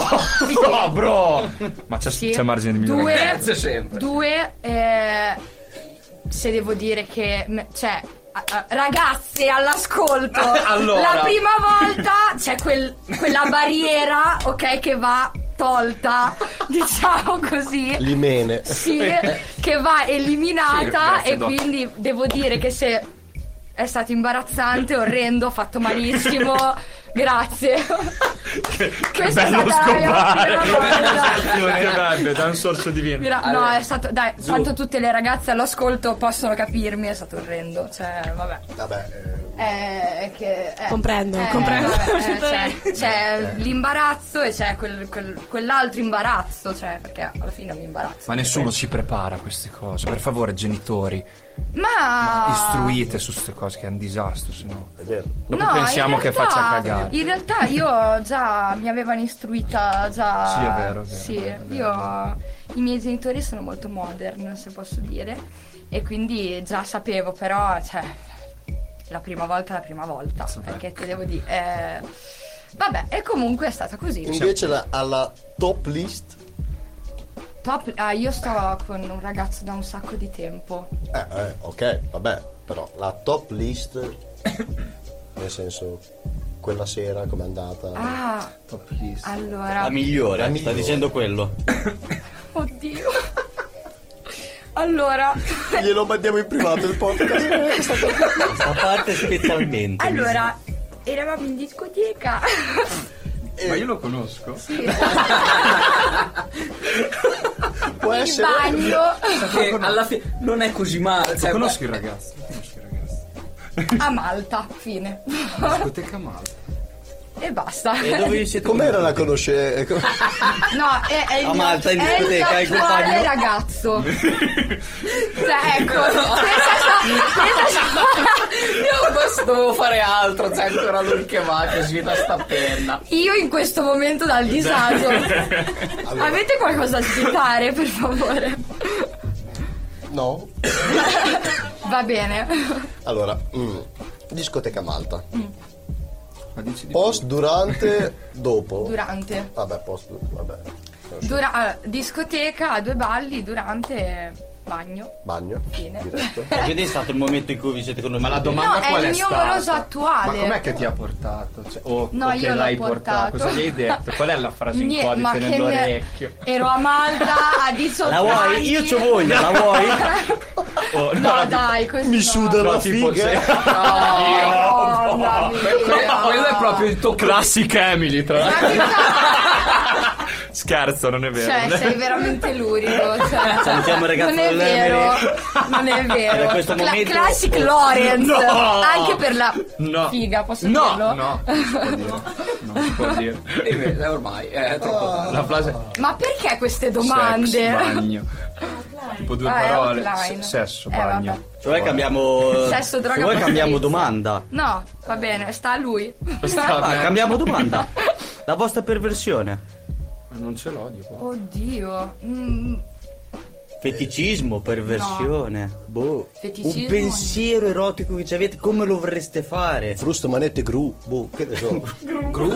Speaker 6: No, bro! Ma c'è,
Speaker 5: Sì.
Speaker 6: c'è margine di miglioramento.
Speaker 5: Due,
Speaker 7: Terzo sempre.
Speaker 5: due eh, se devo dire che... m- Cioè, a- a- ragazze all'ascolto,
Speaker 7: Allora.
Speaker 5: la prima volta c'è quel- quella barriera, ok, che va tolta, diciamo così.
Speaker 4: Limene.
Speaker 5: Sì, che va eliminata
Speaker 6: Sì, grazie,
Speaker 5: e
Speaker 6: Doc.
Speaker 5: quindi devo dire che se è stato imbarazzante, orrendo, ho fatto malissimo. Grazie. Questa
Speaker 6: bello scopare.
Speaker 5: volta.
Speaker 6: Pionerebbe da un sorso di vino.
Speaker 5: Mira- no, è stato. Dai, tanto tutte le ragazze all'ascolto possono capirmi, è stato orrendo. Cioè, vabbè.
Speaker 4: Vabbè, eh,
Speaker 5: Eh, è che, eh,
Speaker 11: Comprendo, comprendo.
Speaker 5: vabbè, eh, c'è, c'è l'imbarazzo e c'è quel- quel- quell'altro imbarazzo, cioè, perché alla fine è un imbarazzo.
Speaker 6: Ma nessuno ci prepara a queste cose. Per favore, genitori,
Speaker 5: Ma
Speaker 6: istruite su queste cose che è un disastro, se no.
Speaker 4: è vero.
Speaker 6: Dopo
Speaker 5: No,
Speaker 6: pensiamo
Speaker 5: in
Speaker 6: che
Speaker 5: realtà-
Speaker 6: faccia cagare.
Speaker 5: In realtà io già mi avevano istruita già.
Speaker 6: Sì, è vero, è vero,
Speaker 5: sì,
Speaker 6: è vero.
Speaker 5: io i miei genitori sono molto modern, se posso dire. E quindi già sapevo, però, cioè, la prima volta è la prima volta. Perché te devo dire. eh, vabbè, e comunque è stata così.
Speaker 4: Invece la- alla top list.
Speaker 5: Top, ah, io sto con un ragazzo da un sacco di tempo.
Speaker 4: Eh, eh, ok, vabbè, però la top list. nel senso, quella sera com'è andata?
Speaker 5: Ah, allora.
Speaker 2: La migliore,
Speaker 4: La
Speaker 2: sta
Speaker 4: migliore.
Speaker 2: dicendo quello.
Speaker 5: Oddio. allora.
Speaker 4: Glielo mandiamo in privato il podcast.
Speaker 2: Questa parte specialmente.
Speaker 5: Allora, eravamo in discoteca.
Speaker 6: Ma io lo conosco.
Speaker 5: Sì,
Speaker 4: Può
Speaker 5: in
Speaker 4: essere.
Speaker 5: bagno
Speaker 7: Che alla fine non è così male.
Speaker 6: Lo
Speaker 7: Cioè,
Speaker 6: conosco il ragazzo. Lo conosco il ragazzo.
Speaker 5: a Malta, fine.
Speaker 6: Discoteca Malta.
Speaker 5: E basta.
Speaker 2: E dove siete?
Speaker 4: Com'era la conosce?
Speaker 5: No, è, è il
Speaker 2: A
Speaker 5: mio-
Speaker 2: Malta in
Speaker 5: è il mio
Speaker 2: discoteca, il
Speaker 5: attuale
Speaker 2: compagno.
Speaker 5: ragazzo. cioè, ecco, questa sta- questa sta-
Speaker 7: Io adesso dovevo fare altro, c'è ancora lui che va, che svita sta penna.
Speaker 5: Io in questo momento dal disagio. Avete qualcosa da citare, per favore?
Speaker 4: No.
Speaker 5: Va bene.
Speaker 4: Allora, mm, discoteca Malta.
Speaker 5: Mm.
Speaker 6: Ma dici di
Speaker 4: Post, durante, dopo.
Speaker 5: Durante.
Speaker 4: Vabbè, post, vabbè.
Speaker 5: Dura- allora, discoteca, due balli, durante bagno.
Speaker 4: Bagno.
Speaker 5: Fine.
Speaker 4: Diretto.
Speaker 2: Quindi è stato il momento in cui vi siete conosciuti.
Speaker 6: Ma la
Speaker 5: No,
Speaker 6: domanda
Speaker 5: è
Speaker 6: qual è,
Speaker 5: il mio
Speaker 6: stata?
Speaker 5: amoroso attuale.
Speaker 6: Ma com'è che ti ha portato? Cioè, o,
Speaker 5: No,
Speaker 6: o che
Speaker 5: io l'ho
Speaker 6: l'hai
Speaker 5: portato.
Speaker 6: Cosa gli hai detto? Qual è la frase
Speaker 5: Niente,
Speaker 6: in
Speaker 5: ma
Speaker 6: codice
Speaker 5: che
Speaker 6: nell'orecchio?
Speaker 5: ne- Ero a Malta a 18
Speaker 2: La vuoi?
Speaker 5: anni.
Speaker 2: Io ci voglio, la vuoi?
Speaker 6: O-
Speaker 5: No,
Speaker 6: no,
Speaker 5: dai, così.
Speaker 4: Mi
Speaker 5: no.
Speaker 4: suda la
Speaker 6: tipo,
Speaker 4: figa.
Speaker 6: se-
Speaker 5: No, no, no.
Speaker 7: Quello è proprio il tuo
Speaker 6: Classic Emily, tra
Speaker 5: Ma
Speaker 6: l'altro.
Speaker 5: che cazzo?
Speaker 6: Scherzo, non è vero.
Speaker 5: Cioè, sei veramente lurido. Cioè,
Speaker 2: Salutiamo il ragazzo
Speaker 5: Non è
Speaker 2: dell'Emery.
Speaker 5: vero. Non
Speaker 6: Cioè,
Speaker 5: è vero.
Speaker 2: Da questo
Speaker 5: Cla-
Speaker 2: momento-
Speaker 5: Classic Lawrence.
Speaker 6: No!
Speaker 5: Anche per la
Speaker 6: No.
Speaker 5: figa, posso
Speaker 6: no,
Speaker 5: dirlo?
Speaker 6: no, non si può dire. Non si può dire.
Speaker 7: E
Speaker 6: Eh,
Speaker 7: beh, ormai è troppo tardi.
Speaker 6: La frase
Speaker 5: Ma perché queste
Speaker 6: sex,
Speaker 5: domande?
Speaker 6: bagno. Tipo due
Speaker 5: Ah, è
Speaker 6: parole.
Speaker 5: outline.
Speaker 6: Se- sesso,
Speaker 5: Eh,
Speaker 6: bagno.
Speaker 5: vabbè.
Speaker 2: Se vuoi Cioè, cambiamo.
Speaker 5: Sesso, droga,
Speaker 2: se vuoi
Speaker 5: prostituzione.
Speaker 2: cambiamo domanda.
Speaker 5: No, va bene, sta a lui.
Speaker 6: Sta
Speaker 2: Ah,
Speaker 6: bene.
Speaker 2: cambiamo domanda. La vostra perversione.
Speaker 6: Non ce l'odio. qua.
Speaker 5: Oddio. Mm,
Speaker 2: Feticismo, perversione. Boh.
Speaker 5: Feticismo?
Speaker 2: Un pensiero erotico che ci avete, come lo vorreste fare?
Speaker 4: Frusto, manette, gru. Boh, che ne so.
Speaker 5: gru.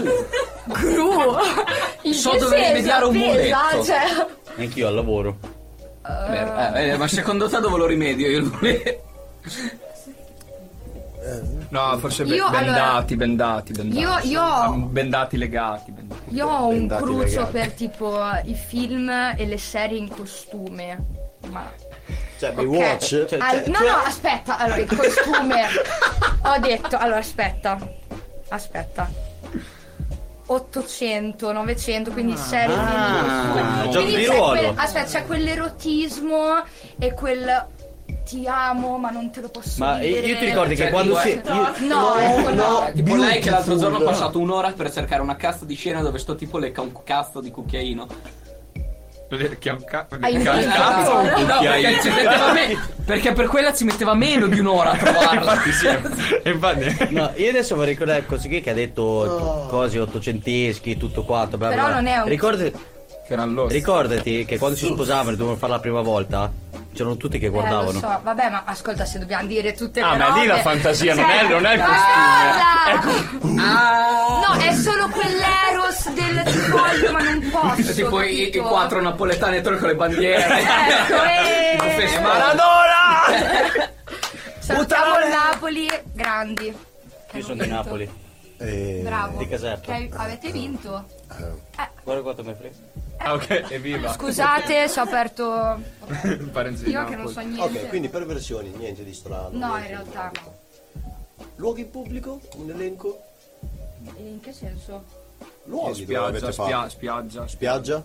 Speaker 5: In
Speaker 7: So
Speaker 5: che
Speaker 7: dove
Speaker 5: senso?
Speaker 7: rimediare un
Speaker 5: Pesa,
Speaker 7: muletto.
Speaker 5: cioè.
Speaker 2: Anch'io al lavoro.
Speaker 7: Eh, eh, ma secondo te dove lo rimedio io il muletto?
Speaker 6: No, forse be-
Speaker 5: Io, allora-
Speaker 6: bendati, bendati, bendati.
Speaker 5: Io- io-
Speaker 6: Ah, Bendati legati. bendati.
Speaker 5: Io ho un
Speaker 4: Tentati
Speaker 5: crucio
Speaker 4: legati.
Speaker 5: per tipo i film e le serie in costume. Ma
Speaker 4: Cioè, Baywatch.
Speaker 2: Cioè,
Speaker 5: Al-
Speaker 2: cioè-
Speaker 5: no, no, aspetta, allora il costume. ho detto, allora aspetta. Aspetta. 800, 900, quindi serie film in
Speaker 2: Ah,
Speaker 5: costume.
Speaker 2: giochi
Speaker 5: Quindi
Speaker 2: di
Speaker 5: c'è
Speaker 2: ruolo.
Speaker 5: quel- aspetta, c'è quell'erotismo e quel ti amo ma non te lo posso
Speaker 2: Ma eh,
Speaker 5: dire. Cioè,
Speaker 2: io ti ricordi che quando si. io-
Speaker 5: No, ecco, no.
Speaker 7: Tipo lei che l'altro giorno ha passato un'ora per cercare una cazzo di scena dove sto tipo lecca un cazzo di cucchiaino.
Speaker 6: Perché un ca-
Speaker 5: Hai un
Speaker 6: ca-
Speaker 5: cazzo.
Speaker 6: cazzo, un
Speaker 7: No, perché,
Speaker 6: cucchiaino.
Speaker 7: ci metteva me- perché per quella ci metteva meno di un'ora a trovarla.
Speaker 6: Infatti, sì. E infatti-
Speaker 2: No, io adesso vorrei ricordare così che ha detto cose ottocenteschi, tutto quanto. Bla bla
Speaker 5: Però
Speaker 2: bla.
Speaker 5: non è un-
Speaker 2: Ricordi-
Speaker 6: Che erano loro.
Speaker 2: ricordati che quando si sposavano e dovevano farla la prima volta, c'erano tutti che
Speaker 5: Eh, lo
Speaker 2: guardavano.
Speaker 5: so, vabbè, ma ascolta, se dobbiamo dire tutte le
Speaker 11: Ah, ma lì la
Speaker 5: robe-
Speaker 11: fantasia non è- non è il
Speaker 5: Cioè,
Speaker 11: costume.
Speaker 5: guarda!
Speaker 7: Ah,
Speaker 5: No, è solo quell'eros del ti voglio, ma non posso.
Speaker 7: Tipo i, i
Speaker 5: capito?
Speaker 7: quattro napoletani attorno con le bandiere.
Speaker 5: Ecco, eh.
Speaker 7: Professor
Speaker 5: Salutiamo Napoli, grandi.
Speaker 2: Io
Speaker 5: Hanno
Speaker 2: sono di
Speaker 5: vinto.
Speaker 2: Napoli,
Speaker 4: E...
Speaker 5: Bravo.
Speaker 2: di Caserta.
Speaker 5: Ok, avete vinto.
Speaker 2: Guarda quanto mi frega.
Speaker 6: Ah, ok, evviva.
Speaker 5: Scusate, ho aperto
Speaker 6: Parentesi,
Speaker 5: io
Speaker 6: no,
Speaker 5: che non so
Speaker 6: poi-
Speaker 5: niente.
Speaker 4: Ok, quindi perversioni, niente di strano.
Speaker 5: No, in
Speaker 4: niente di
Speaker 5: realtà
Speaker 4: malefico.
Speaker 5: no.
Speaker 4: Luoghi in pubblico? Un elenco?
Speaker 5: In che senso?
Speaker 4: Luoghi dove
Speaker 6: Spiaggia,
Speaker 4: avete
Speaker 6: spia-
Speaker 4: fatto?
Speaker 6: spiaggia.
Speaker 4: Spiaggia?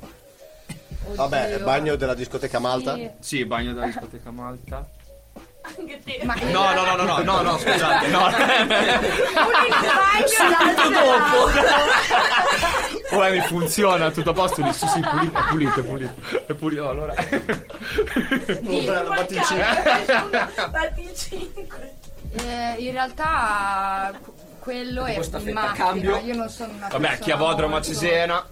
Speaker 11: eh,
Speaker 4: Vabbè,
Speaker 5: Oddio.
Speaker 4: bagno della discoteca Malta?
Speaker 5: Sì.
Speaker 6: Sì, bagno della discoteca Malta.
Speaker 9: Anche te.
Speaker 5: Ma
Speaker 6: No, no, no, no, no, no, no, scusate, no. Ora mi funziona, tutto a posto, lì, sì, sì, pulito, è pulito, è pulito. È pulito, no, allora.
Speaker 9: Batti 5.
Speaker 5: Eh, in realtà qu- quello è
Speaker 7: Questa
Speaker 5: in
Speaker 7: fetta,
Speaker 5: macchina,
Speaker 7: cambio.
Speaker 5: io non sono una
Speaker 6: Vabbè,
Speaker 5: persona
Speaker 6: Chiavodromo,
Speaker 5: molto-
Speaker 6: Cesena.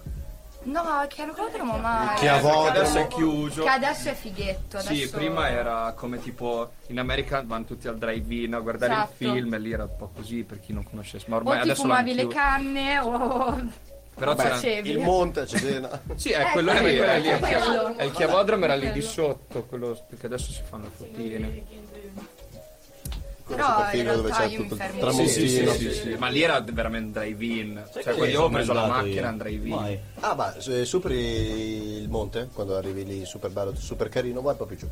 Speaker 5: No, Chiavodromo ma
Speaker 4: Chi ha
Speaker 6: Adesso
Speaker 4: voglia?
Speaker 6: è chiuso.
Speaker 5: che adesso è fighetto. Adesso...
Speaker 6: Sì, prima era come tipo in America vanno tutti al drive-in a guardare
Speaker 5: Esatto.
Speaker 6: il film e lì era un po' così per chi non conoscesse, ma ormai
Speaker 5: O ti
Speaker 6: adesso l'hanno
Speaker 5: fumavi le
Speaker 6: chiuso.
Speaker 5: canne o
Speaker 6: Però c'era
Speaker 5: facevi.
Speaker 4: Il monte a Cesena.
Speaker 6: Sì, è Eh, quello lì,
Speaker 5: quello,
Speaker 6: è lì, è il
Speaker 5: quello.
Speaker 6: chiavo- è il chiavodromo era lì di
Speaker 5: Quello.
Speaker 6: sotto, quello perché adesso si fanno le fotine.
Speaker 4: Quello
Speaker 5: Però
Speaker 4: soprattutto
Speaker 5: in
Speaker 4: dove
Speaker 5: realtà
Speaker 4: c'è
Speaker 5: io mi
Speaker 4: tutto il
Speaker 5: fermo.
Speaker 4: tramontino.
Speaker 6: Sì, sì, sì, sì. ma lì era veramente drive-in. Cioè, quando io ho preso la macchina andrei via.
Speaker 2: Mai.
Speaker 4: Ah, ma se superi il monte, quando arrivi lì, super bello, super carino, vai proprio giù.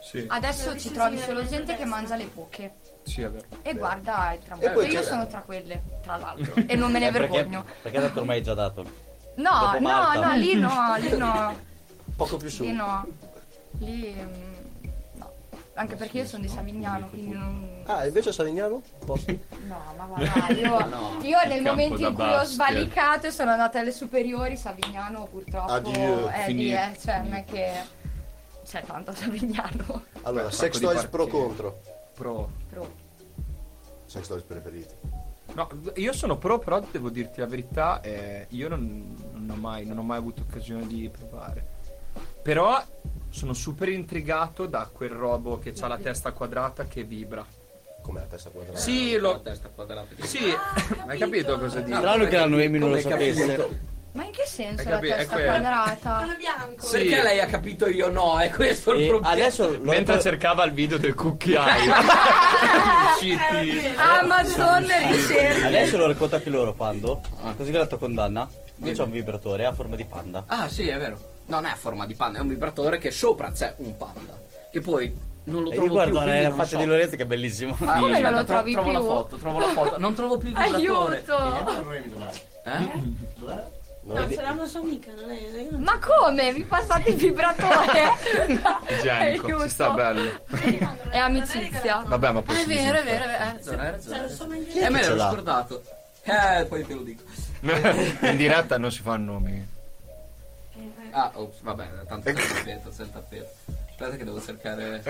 Speaker 6: Sì,
Speaker 5: Adesso ci trovi solo gente che mangia le poche
Speaker 6: sì, è vero.
Speaker 5: e guarda il
Speaker 4: E
Speaker 5: tramonto.
Speaker 4: poi
Speaker 5: Io
Speaker 4: c'è-
Speaker 5: sono tra quelle, tra l'altro, e non me ne
Speaker 2: Eh, perché,
Speaker 5: vergogno.
Speaker 2: perché tanto ormai è già dato.
Speaker 5: No,
Speaker 2: dopo
Speaker 5: no,
Speaker 2: Malta.
Speaker 5: no, lì no, lì no.
Speaker 4: Poco più su.
Speaker 5: Lì no. Lì mm, no. Anche perché io sono di Savignano, quindi non.
Speaker 4: Ah, invece a Salignano? Posti?
Speaker 5: No, ma va, va, io, io nel
Speaker 6: campo
Speaker 5: momento
Speaker 6: da
Speaker 5: in cui ho
Speaker 6: basket.
Speaker 5: svalicato e sono andata alle superiori, Savignano purtroppo
Speaker 4: Addio,
Speaker 5: è lì,
Speaker 6: finito,
Speaker 5: eh, cioè non è che c'è tanto a Savignano.
Speaker 4: Allora, sex
Speaker 6: Beh, un sacco di
Speaker 4: toys pro
Speaker 6: parchi.
Speaker 4: contro.
Speaker 6: Pro.
Speaker 5: Però-
Speaker 4: Sex toys preferiti.
Speaker 6: No, io sono pro, però devo dirti la verità, eh, io non, non ho mai, non ho mai avuto occasione di provare. Però sono super intrigato da quel robo che ha la testa quadrata che vibra.
Speaker 4: Com'è la testa quadrata?
Speaker 6: Sì,
Speaker 7: La
Speaker 6: lo...
Speaker 7: testa quadrata.
Speaker 6: Sì, hai capito cosa dico?
Speaker 2: Strano che la Noemi non lo
Speaker 7: Come capito?
Speaker 2: sapesse.
Speaker 5: Ma in che senso
Speaker 6: Hai
Speaker 5: la
Speaker 6: capito? È
Speaker 5: testa
Speaker 6: quello.
Speaker 5: quadrata?
Speaker 9: Sono bianco.
Speaker 6: Sì.
Speaker 7: Perché lei ha capito io no? È questo il
Speaker 2: E
Speaker 7: problema.
Speaker 2: Eh, adesso lo
Speaker 6: Mentre
Speaker 2: lo-
Speaker 6: cercava il video del cucchiaio. Usciti.
Speaker 5: Amazon ricerca.
Speaker 2: Adesso lo racconto anche loro, Pando. Così che la tua condanna. Io c'ho un vibratore a forma di panda.
Speaker 7: Ah, sì, è vero. Non è a forma di panda, è un vibratore che sopra c'è un panda. Che poi non lo
Speaker 2: E io
Speaker 7: trovo
Speaker 2: guardo
Speaker 7: più. quindi
Speaker 2: la
Speaker 7: non
Speaker 2: faccia
Speaker 7: so.
Speaker 2: di Lorenzo che è bellissimo.
Speaker 7: Ah,
Speaker 5: come
Speaker 7: aspetta,
Speaker 5: non lo trovi
Speaker 7: trovo
Speaker 5: più?
Speaker 7: la foto, trovo la foto. Non trovo più il vibratore.
Speaker 5: Aiuto!
Speaker 7: Eh?
Speaker 9: No, sarà una sua amica, non è. io non-
Speaker 5: Ma come? Mi passate il vibratore?
Speaker 6: Igienico, ci sta
Speaker 5: Aiuto.
Speaker 6: bello.
Speaker 5: È amicizia.
Speaker 6: Vabbè, ma poi...
Speaker 5: Ah,
Speaker 6: si
Speaker 5: è vero, è vero, è vero. eh.
Speaker 7: Non è
Speaker 9: Cioè,
Speaker 7: ragione.
Speaker 9: lo so mangiare.
Speaker 7: Eh, me
Speaker 4: ce
Speaker 7: l'ero
Speaker 4: l'ha?
Speaker 7: scordato. Eh, poi te lo dico.
Speaker 6: disinfetta. In diretta non si fanno nomi.
Speaker 7: Ah, oh, vabbè, tanto c'è il tappeto, c'è il tappeto. Aspetta che devo cercare...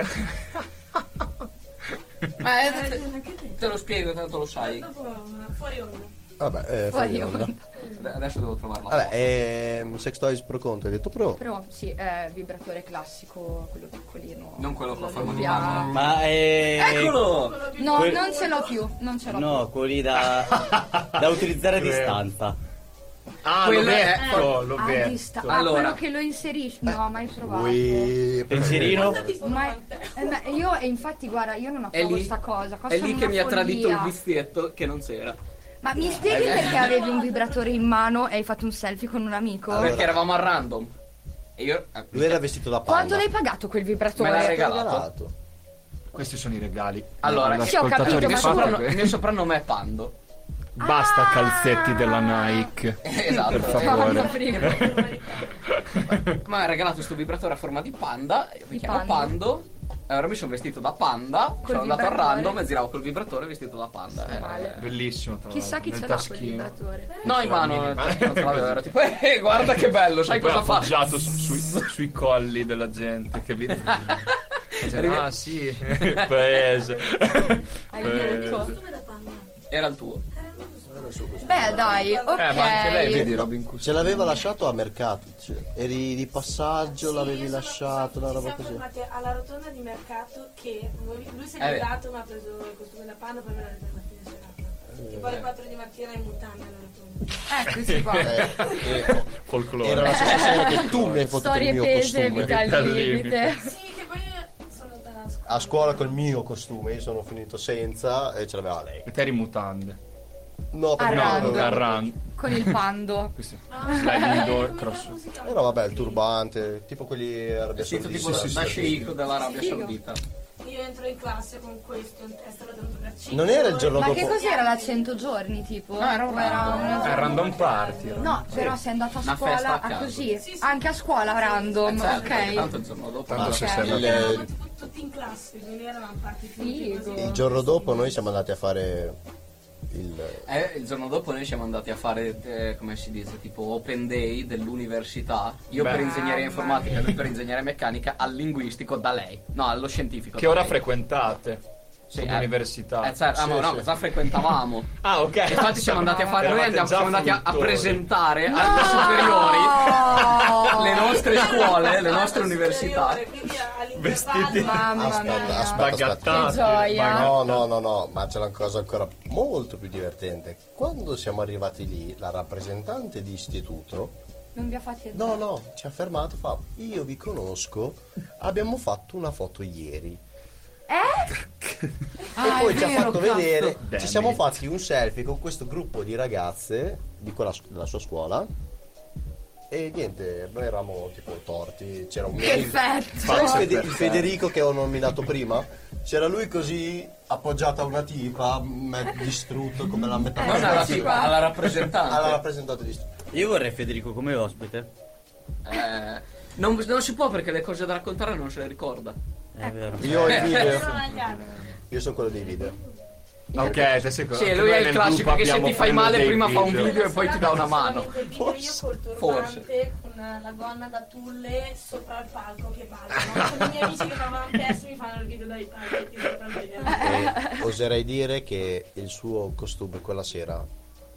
Speaker 7: Ma eh,
Speaker 9: Eh,
Speaker 7: te,
Speaker 9: anche te.
Speaker 7: te lo spiego, tanto lo sai.
Speaker 9: Dopo eh, fuori onda.
Speaker 4: Vabbè, eh, fuori
Speaker 5: Fuori
Speaker 4: onda.
Speaker 5: onda.
Speaker 7: Ad- Adesso devo trovarla.
Speaker 2: Ah,
Speaker 4: Vabbè, ehm, sex toys pro contro, hai detto pro.
Speaker 5: Però sì, è vibratore classico, quello piccolino.
Speaker 7: Non quello con la forma di
Speaker 5: dobbiamo-
Speaker 7: mano.
Speaker 2: Ma è...
Speaker 7: Eccolo!
Speaker 5: No,
Speaker 2: Quel-
Speaker 5: non ce l'ho più, non ce l'ho
Speaker 2: No, quelli da, da utilizzare a distanza.
Speaker 6: Ah,
Speaker 7: Quello
Speaker 6: l'ho
Speaker 7: è- ecco,
Speaker 6: detto,
Speaker 5: più.
Speaker 6: l'ho
Speaker 5: Ah,
Speaker 6: detto.
Speaker 5: dista-
Speaker 7: Allora.
Speaker 5: ah, quello che lo inserisci. No, mai provato.
Speaker 4: Ui,
Speaker 2: Pensierino?
Speaker 5: Ma, eh, ma io, e infatti, guarda, io non ho
Speaker 7: È
Speaker 5: fatto
Speaker 7: lì,
Speaker 5: Ecco questa cosa. qua
Speaker 7: è
Speaker 5: sono
Speaker 7: lì che
Speaker 5: una
Speaker 7: mi ha tradito il
Speaker 5: follia.
Speaker 7: vizietto che non c'era.
Speaker 5: Ma mi spieghi perché avevi un vibratore in mano e hai fatto un selfie con un amico?
Speaker 7: Perché eravamo a random. E io... eh,
Speaker 4: lui era vestito da panda.
Speaker 5: Quanto l'hai pagato quel vibratore?
Speaker 7: Me l'ha regalato.
Speaker 4: regalato?
Speaker 6: Questi sono i regali.
Speaker 7: Allora,
Speaker 5: Sì, ho capito,
Speaker 7: il
Speaker 5: ma
Speaker 7: mio, soprano-
Speaker 5: soprattutto-
Speaker 7: il mio soprannome è Pando.
Speaker 6: Basta calzetti della Nike.
Speaker 7: Esatto.
Speaker 6: Per favore.
Speaker 7: Ma ha regalato questo vibratore a forma di panda. Io mi
Speaker 5: Di
Speaker 7: chiamo
Speaker 5: panda.
Speaker 7: Pando. Allora mi sono vestito da panda,
Speaker 5: Col
Speaker 7: sono andato a
Speaker 5: vibratore.
Speaker 7: random e giravo col vibratore vestito da panda. Eh,
Speaker 6: Bellissimo, tra
Speaker 5: Chissà
Speaker 6: l'altro,
Speaker 5: chi
Speaker 6: nel
Speaker 5: ce l'ha quel
Speaker 6: taschino.
Speaker 5: vibratore.
Speaker 7: No, in mano,
Speaker 6: Mini-
Speaker 7: nel taschino, te l'avevo, ero tipo, eh, guarda che bello, sai
Speaker 6: E poi
Speaker 7: cosa fa?
Speaker 6: appoggiato su- sui, sui colli della gente che vede. ah sì, paese. paese.
Speaker 7: Era il tuo.
Speaker 5: Beh, dai, ok.
Speaker 4: Robin Ce l'aveva lasciato a mercato. cioè, eri di passaggio, l'avevi lasciato, una roba
Speaker 9: Siamo
Speaker 4: così.
Speaker 9: fermati alla rotonda di mercato che voi- lui si
Speaker 4: Eh,
Speaker 9: è
Speaker 4: beh.
Speaker 9: andato ma ha preso il costume da panna poi me l'ha detto alla fine
Speaker 4: Eh.
Speaker 9: serata. Che poi alle 4 di mattina è in mutande alla rotonda.
Speaker 5: Eccoci qua.
Speaker 6: Folklore.
Speaker 4: Eh, ecco. Era la sensazione che tu mi hai fatto il
Speaker 5: Storie
Speaker 4: mio
Speaker 5: tese,
Speaker 4: costume.
Speaker 5: vita al limite.
Speaker 9: Sì, che poi io sono da
Speaker 4: A scuola col mio costume, io sono finito senza e ce l'aveva lei.
Speaker 6: E te eri mutande.
Speaker 4: No, perché
Speaker 5: A
Speaker 4: non
Speaker 5: random.
Speaker 4: avevo-
Speaker 5: Con il pando.
Speaker 9: Ah.
Speaker 6: Slide indoor, cross.
Speaker 4: Era vabbè, il turbante, tipo quelli arabi
Speaker 7: Vestito
Speaker 4: Saudita.
Speaker 7: tipo da sceicco dell'Arabia
Speaker 9: Figo.
Speaker 7: Saudita.
Speaker 9: Io entro in classe con questo in testa la tenuta da cinque
Speaker 4: Non era il giorno
Speaker 5: Ma
Speaker 4: dopo.
Speaker 5: che cos'era la 100 giorni tipo? No, era
Speaker 6: È random party. era.
Speaker 5: No, però sei andato a
Speaker 6: Una
Speaker 5: scuola
Speaker 6: festa a
Speaker 5: a
Speaker 6: caso.
Speaker 5: così, anche a scuola random,
Speaker 7: Certo, perché Tanto
Speaker 5: ok?
Speaker 7: il giorno dopo.
Speaker 4: Tanto
Speaker 7: Ah,
Speaker 4: se
Speaker 7: ok.
Speaker 4: sei andato-
Speaker 7: Il-
Speaker 9: tutti in classe, quindi eravamo partiti tutti
Speaker 5: Figo.
Speaker 9: così.
Speaker 4: Il giorno dopo noi siamo andati a fare il...
Speaker 7: Eh, il giorno dopo noi siamo andati a fare, eh, come si dice, tipo open day dell'università. Io
Speaker 6: Beh.
Speaker 7: per ingegneria
Speaker 6: Ah,
Speaker 7: informatica, lui per ingegneria meccanica, al linguistico da lei. No, allo scientifico.
Speaker 6: Che
Speaker 7: da
Speaker 6: ora
Speaker 7: lei.
Speaker 6: frequentate?
Speaker 7: Sì, eh.
Speaker 6: L'università.
Speaker 7: Eh, certo, ah, ma no, già frequentavamo.
Speaker 6: Ah, ok.
Speaker 7: Infatti siamo andati a fare, noi
Speaker 6: Eravate
Speaker 7: andiamo-
Speaker 6: già
Speaker 7: siamo andati a, a
Speaker 6: fruttori.
Speaker 7: presentare
Speaker 5: Oh!
Speaker 7: alle superiori le nostre scuole, le nostre università.
Speaker 4: Vestiti aspetta, aspetta, aspetta.
Speaker 5: Che gioia.
Speaker 4: Ma No, no, no, no, ma c'è una cosa ancora molto più divertente. Quando siamo arrivati lì, la rappresentante di istituto
Speaker 5: Non vi ha fatti
Speaker 4: No, no, ci ha fermato, fa, io vi conosco, abbiamo fatto una foto ieri. e poi ci ha fatto vedere, ci siamo fatti un selfie con questo gruppo di ragazze di quella, della sua scuola. E niente, noi eravamo tipo torti, c'era un
Speaker 5: Perfetto.
Speaker 4: Sai Fede-
Speaker 5: Perfetto.
Speaker 4: il Federico che ho nominato prima? C'era lui così appoggiato a una tipa, me- distrutto come la
Speaker 6: Eh,
Speaker 4: metà Ah,
Speaker 7: Non alla tipa, alla rappresentante.
Speaker 4: Alla rappresentante distrutta.
Speaker 2: Io vorrei Federico come ospite.
Speaker 7: Eh, non, non si può perché le cose da raccontare non se le ricorda.
Speaker 2: È Eh, vero.
Speaker 4: Io ho i video.
Speaker 9: sbagliato.
Speaker 4: Io sono quello dei video.
Speaker 6: Ok, te sei
Speaker 7: Sì, lui è il classico che se ti fai male prima fa un video e poi ti dà una mano.
Speaker 9: Io col turbante, con la gonna da tulle sopra il palco che balla. Con i miei amici che fanno test mi fanno il video dai palchi sopra il
Speaker 4: Eh.
Speaker 9: palco.
Speaker 4: E oserei dire che il suo costume quella sera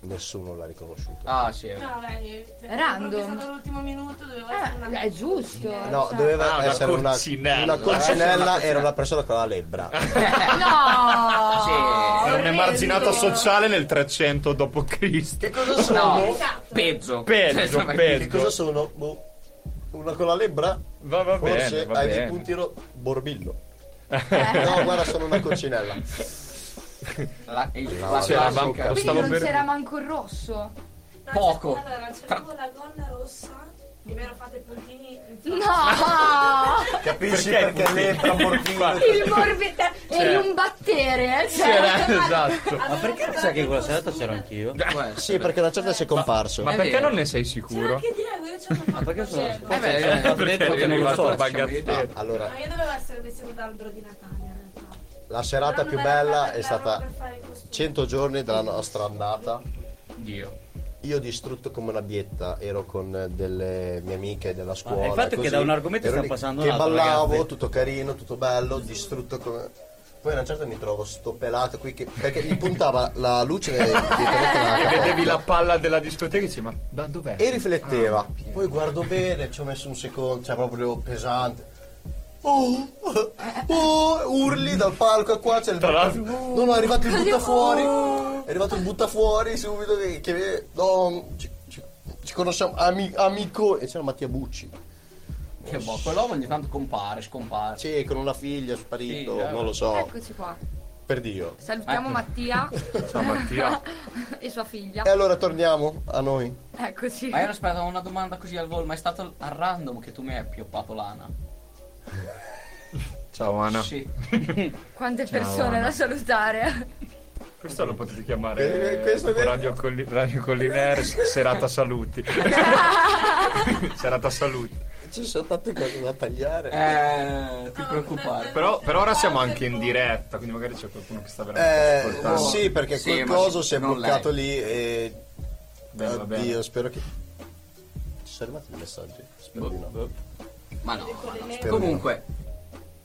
Speaker 4: nessuno l'ha riconosciuto.
Speaker 7: Ah, sì.
Speaker 9: No, dai, perché
Speaker 5: Random. Eh.
Speaker 9: È stato l'ultimo minuto, doveva essere una...
Speaker 5: È giusto.
Speaker 4: No,
Speaker 5: cioè-
Speaker 4: doveva
Speaker 6: Ah, una
Speaker 4: essere una
Speaker 6: coccinella.
Speaker 4: Una coccinella
Speaker 6: Coccinella.
Speaker 4: era una persona con la lebbra.
Speaker 6: Eh,
Speaker 5: No!
Speaker 7: Sì.
Speaker 6: È un'emarginata sociale nel 300 d.C.
Speaker 4: Che cosa sono?
Speaker 7: No, peggio.
Speaker 6: Peggio,
Speaker 7: Cioè,
Speaker 4: Che cosa
Speaker 6: peggio.
Speaker 4: sono? Boh. Una con la lebbra?
Speaker 6: Va, va bene,
Speaker 4: Forse
Speaker 6: va
Speaker 4: hai
Speaker 6: bene.
Speaker 4: dei punti ro- borbillo. no, guarda, sono una coccinella.
Speaker 7: La, il,
Speaker 4: No,
Speaker 7: la
Speaker 4: c'era
Speaker 7: classica. Eh,
Speaker 4: manco-
Speaker 5: Quindi
Speaker 4: stavo
Speaker 5: non
Speaker 4: per-
Speaker 5: c'era manco il rosso.
Speaker 7: Poco.
Speaker 9: Allora, c'avevo la gonna rossa che mi ero fatta i puntini in
Speaker 5: No!
Speaker 4: Capisci perché, lebbra, borbillo?
Speaker 5: Il morbide eri un battere, eh, cioè.
Speaker 6: esatto.
Speaker 2: Ma perché non sai che quella serata c'ero anch'io? Cioè,
Speaker 4: Sì, perché una certa sei comparso.
Speaker 6: Ma perché non ne sei sicuro?
Speaker 9: Che Diego, io c'ho fatto
Speaker 2: Perché sono
Speaker 9: cervo.
Speaker 2: ho
Speaker 7: beh, eh,
Speaker 2: detto
Speaker 6: perché
Speaker 2: che
Speaker 6: è
Speaker 2: non lo
Speaker 6: arrivato
Speaker 2: so. cioè,
Speaker 6: la bagazzetta.
Speaker 4: No, allora,
Speaker 9: Ma io dovevo essere vestito d'albero di Natale in realtà.
Speaker 4: la serata
Speaker 9: Però non
Speaker 4: più
Speaker 9: era
Speaker 4: bella
Speaker 9: andata
Speaker 4: è
Speaker 9: per
Speaker 4: stata
Speaker 9: fare i costumi.
Speaker 4: 100 giorni dalla nostra andata.
Speaker 6: Dio.
Speaker 4: Io distrutto come una bietta, ero con eh, delle mie amiche della scuola.
Speaker 2: il fatto è che
Speaker 4: così.
Speaker 2: da un argomento
Speaker 4: Ero
Speaker 2: stiamo
Speaker 4: lì
Speaker 2: passando
Speaker 4: Che
Speaker 2: un altro,
Speaker 4: ballavo,
Speaker 2: ragazzi.
Speaker 4: tutto carino, tutto bello, distrutto come... Poi a una certa mi trovo sto pelato qui che... perché gli puntava la luce nel- dietro la
Speaker 6: E
Speaker 4: craca.
Speaker 6: vedevi la palla della discoteca e dici, ma da dov'è?
Speaker 4: E rifletteva. Ah, Poi guardo bene, ci ho messo un secondo, cioè proprio pesante. Oh, oh, urli dal palco qua c'è il
Speaker 6: Tra l'altro-
Speaker 4: No, no, è arrivato il buttafuori. È arrivato il buttafuori subito che, che- no, ci, ci- ci conosciamo ami- amico e c'era Mattia Bucci.
Speaker 7: Che boh, quell'uomo ogni tanto compare, scompare.
Speaker 4: Sì, con una figlia è sparito,
Speaker 7: Sì, eh.
Speaker 4: non lo so.
Speaker 5: Eccoci qua.
Speaker 4: Per Dio.
Speaker 5: Salutiamo Mattia
Speaker 6: Ciao Mattia.
Speaker 5: e sua figlia. Ecco,
Speaker 4: E allora torniamo a noi.
Speaker 5: Eccoci.
Speaker 7: Ma io aspettavo una domanda così al volo, ma è stato a random che tu mi hai pioppato l'ana?
Speaker 6: Ciao Ana.
Speaker 7: Sì.
Speaker 5: Quante
Speaker 6: Ciao,
Speaker 5: persone
Speaker 6: Anna.
Speaker 5: da salutare.
Speaker 6: Questo lo potete
Speaker 4: Eh,
Speaker 6: chiamare
Speaker 4: questo è vero.
Speaker 6: Radio, Colli- Radio Collinaire, s- serata saluti. serata saluti.
Speaker 4: Ci sono tante cose da tagliare.
Speaker 3: Eh, ti preoccupare.
Speaker 6: Però Oh, per ora siamo anche in diretta, quindi magari c'è qualcuno che sta veramente
Speaker 4: Eh,
Speaker 6: ascoltando.
Speaker 4: sì, perché quel coso si è bloccato lì e.
Speaker 6: Bene, va bene.
Speaker 4: Oddio, spero che. Ci sono arrivati i messaggi? Spero di
Speaker 7: Boh,
Speaker 4: no.
Speaker 7: Ma no, ma no.
Speaker 4: Spero
Speaker 7: Comunque,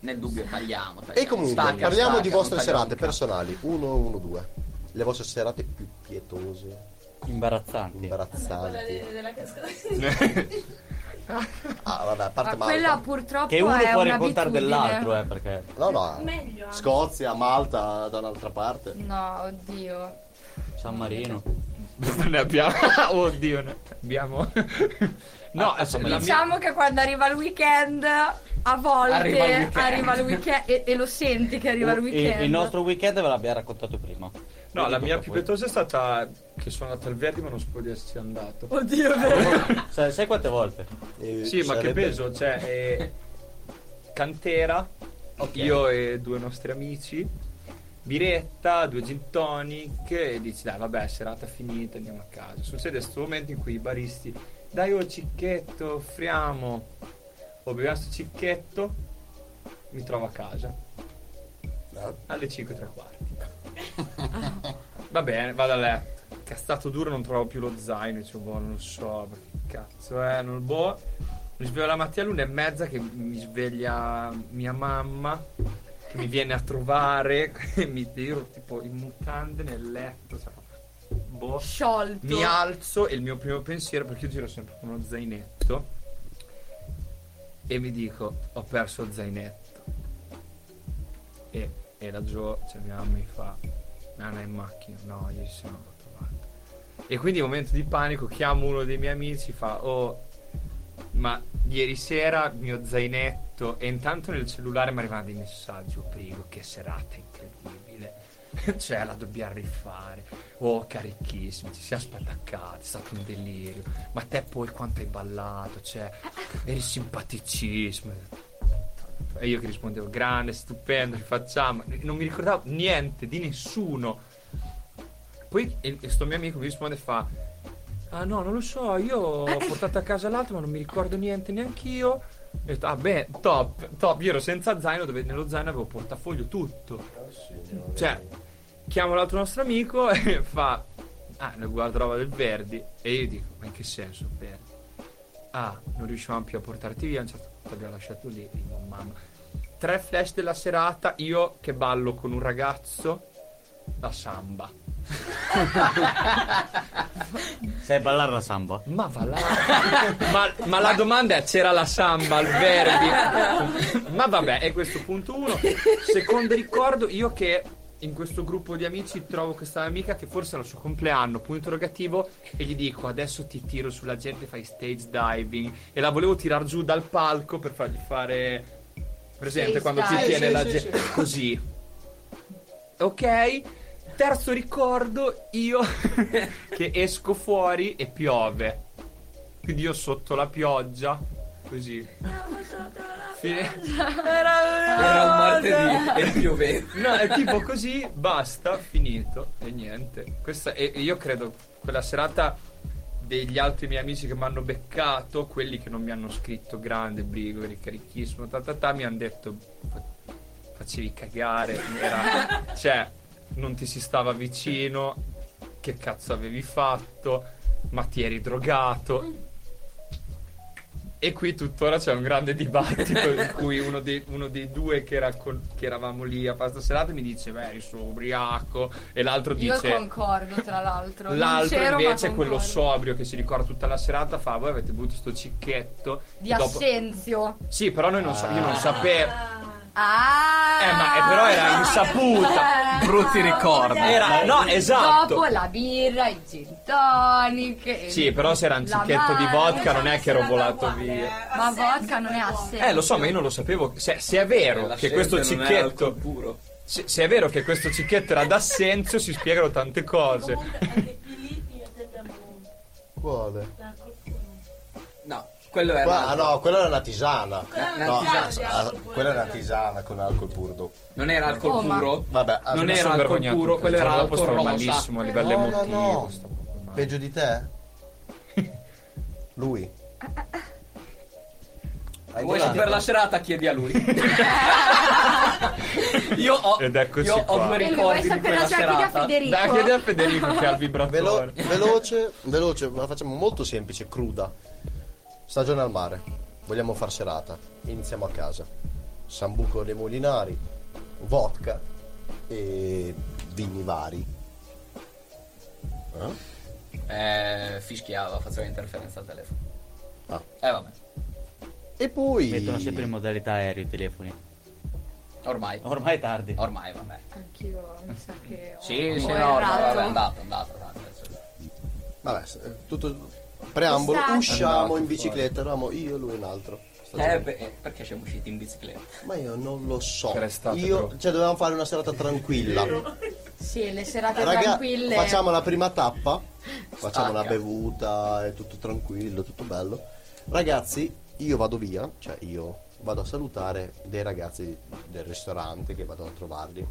Speaker 7: nel dubbio tagliamo. tagliamo.
Speaker 4: E comunque,
Speaker 7: Stacca,
Speaker 4: parliamo
Speaker 7: stacca,
Speaker 4: di vostre
Speaker 7: non tagliamo
Speaker 4: serate
Speaker 7: un cazzo.
Speaker 4: personali. 1-1-2. Le vostre serate più pietose.
Speaker 2: Imbarazzanti.
Speaker 9: Quella
Speaker 4: Imbarazzanti.
Speaker 9: de- della cascata.
Speaker 4: Ah, vabbè, a parte
Speaker 5: Ma quella
Speaker 4: Malta.
Speaker 5: purtroppo
Speaker 2: Che uno
Speaker 5: è
Speaker 2: può raccontare
Speaker 5: un'abitudine.
Speaker 2: dell'altro, eh, perché.
Speaker 4: No, no.
Speaker 5: Meglio anche.
Speaker 4: Scozia, Malta, da un'altra parte.
Speaker 5: No, oddio.
Speaker 2: San Marino.
Speaker 6: Non ne abbiamo. Oddio, ne abbiamo. No, eh, la mia-
Speaker 5: Diciamo che quando arriva il weekend a volte
Speaker 2: Arriva
Speaker 5: arriva
Speaker 2: il
Speaker 5: il
Speaker 2: weekend.
Speaker 5: weekend, e, e lo senti che arriva il
Speaker 2: Uh, Il-
Speaker 5: weekend.
Speaker 2: Il nostro weekend ve l'abbiamo raccontato prima.
Speaker 6: No, la mia più pietosa è stata che sono andato al Verdi ma non so di esserci andato.
Speaker 5: Oddio,
Speaker 2: Cioè, sai, sai quante volte?
Speaker 6: Sì, ma che peso, cioè, eh, Cantera, io e due nostri amici, biretta, due gin tonic e dici dai vabbè, serata finita, andiamo a casa. Succede questo momento in cui i baristi, dai oh cicchetto, offriamo, ho bevuto sto cicchetto, mi trovo a casa. Alle 5 e tre quarti. Va bene, vado a letto. Che è stato duro, non trovo più lo zaino. Dicevo, boh, non lo so, ma che cazzo è, non boh. Mi sveglio la mattina alle 1 e mezza che mi sveglia mia mamma, che mi viene a trovare, e mi tiro tipo in mutande nel letto. cioè, boh.
Speaker 5: Sciolto.
Speaker 6: Mi alzo e il mio primo pensiero, perché io giro sempre con uno zainetto, e mi dico, ho perso lo zainetto. E, e la Jo, cioè mia mamma mi fa, Nana è in macchina, no, io ci sono l'ho trovato. E quindi in momento di panico chiamo uno dei miei amici, fa, oh, ma ieri sera mio zainetto, e intanto nel cellulare mi arrivano dei messaggi, oh prego, che serata incredibile. Cioè, la dobbiamo rifare. Oh, carichissimi, ci siamo spattaccati, è stato un delirio. Ma te poi quanto hai ballato, cioè, eri simpaticissimo. E io che rispondevo, grande, stupendo, rifacciamo. Non mi ricordavo niente di nessuno. Poi e- e sto mio amico mi risponde e fa, ah no, non lo so, io ho portato a casa l'altro ma non mi ricordo niente neanch'io. E ho detto, ah beh, top, top. Io ero senza zaino, dove nello zaino avevo portafoglio tutto. Cioè, chiamo l'altro nostro amico e fa, ah, ne guardo roba del Verdi. E io dico, ma in che senso Verdi? Ah, non riuscivamo più a portarti via, a un certo punto l'abbiamo lasciato lì. e io, mamma. Tre flash della serata, io che ballo con un ragazzo, la samba.
Speaker 2: Sai ballare la samba?
Speaker 6: Ma va là. ma, ma la domanda è c'era la samba al Verdi ma vabbè è questo punto uno secondo ricordo io che in questo gruppo di amici trovo questa amica che forse è il suo compleanno punto interrogativo e gli dico adesso ti tiro sulla gente fai stage diving e la volevo tirar giù dal palco per fargli fare presente
Speaker 3: Stage
Speaker 6: quando ti
Speaker 3: diving.
Speaker 6: tiene
Speaker 3: Sì,
Speaker 6: la
Speaker 3: sì,
Speaker 6: gente
Speaker 3: sì.
Speaker 6: così ok terzo ricordo io che esco fuori e piove quindi io sotto la pioggia, così. Fine.
Speaker 3: Era un
Speaker 6: Ah,
Speaker 3: martedì e pioveva.
Speaker 6: No, è tipo così, basta, finito e niente. Questa e e io credo quella serata degli altri miei amici che mi hanno beccato, quelli che non mi hanno scritto grande brigo, eri carichissimo, ta ta ta, mi hanno detto "Fa- facevi cagare, era- cioè non ti si stava vicino, che cazzo avevi fatto, ma ti eri drogato. E qui tuttora c'è un grande dibattito in cui uno dei, uno dei due che, era col- che eravamo lì a pasta serata mi dice, beh, eri solo ubriaco, e l'altro
Speaker 5: Io
Speaker 6: dice...
Speaker 5: concordo tra l'altro. Non
Speaker 6: L'altro
Speaker 5: c'ero, ma
Speaker 6: invece, quello
Speaker 5: concordo.
Speaker 6: sobrio che si ricorda tutta la serata, fa: Voi avete bevuto sto cicchetto.
Speaker 5: di
Speaker 6: e dopo-
Speaker 5: Assenzio.
Speaker 6: Sì, però noi non sa- io non sapevo.
Speaker 5: Ah!
Speaker 6: Eh, ma eh, però era insaputa. Brutti ricordi. Era, no, esatto.
Speaker 5: Dopo la birra, i gin tonic. e-
Speaker 6: Sì, però se era un
Speaker 5: la
Speaker 6: cicchetto di
Speaker 5: mano.
Speaker 6: vodka, non è che ero volato via.
Speaker 5: Ma vodka non è Assenzio.
Speaker 6: Eh, lo so, ma io non lo sapevo. Se, se è vero
Speaker 3: La
Speaker 6: che questo
Speaker 3: gente non è alcol
Speaker 6: cicchetto. Se, se è vero che questo cicchetto era d'assenzio, si spiegano tante cose.
Speaker 4: Quale?
Speaker 3: No, quello
Speaker 7: Eh,
Speaker 3: era.
Speaker 4: Ah, no, quella era una tisana.
Speaker 3: Quella era
Speaker 4: No,
Speaker 3: una tisana
Speaker 4: s-
Speaker 3: di
Speaker 4: ah,
Speaker 3: alcol
Speaker 4: quella era una tisana con alcol puro.
Speaker 3: Non era alcol Oh, ma- puro?
Speaker 4: Vabbè,
Speaker 3: Non era alcol puro, quello
Speaker 6: cioè,
Speaker 3: era alcol rosa.
Speaker 6: No, no,
Speaker 4: No,
Speaker 6: no.
Speaker 4: no. Peggio di te? Lui.
Speaker 3: Vuoi sapere la serata? Chiedi a lui. io ho,
Speaker 6: Ed eccoci
Speaker 3: io ho
Speaker 6: qua.
Speaker 3: due
Speaker 6: E lui,
Speaker 3: ricordi
Speaker 6: vuoi
Speaker 3: di quella
Speaker 6: sapere la
Speaker 3: serata.
Speaker 6: Federico. Dai, chiedi a Federico che ha il vibratore.
Speaker 4: veloce, veloce, ma la facciamo molto semplice, cruda. Stagione al mare. Vogliamo far serata. Iniziamo a casa. Sambuco dei Molinari, vodka e vini vari. Eh?
Speaker 7: Eh, fischiava, faceva interferenza al telefono.
Speaker 4: Ah.
Speaker 7: Eh vabbè.
Speaker 4: E poi...
Speaker 2: Mettono sempre in modalità aereo i telefoni.
Speaker 7: Ormai.
Speaker 2: Ormai è tardi.
Speaker 7: Ormai, vabbè.
Speaker 5: Anch'io mi sa che ho
Speaker 7: Sì,
Speaker 5: ho
Speaker 7: sì, no, no,
Speaker 5: errato.
Speaker 7: vabbè, è andato, è andato, è andato.
Speaker 4: Vabbè, s- eh, tutto preambolo,
Speaker 7: Esatto.
Speaker 4: usciamo
Speaker 7: Andato
Speaker 4: in bicicletta, eravamo io e lui e un altro.
Speaker 7: Eh, beh, eh, perché siamo usciti in bicicletta?
Speaker 4: Ma io non lo so.
Speaker 7: estate,
Speaker 4: Io, cioè, dovevamo fare una serata tranquilla.
Speaker 12: Sì, le serate
Speaker 4: Raga,
Speaker 12: tranquille.
Speaker 4: facciamo la prima tappa, facciamo
Speaker 12: Stacca.
Speaker 4: una bevuta, è tutto tranquillo, tutto bello. Ragazzi, io vado via, cioè io vado a salutare dei ragazzi del ristorante che vado a trovarli.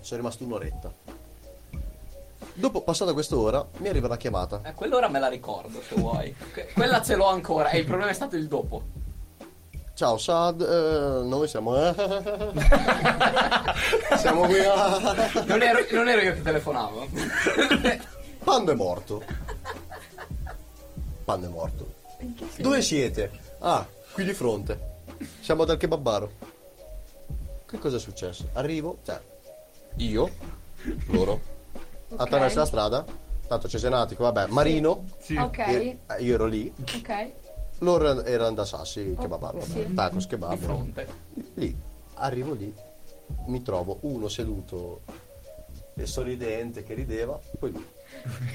Speaker 4: Sono rimasto un'oretta. Dopo, passata quest'ora, mi arriva la chiamata.
Speaker 7: Eh, quell'ora me la ricordo, se vuoi. Que- Quella ce l'ho ancora, e il problema è stato il dopo.
Speaker 4: Ciao Sad, eh, noi siamo... siamo qui a...
Speaker 7: Non ero, non ero io che telefonavo.
Speaker 4: Pando è morto. Pando è morto. Dove siete? Ah, qui di fronte. Siamo dal kebabbaro. Che cosa è successo? Arrivo, cioè, io, loro, attraverso la strada, tanto cesenatico, vabbè, Marino,
Speaker 5: Sì. Ok.
Speaker 4: e- eh, io ero lì,
Speaker 5: Ok.
Speaker 4: loro er-, erano da Sassi, kebabaro,
Speaker 5: sì.
Speaker 4: vabbè, tacos, kebab.
Speaker 5: Di
Speaker 7: fronte.
Speaker 4: Lì, arrivo lì, mi trovo uno seduto e sorridente che rideva, poi lui.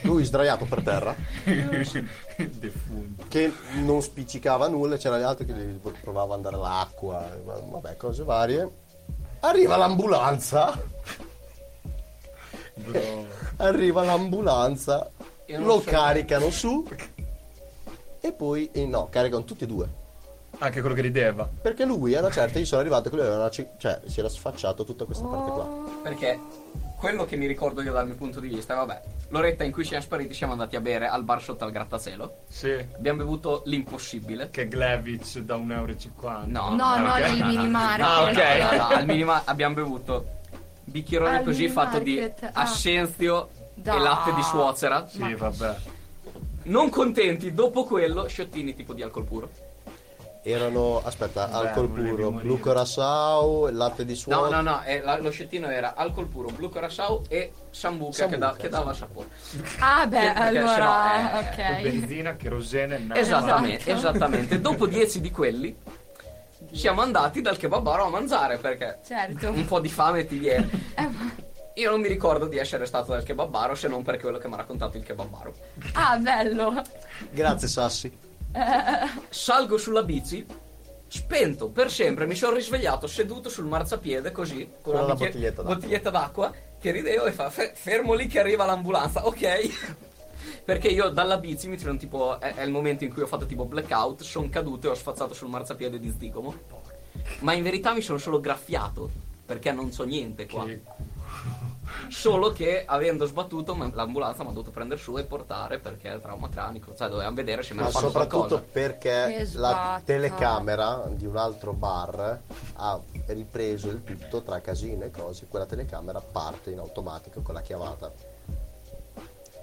Speaker 4: Lui sdraiato per terra,
Speaker 6: Defunto.
Speaker 4: che non spiccicava nulla, c'era gli altri che gli provava ad andare all'acqua, vabbè, cose varie. Arriva l'ambulanza. Arriva l'ambulanza,
Speaker 7: Io non
Speaker 4: lo
Speaker 7: so-
Speaker 4: caricano su e poi eh, no, caricano tutti e due.
Speaker 6: Anche quello che rideva.
Speaker 4: Perché lui era certo, io sono arrivato e lui era una ci- cioè si era sfacciato tutta questa parte
Speaker 5: Oh,
Speaker 4: qua.
Speaker 7: Perché quello che mi ricordo io dal mio punto di vista, vabbè, l'oretta in cui siamo spariti siamo andati a bere al bar sotto al grattacielo.
Speaker 6: Sì.
Speaker 7: Abbiamo bevuto l'impossibile.
Speaker 6: Che Glevic da 1,50 euro.
Speaker 7: No,
Speaker 5: No, no,
Speaker 7: ok.
Speaker 5: il minimare.
Speaker 7: Ah, ok. No, no, al minima abbiamo bevuto bicchierone
Speaker 5: Al
Speaker 7: così fatto di
Speaker 5: minimarket, ah.
Speaker 7: assenzio
Speaker 5: Dai.
Speaker 7: e latte di suocera.
Speaker 5: Sì, Ma-
Speaker 6: vabbè.
Speaker 7: Non contenti, dopo quello, sciottini tipo di alcol puro.
Speaker 4: Erano, aspetta,
Speaker 7: Beh,
Speaker 4: alcol
Speaker 7: volevi
Speaker 4: puro,
Speaker 7: morire.
Speaker 4: blu curassao, latte di suono.
Speaker 7: No, no, no, eh, la- lo sciottino era alcol puro, blu curaçao e sambuca, che, da- che dava sapore.
Speaker 5: Ah beh,
Speaker 7: Perché sennò,
Speaker 5: allora,
Speaker 7: eh,
Speaker 5: ok.
Speaker 6: Benzina, kerosene, no.
Speaker 7: Esattamente, esattamente. Dopo 10 di quelli siamo andati dal kebabaro a mangiare perché
Speaker 5: Certo. Eh,
Speaker 7: un po' di fame ti viene. Io non mi ricordo di essere stato dal kebabaro se non per quello che mi ha raccontato il kebabaro.
Speaker 5: Ah, bello.
Speaker 4: Grazie Sassi.
Speaker 5: Eh,
Speaker 7: Salgo sulla bici, spento per sempre, mi sono risvegliato seduto sul marciapiede così, con
Speaker 4: Con
Speaker 7: una
Speaker 4: la
Speaker 7: bicchie-
Speaker 4: bottiglietta d'acqua.
Speaker 7: bottiglietta d'acqua, che ridevo e fa "Fe- fermo lì che arriva l'ambulanza, ok? Perché io dalla bici mi sono tipo, è, è il momento in cui ho fatto tipo blackout, sono caduto e ho sfazzato sul marciapiede di Sdigomo. Ma in verità mi sono solo graffiato, perché non so niente qua. Solo che avendo sbattuto ma- l'ambulanza mi ha dovuto prendere su e portare perché era trauma cranico, cioè dovevamo vedere se mi
Speaker 4: Ma
Speaker 7: hanno fatto
Speaker 4: soprattutto
Speaker 7: qualcosa.
Speaker 5: Che
Speaker 4: perché la
Speaker 5: sbatta.
Speaker 4: telecamera di un altro bar ha ripreso il tutto tra casino e cose. Quella telecamera parte in automatico con la chiamata.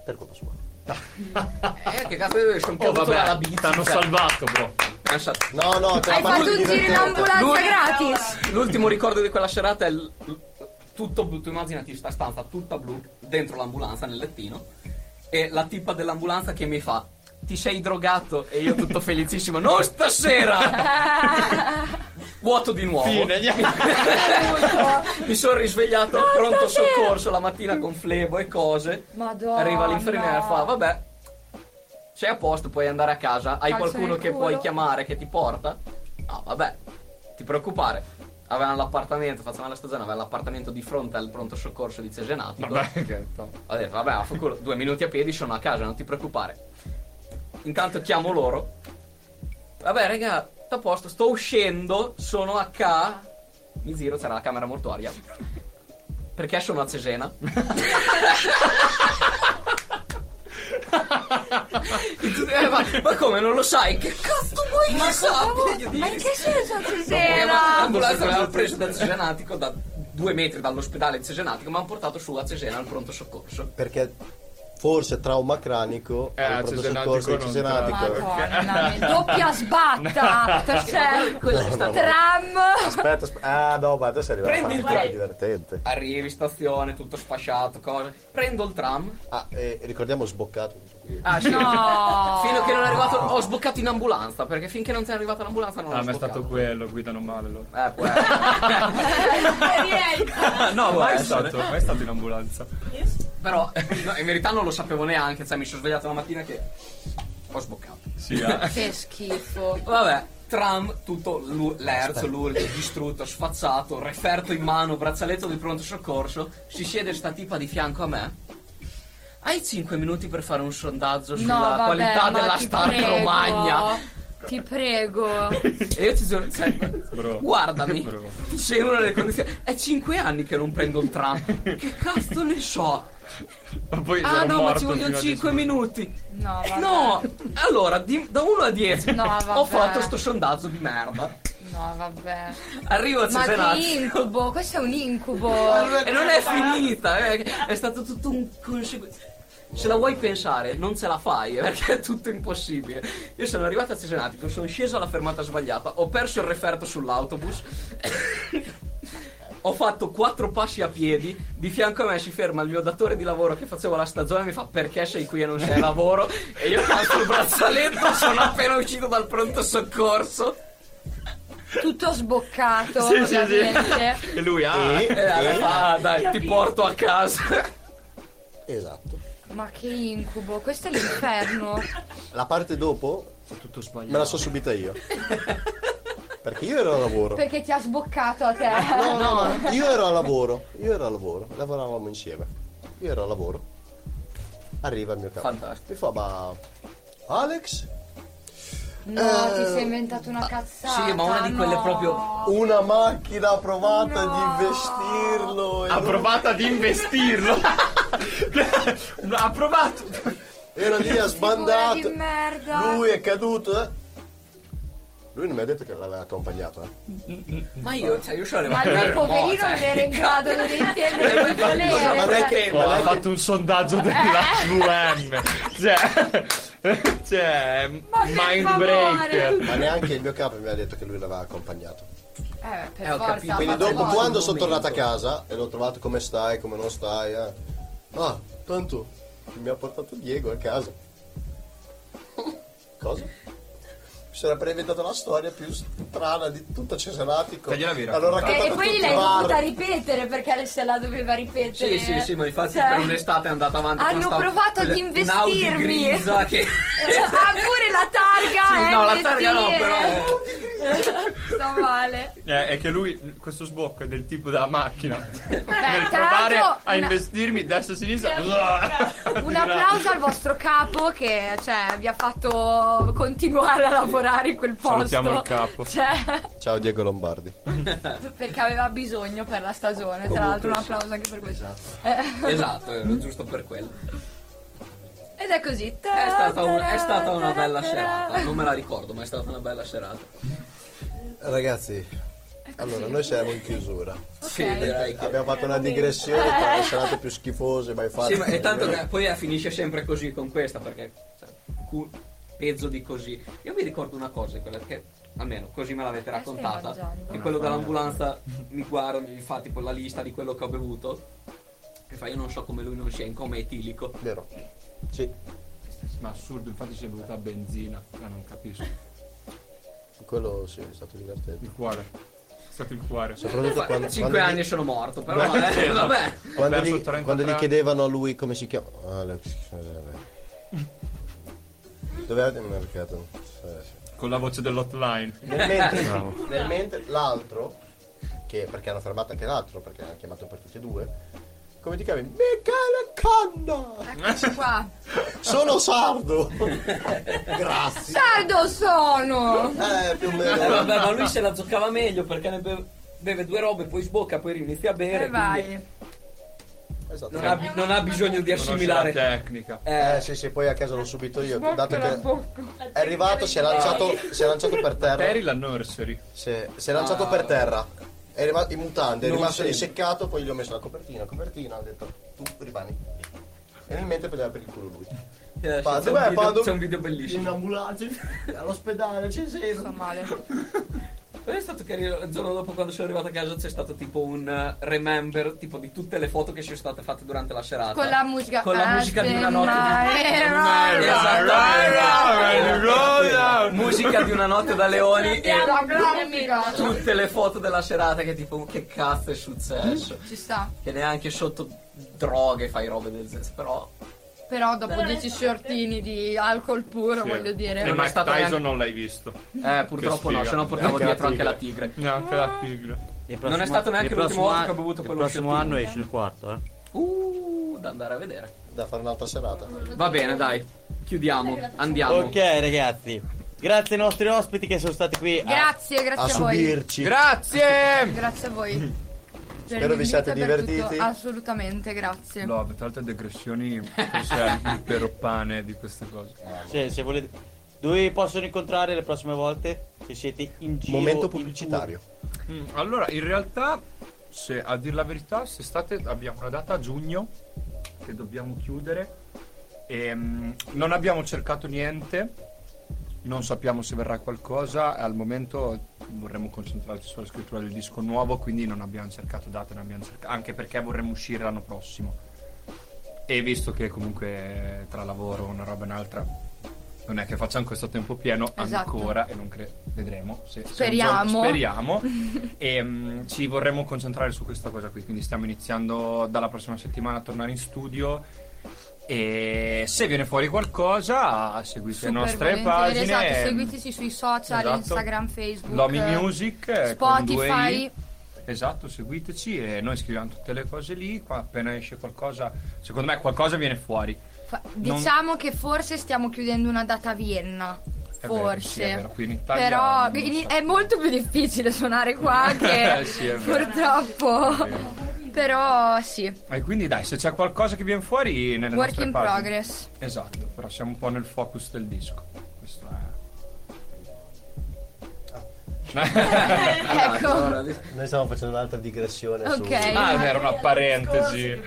Speaker 4: Per colpa sua.
Speaker 7: Eh, che cazzo io sono
Speaker 6: Oh,
Speaker 7: caduto
Speaker 6: vabbè,
Speaker 7: dalla bici.
Speaker 6: t'hanno salvato, bro.
Speaker 4: No, no, te la faccio
Speaker 5: Hai fatto un giro in
Speaker 4: divertente.
Speaker 5: ambulanza
Speaker 7: Lui-
Speaker 5: gratis.
Speaker 7: L'ultimo ricordo di quella serata è l- l- tutto blu. Tu immaginati questa stanza tutta blu dentro l'ambulanza nel lettino e la tipa dell'ambulanza che mi fa ti sei drogato e io tutto felicissimo non stasera vuoto di nuovo
Speaker 6: Fine,
Speaker 7: mi sono risvegliato al pronto soccorso la mattina con flebo e cose
Speaker 5: Madonna.
Speaker 7: Arriva l'infermiera e fa: Vabbè, sei a posto, puoi andare a casa. Hai
Speaker 5: Calcio
Speaker 7: qualcuno
Speaker 5: nel
Speaker 7: che
Speaker 5: culo."
Speaker 7: puoi chiamare che ti porta? Ah, vabbè, ti preoccupare. Avevano l'appartamento, facevano la stagione, avevano l'appartamento di fronte al pronto soccorso di Cesenatico.
Speaker 6: Vabbè, che
Speaker 7: Ho detto, vabbè, fa culo, due minuti a piedi sono a casa, non ti preoccupare. Intanto chiamo loro. Vabbè, raga, sta a posto, sto uscendo, sono a ca. Mi giro, c'era la camera mortuaria. Perché sono a Cesena? Eh, ma, ma come non lo sai? Che cazzo vuoi
Speaker 12: Ma come-
Speaker 7: che sappia?
Speaker 12: ma in che senso ci
Speaker 7: sera?
Speaker 12: sera?
Speaker 7: L'ambulanza l'hanno Eh, preso dal Cesenatico, da due metri dall'ospedale di Cesenatico, ma hanno portato su a Cesena al pronto soccorso.
Speaker 4: Perché forse trauma cranico
Speaker 7: Eh,
Speaker 4: al pronto
Speaker 7: cesenatico
Speaker 4: soccorso di
Speaker 7: non
Speaker 4: cesenatico.
Speaker 5: Madonna, mia, doppia sbatta! Cioè,
Speaker 4: No, no, no.
Speaker 5: tram!
Speaker 4: Aspetta, aspetta. Ah, no, ma adesso è arrivato.
Speaker 7: Prendi il
Speaker 4: è
Speaker 7: tram.
Speaker 4: divertente.
Speaker 7: Arrivi, stazione, tutto sfasciato, cose. Prendo il tram.
Speaker 4: Ah, eh, ricordiamo sboccato.
Speaker 7: Ah, sì.
Speaker 5: No.
Speaker 7: Fino a che non è arrivato. Ho sboccato in ambulanza. Perché finché non ti è arrivata l'ambulanza non
Speaker 6: Ah,
Speaker 7: l'ho
Speaker 6: ma è
Speaker 7: sboccato.
Speaker 6: stato quello, guidano male loro.
Speaker 7: Eh,
Speaker 6: no,
Speaker 7: Può
Speaker 6: mai
Speaker 7: essere.
Speaker 6: Ah, stato, mai stato in ambulanza.
Speaker 7: Però no, in verità non lo sapevo neanche. Cioè, mi sono svegliato la mattina che ho sboccato.
Speaker 6: Sì, eh.
Speaker 12: Che schifo.
Speaker 7: Vabbè, tram, tutto l'u- l'erzo, l'urlo, distrutto, sfazzato, referto in mano, braccialetto di pronto soccorso. Si siede sta tipa di fianco a me. Hai 5 minuti per fare un sondaggio sulla
Speaker 5: No, vabbè,
Speaker 7: qualità
Speaker 5: ma
Speaker 7: della
Speaker 5: ti
Speaker 7: stampa
Speaker 5: prego.
Speaker 7: romagna.
Speaker 5: Ti prego.
Speaker 7: E io ti giuro, cioè, guardami, sei in una delle condizioni. È 5 anni che non prendo il tram. Che cazzo ne so?
Speaker 6: Ma poi
Speaker 7: ah
Speaker 6: sono
Speaker 7: no, ma ci
Speaker 6: morto
Speaker 7: vogliono
Speaker 6: prima di-
Speaker 7: 5 minuti.
Speaker 5: No, Ah, vabbè.
Speaker 7: No, allora di- da 1 a 10
Speaker 5: No, vabbè.
Speaker 7: ho fatto sto sondaggio di merda.
Speaker 5: No, vabbè.
Speaker 7: Arrivo a
Speaker 5: Ma
Speaker 7: Cesenazzo.
Speaker 5: che incubo, questo è un incubo.
Speaker 7: E non è finita, eh, è stato tutto un conseguenza. Se la vuoi pensare, non ce la fai, eh, perché è tutto impossibile. Io sono arrivato a Cesenatico, sono sceso alla fermata sbagliata, ho perso il referto sull'autobus. Ho fatto quattro passi a piedi, di fianco a me si ferma il mio datore di lavoro che faceva la stagione e mi fa perché sei qui e non sei a lavoro e io lancio il braccialetto, sono appena uscito dal pronto soccorso.
Speaker 5: Tutto sboccato,
Speaker 7: Sì, sì, sì.
Speaker 5: ovviamente.
Speaker 6: E lui ha...
Speaker 7: E,
Speaker 4: eh,
Speaker 5: Eh?
Speaker 7: allora fa, "Ah, dai, ti porto a casa. eh.
Speaker 4: Esatto.
Speaker 5: Ma che incubo, questo è l'inferno.
Speaker 4: La parte dopo
Speaker 7: tutto sbagliato.
Speaker 4: me la so subita io. Perché io ero a lavoro.
Speaker 5: Perché ti ha sboccato a te.
Speaker 7: Eh,
Speaker 4: No, no, no, io ero a lavoro, io ero a lavoro, lavoravamo insieme. Io ero a lavoro. Arriva il mio capo.
Speaker 7: Fantastico.
Speaker 4: Mi fa, ma Alex?
Speaker 5: No, ti
Speaker 4: Eh,
Speaker 5: sei inventato una cazzata.
Speaker 7: ah, Sì, ma una di quelle
Speaker 5: no.
Speaker 7: proprio.
Speaker 4: Una macchina ha provato ad investirlo.
Speaker 6: Ha provato ad investirlo. ha provato.
Speaker 4: Era lì, ha
Speaker 5: Figura di
Speaker 4: sbandato.
Speaker 5: merda.
Speaker 4: Lui è caduto, eh? Lui non mi ha detto che l'aveva accompagnato, eh?
Speaker 7: Ma io, cioè, io sono
Speaker 5: Ma
Speaker 7: arrivato.
Speaker 5: lui,
Speaker 7: ero morto,
Speaker 5: poverino,
Speaker 7: eh.
Speaker 5: non era in grado di riempire il
Speaker 4: Eh, Ma non è
Speaker 5: volere.
Speaker 4: che-
Speaker 6: Oh,
Speaker 4: ma
Speaker 6: ha
Speaker 4: non è che-
Speaker 6: fatto un sondaggio della
Speaker 5: Eh,
Speaker 6: VM. Cioè, cioè mind break.
Speaker 4: Ma neanche il mio capo mi ha detto che lui l'aveva accompagnato.
Speaker 5: Eh, per
Speaker 7: Eh, ho
Speaker 5: forza,
Speaker 7: capito.
Speaker 5: ma
Speaker 4: Quindi
Speaker 5: per
Speaker 4: dopo
Speaker 5: forza.
Speaker 4: quando sono
Speaker 7: momento.
Speaker 4: tornato a casa e l'ho trovato come stai, come non stai, eh. Ah, tanto mi ha portato Diego a casa. Cosa? Mi si era preventato la storia più strana di tutta Cesenatico.
Speaker 6: Tagliela via,
Speaker 4: L'hanno
Speaker 6: racconta.
Speaker 5: Eh,
Speaker 12: Eh, E,
Speaker 4: raccontata
Speaker 12: e
Speaker 4: a
Speaker 12: poi
Speaker 4: tutti i
Speaker 12: l'hai
Speaker 4: bar.
Speaker 12: dovuta ripetere perché se la doveva ripetere.
Speaker 7: Sì, sì, sì, ma infatti
Speaker 12: Cioè,
Speaker 7: per un'estate è andato avanti con
Speaker 5: Eh, Hanno
Speaker 7: sta-
Speaker 5: provato ad
Speaker 7: quella-
Speaker 5: investirmi.
Speaker 7: un'Audi grigio che...
Speaker 5: Ah, pure la targa!
Speaker 7: Sì,
Speaker 5: eh,
Speaker 7: no, la targa
Speaker 5: investire.
Speaker 7: no, però... eh.
Speaker 5: Sto male.
Speaker 6: Eh, è che lui, questo sbocco è del tipo della macchina. Nel
Speaker 5: Beh, tra
Speaker 6: provare
Speaker 5: l'altro,
Speaker 6: a
Speaker 5: una-
Speaker 6: investirmi destra e sinistra.
Speaker 5: Un applauso al vostro capo che cioè, vi ha fatto continuare a lavorare in quel posto.
Speaker 6: Salutiamo il capo.
Speaker 5: Cioè,
Speaker 4: Ciao Diego Lombardi.
Speaker 5: perché aveva bisogno per la stagione. Tra l'altro, un applauso anche per questo. Eh,
Speaker 7: Esatto, era giusto per quello.
Speaker 5: Ed è così.
Speaker 7: È stata, un- è stata una bella serata, non me la ricordo, ma è stata una bella serata.
Speaker 4: Ragazzi, allora noi siamo in chiusura.
Speaker 7: Sì, direi che...
Speaker 4: Abbiamo fatto una digressione tra le serate più schifose mai fatte.
Speaker 7: Sì, ma e tanto che poi eh, finisce sempre così con questa, perché... Cioè, cu- pezzo di così. Io mi ricordo una cosa, quella che... Almeno così me l'avete raccontata. Che quello dell'ambulanza mi guarda, mi fa tipo la lista di quello che ho bevuto. E fa, io non so come lui non sia in coma etilico.
Speaker 4: Vero. Sì,
Speaker 6: Ma assurdo, infatti si è bevuta benzina. Ma non capisco.
Speaker 4: quello sì, è stato divertente.
Speaker 6: Il cuore. È stato il cuore.
Speaker 4: Soprattutto quando,
Speaker 7: 5
Speaker 4: quando
Speaker 7: anni
Speaker 4: gli-
Speaker 7: e sono morto, però vabbè, vabbè.
Speaker 4: quando
Speaker 6: Verso
Speaker 4: gli,
Speaker 6: 33.
Speaker 4: quando gli chiedevano a lui come si chiama. Ah, Alex. eh, Dove avete il mercato? Eh, sì.
Speaker 6: Con la voce dell'hotline.
Speaker 4: Nel mentre,
Speaker 6: Bravo.
Speaker 4: nel mentre l'altro, che perché hanno fermato anche l'altro, perché hanno chiamato per tutti e due, come ti chiami? Michele Canna!
Speaker 5: Eccoci qua.
Speaker 4: Sono sardo! Grazie!
Speaker 5: Sardo sono!
Speaker 4: Eh, più o
Speaker 7: Eh,
Speaker 4: meno.
Speaker 7: vabbè, ma lui se la giocava
Speaker 5: Eh,
Speaker 7: meglio perché ne beve, beve due robe, poi sbocca, poi inizia a bere.
Speaker 5: E vai.
Speaker 4: È Esatto.
Speaker 7: Non ha, non ha bisogno di
Speaker 6: Conosce
Speaker 7: assimilare.
Speaker 6: la tecnica.
Speaker 4: Eh, sì, sì, poi a casa l'ho subito io. Dato
Speaker 7: la
Speaker 4: che è arrivato, si è lanciato, si è lanciato per terra.
Speaker 6: Terry la nursery.
Speaker 4: Sì, si è lanciato per terra. È rimasto in mutande, è
Speaker 6: Non
Speaker 4: rimasto lì
Speaker 6: sembra.
Speaker 4: seccato, poi gli ho messo la copertina, copertina, ho detto tu rimani. E nel mentre prendeva per il culo lui.
Speaker 7: c'è,
Speaker 4: Fa,
Speaker 7: un
Speaker 4: "Dov'è,
Speaker 7: video,
Speaker 4: Pado?"
Speaker 7: c'è un video bellissimo.
Speaker 4: In ambulanza, all'ospedale, ci sei. Sto
Speaker 5: male.
Speaker 7: Quello è stato carino. Il giorno dopo, quando sono arrivato a casa, c'è stato tipo un eh, remember tipo di tutte le foto che ci sono state fatte durante la serata.
Speaker 5: Con la musica
Speaker 7: Con la musica di una notte.
Speaker 5: Aspetta,
Speaker 7: di-
Speaker 5: eh,
Speaker 7: Esattamente.
Speaker 6: roll
Speaker 7: Musica di una notte da leoni e
Speaker 5: La grafica.
Speaker 7: tutte le foto della serata che tipo che cazzo è successo.
Speaker 5: Ci sta.
Speaker 7: Che neanche sotto droghe fai robe del genere, però
Speaker 5: Però dopo 10 shortini di alcol puro, voglio dire.
Speaker 6: E Mike Tyson
Speaker 5: neanche-
Speaker 6: non l'hai visto.
Speaker 7: Eh, purtroppo no, se no portavo dietro anche la tigre.
Speaker 6: No, anche la tigre.
Speaker 7: non è stato neanche l'ultimo volta che ho bevuto
Speaker 2: Il
Speaker 7: quello
Speaker 2: prossimo
Speaker 7: sciottino.
Speaker 2: anno esce il quarto, eh.
Speaker 7: Uh, da andare a vedere.
Speaker 4: Da fare un'altra serata.
Speaker 7: Va bene, dai. Chiudiamo. Andiamo.
Speaker 2: Ok, ragazzi. Grazie ai nostri ospiti che sono stati qui. a- Mm-hmm.
Speaker 5: Grazie, grazie a, voi.
Speaker 6: Grazie!
Speaker 5: Grazie a voi. Per
Speaker 2: Spero vi
Speaker 5: l'invito
Speaker 2: siate
Speaker 5: e per tutto.
Speaker 2: divertiti.
Speaker 5: Assolutamente, grazie.
Speaker 6: No, per altre digressioni, forse è il vero pane di queste cose.
Speaker 2: Se, se volete. Dove vi possono incontrare le prossime volte? Se siete in giro.
Speaker 6: Momento
Speaker 2: in
Speaker 6: pubblicitario.
Speaker 2: tour.
Speaker 6: Mm, Allora, in realtà, se, a dir la verità, se state, abbiamo una data a giugno che dobbiamo chiudere. E, mm, non abbiamo cercato niente, non sappiamo se verrà qualcosa. Al momento vorremmo concentrarci sulla scrittura del disco nuovo, quindi non abbiamo cercato date, non abbiamo cerca- anche perché vorremmo uscire l'anno prossimo. E visto che comunque eh, tra lavoro, una roba e un'altra, non è che facciamo questo tempo pieno
Speaker 5: Esatto.
Speaker 6: ancora e non cre- vedremo. se- se un
Speaker 5: Speriamo.
Speaker 6: giorno- speriamo. e mm, ci vorremmo concentrare su questa cosa qui, quindi stiamo iniziando dalla prossima settimana a tornare in studio. E se viene fuori qualcosa, seguite
Speaker 5: Super
Speaker 6: le nostre
Speaker 5: volentieri,
Speaker 6: pagine.
Speaker 5: Esatto, seguiteci sui social,
Speaker 6: Esatto.
Speaker 5: Instagram, Facebook.
Speaker 6: Lomi
Speaker 5: eh,
Speaker 6: Music, eh, con due
Speaker 5: Spotify.
Speaker 6: I. Esatto, seguiteci e noi scriviamo tutte le cose lì. Qua appena esce qualcosa, secondo me qualcosa viene fuori.
Speaker 5: Fa-
Speaker 6: Non-
Speaker 5: Diciamo che forse stiamo chiudendo una data a Vienna.
Speaker 6: È vero, sì, è
Speaker 5: Forse.
Speaker 6: vero, qui in Italia
Speaker 5: Però
Speaker 6: non lo
Speaker 5: in- è molto più difficile suonare qua che
Speaker 6: Sì, è vero.
Speaker 5: purtroppo. Però sì,
Speaker 6: E quindi dai, se c'è qualcosa che viene fuori nelle
Speaker 5: work
Speaker 6: nostre
Speaker 5: in
Speaker 6: pagine.
Speaker 5: progress.
Speaker 6: Esatto, però siamo un po' nel focus del disco. Questo è.
Speaker 5: Ecco.
Speaker 4: Allora, Noi stiamo facendo un'altra digressione.
Speaker 5: Ok. Ah,
Speaker 6: è vero, una parentesi.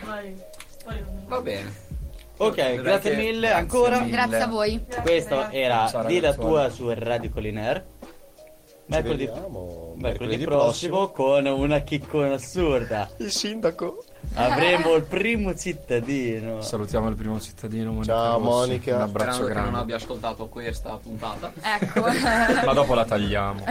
Speaker 7: Va bene.
Speaker 2: Ok,
Speaker 7: Direi
Speaker 2: grazie
Speaker 7: che-
Speaker 2: mille
Speaker 7: grazie
Speaker 2: ancora.
Speaker 7: mille.
Speaker 5: Grazie a voi.
Speaker 2: Questo era
Speaker 7: Ciao,
Speaker 2: di la
Speaker 7: ragazzuoli.
Speaker 2: tua su Radio Colinaire. Mercoledì, mercoledì,
Speaker 4: mercoledì
Speaker 2: prossimo, con una chiccona assurda.
Speaker 4: Il sindaco.
Speaker 2: Avremo il primo cittadino.
Speaker 6: Salutiamo il primo cittadino. Monica
Speaker 4: Ciao,
Speaker 6: Rossi.
Speaker 4: Monica.
Speaker 6: Un abbraccio
Speaker 7: Sperando che non
Speaker 6: grande.
Speaker 7: abbia ascoltato questa puntata.
Speaker 5: Ecco.
Speaker 6: Ma dopo la tagliamo.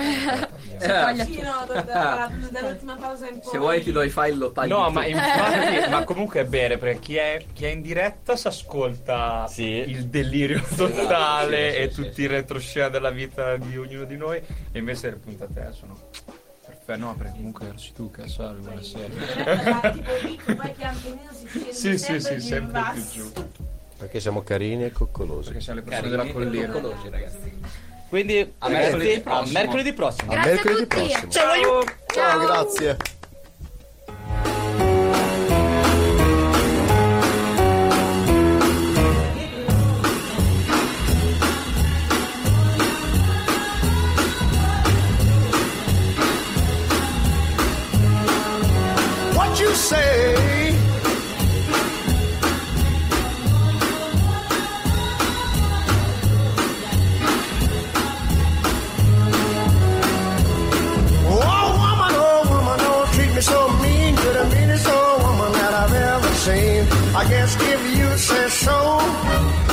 Speaker 7: taglia
Speaker 9: Sì, no, da- da- dall'ultima pausa in poi.
Speaker 7: Eh, Se vuoi ti do i file lo taglio.
Speaker 6: No,
Speaker 7: tu.
Speaker 6: ma infatti, ma comunque è bene perché chi è, chi è in diretta si ascolta il delirio totale
Speaker 7: sì, sì,
Speaker 6: e
Speaker 7: sì,
Speaker 6: tutti i retroscena della vita di ognuno di noi. E invece le puntate eh, sono. Perfetto, no, perché comunque eri tu che salve, buonasera.
Speaker 9: Tipo lì, tu vai che Antonino si scende
Speaker 6: sì, sì, sì,
Speaker 9: più in
Speaker 6: sempre più
Speaker 9: basso.
Speaker 6: giù.
Speaker 4: Perché siamo carini e coccolosi. Perché
Speaker 6: siamo le
Speaker 4: persone
Speaker 2: della collina.
Speaker 7: Coccolosi, ragazzi.
Speaker 2: Quindi,
Speaker 4: A
Speaker 2: ragazzi,
Speaker 4: mercoledì
Speaker 2: a
Speaker 4: prossimo.
Speaker 2: mercoledì prossimo.
Speaker 4: A mercoledì prossimo.
Speaker 2: Ciao, aiuto!
Speaker 4: Ciao, grazie. What you say? Oh woman, oh woman, don't treat me so mean. You're the meanest old woman that I've ever seen. I guess if you say so,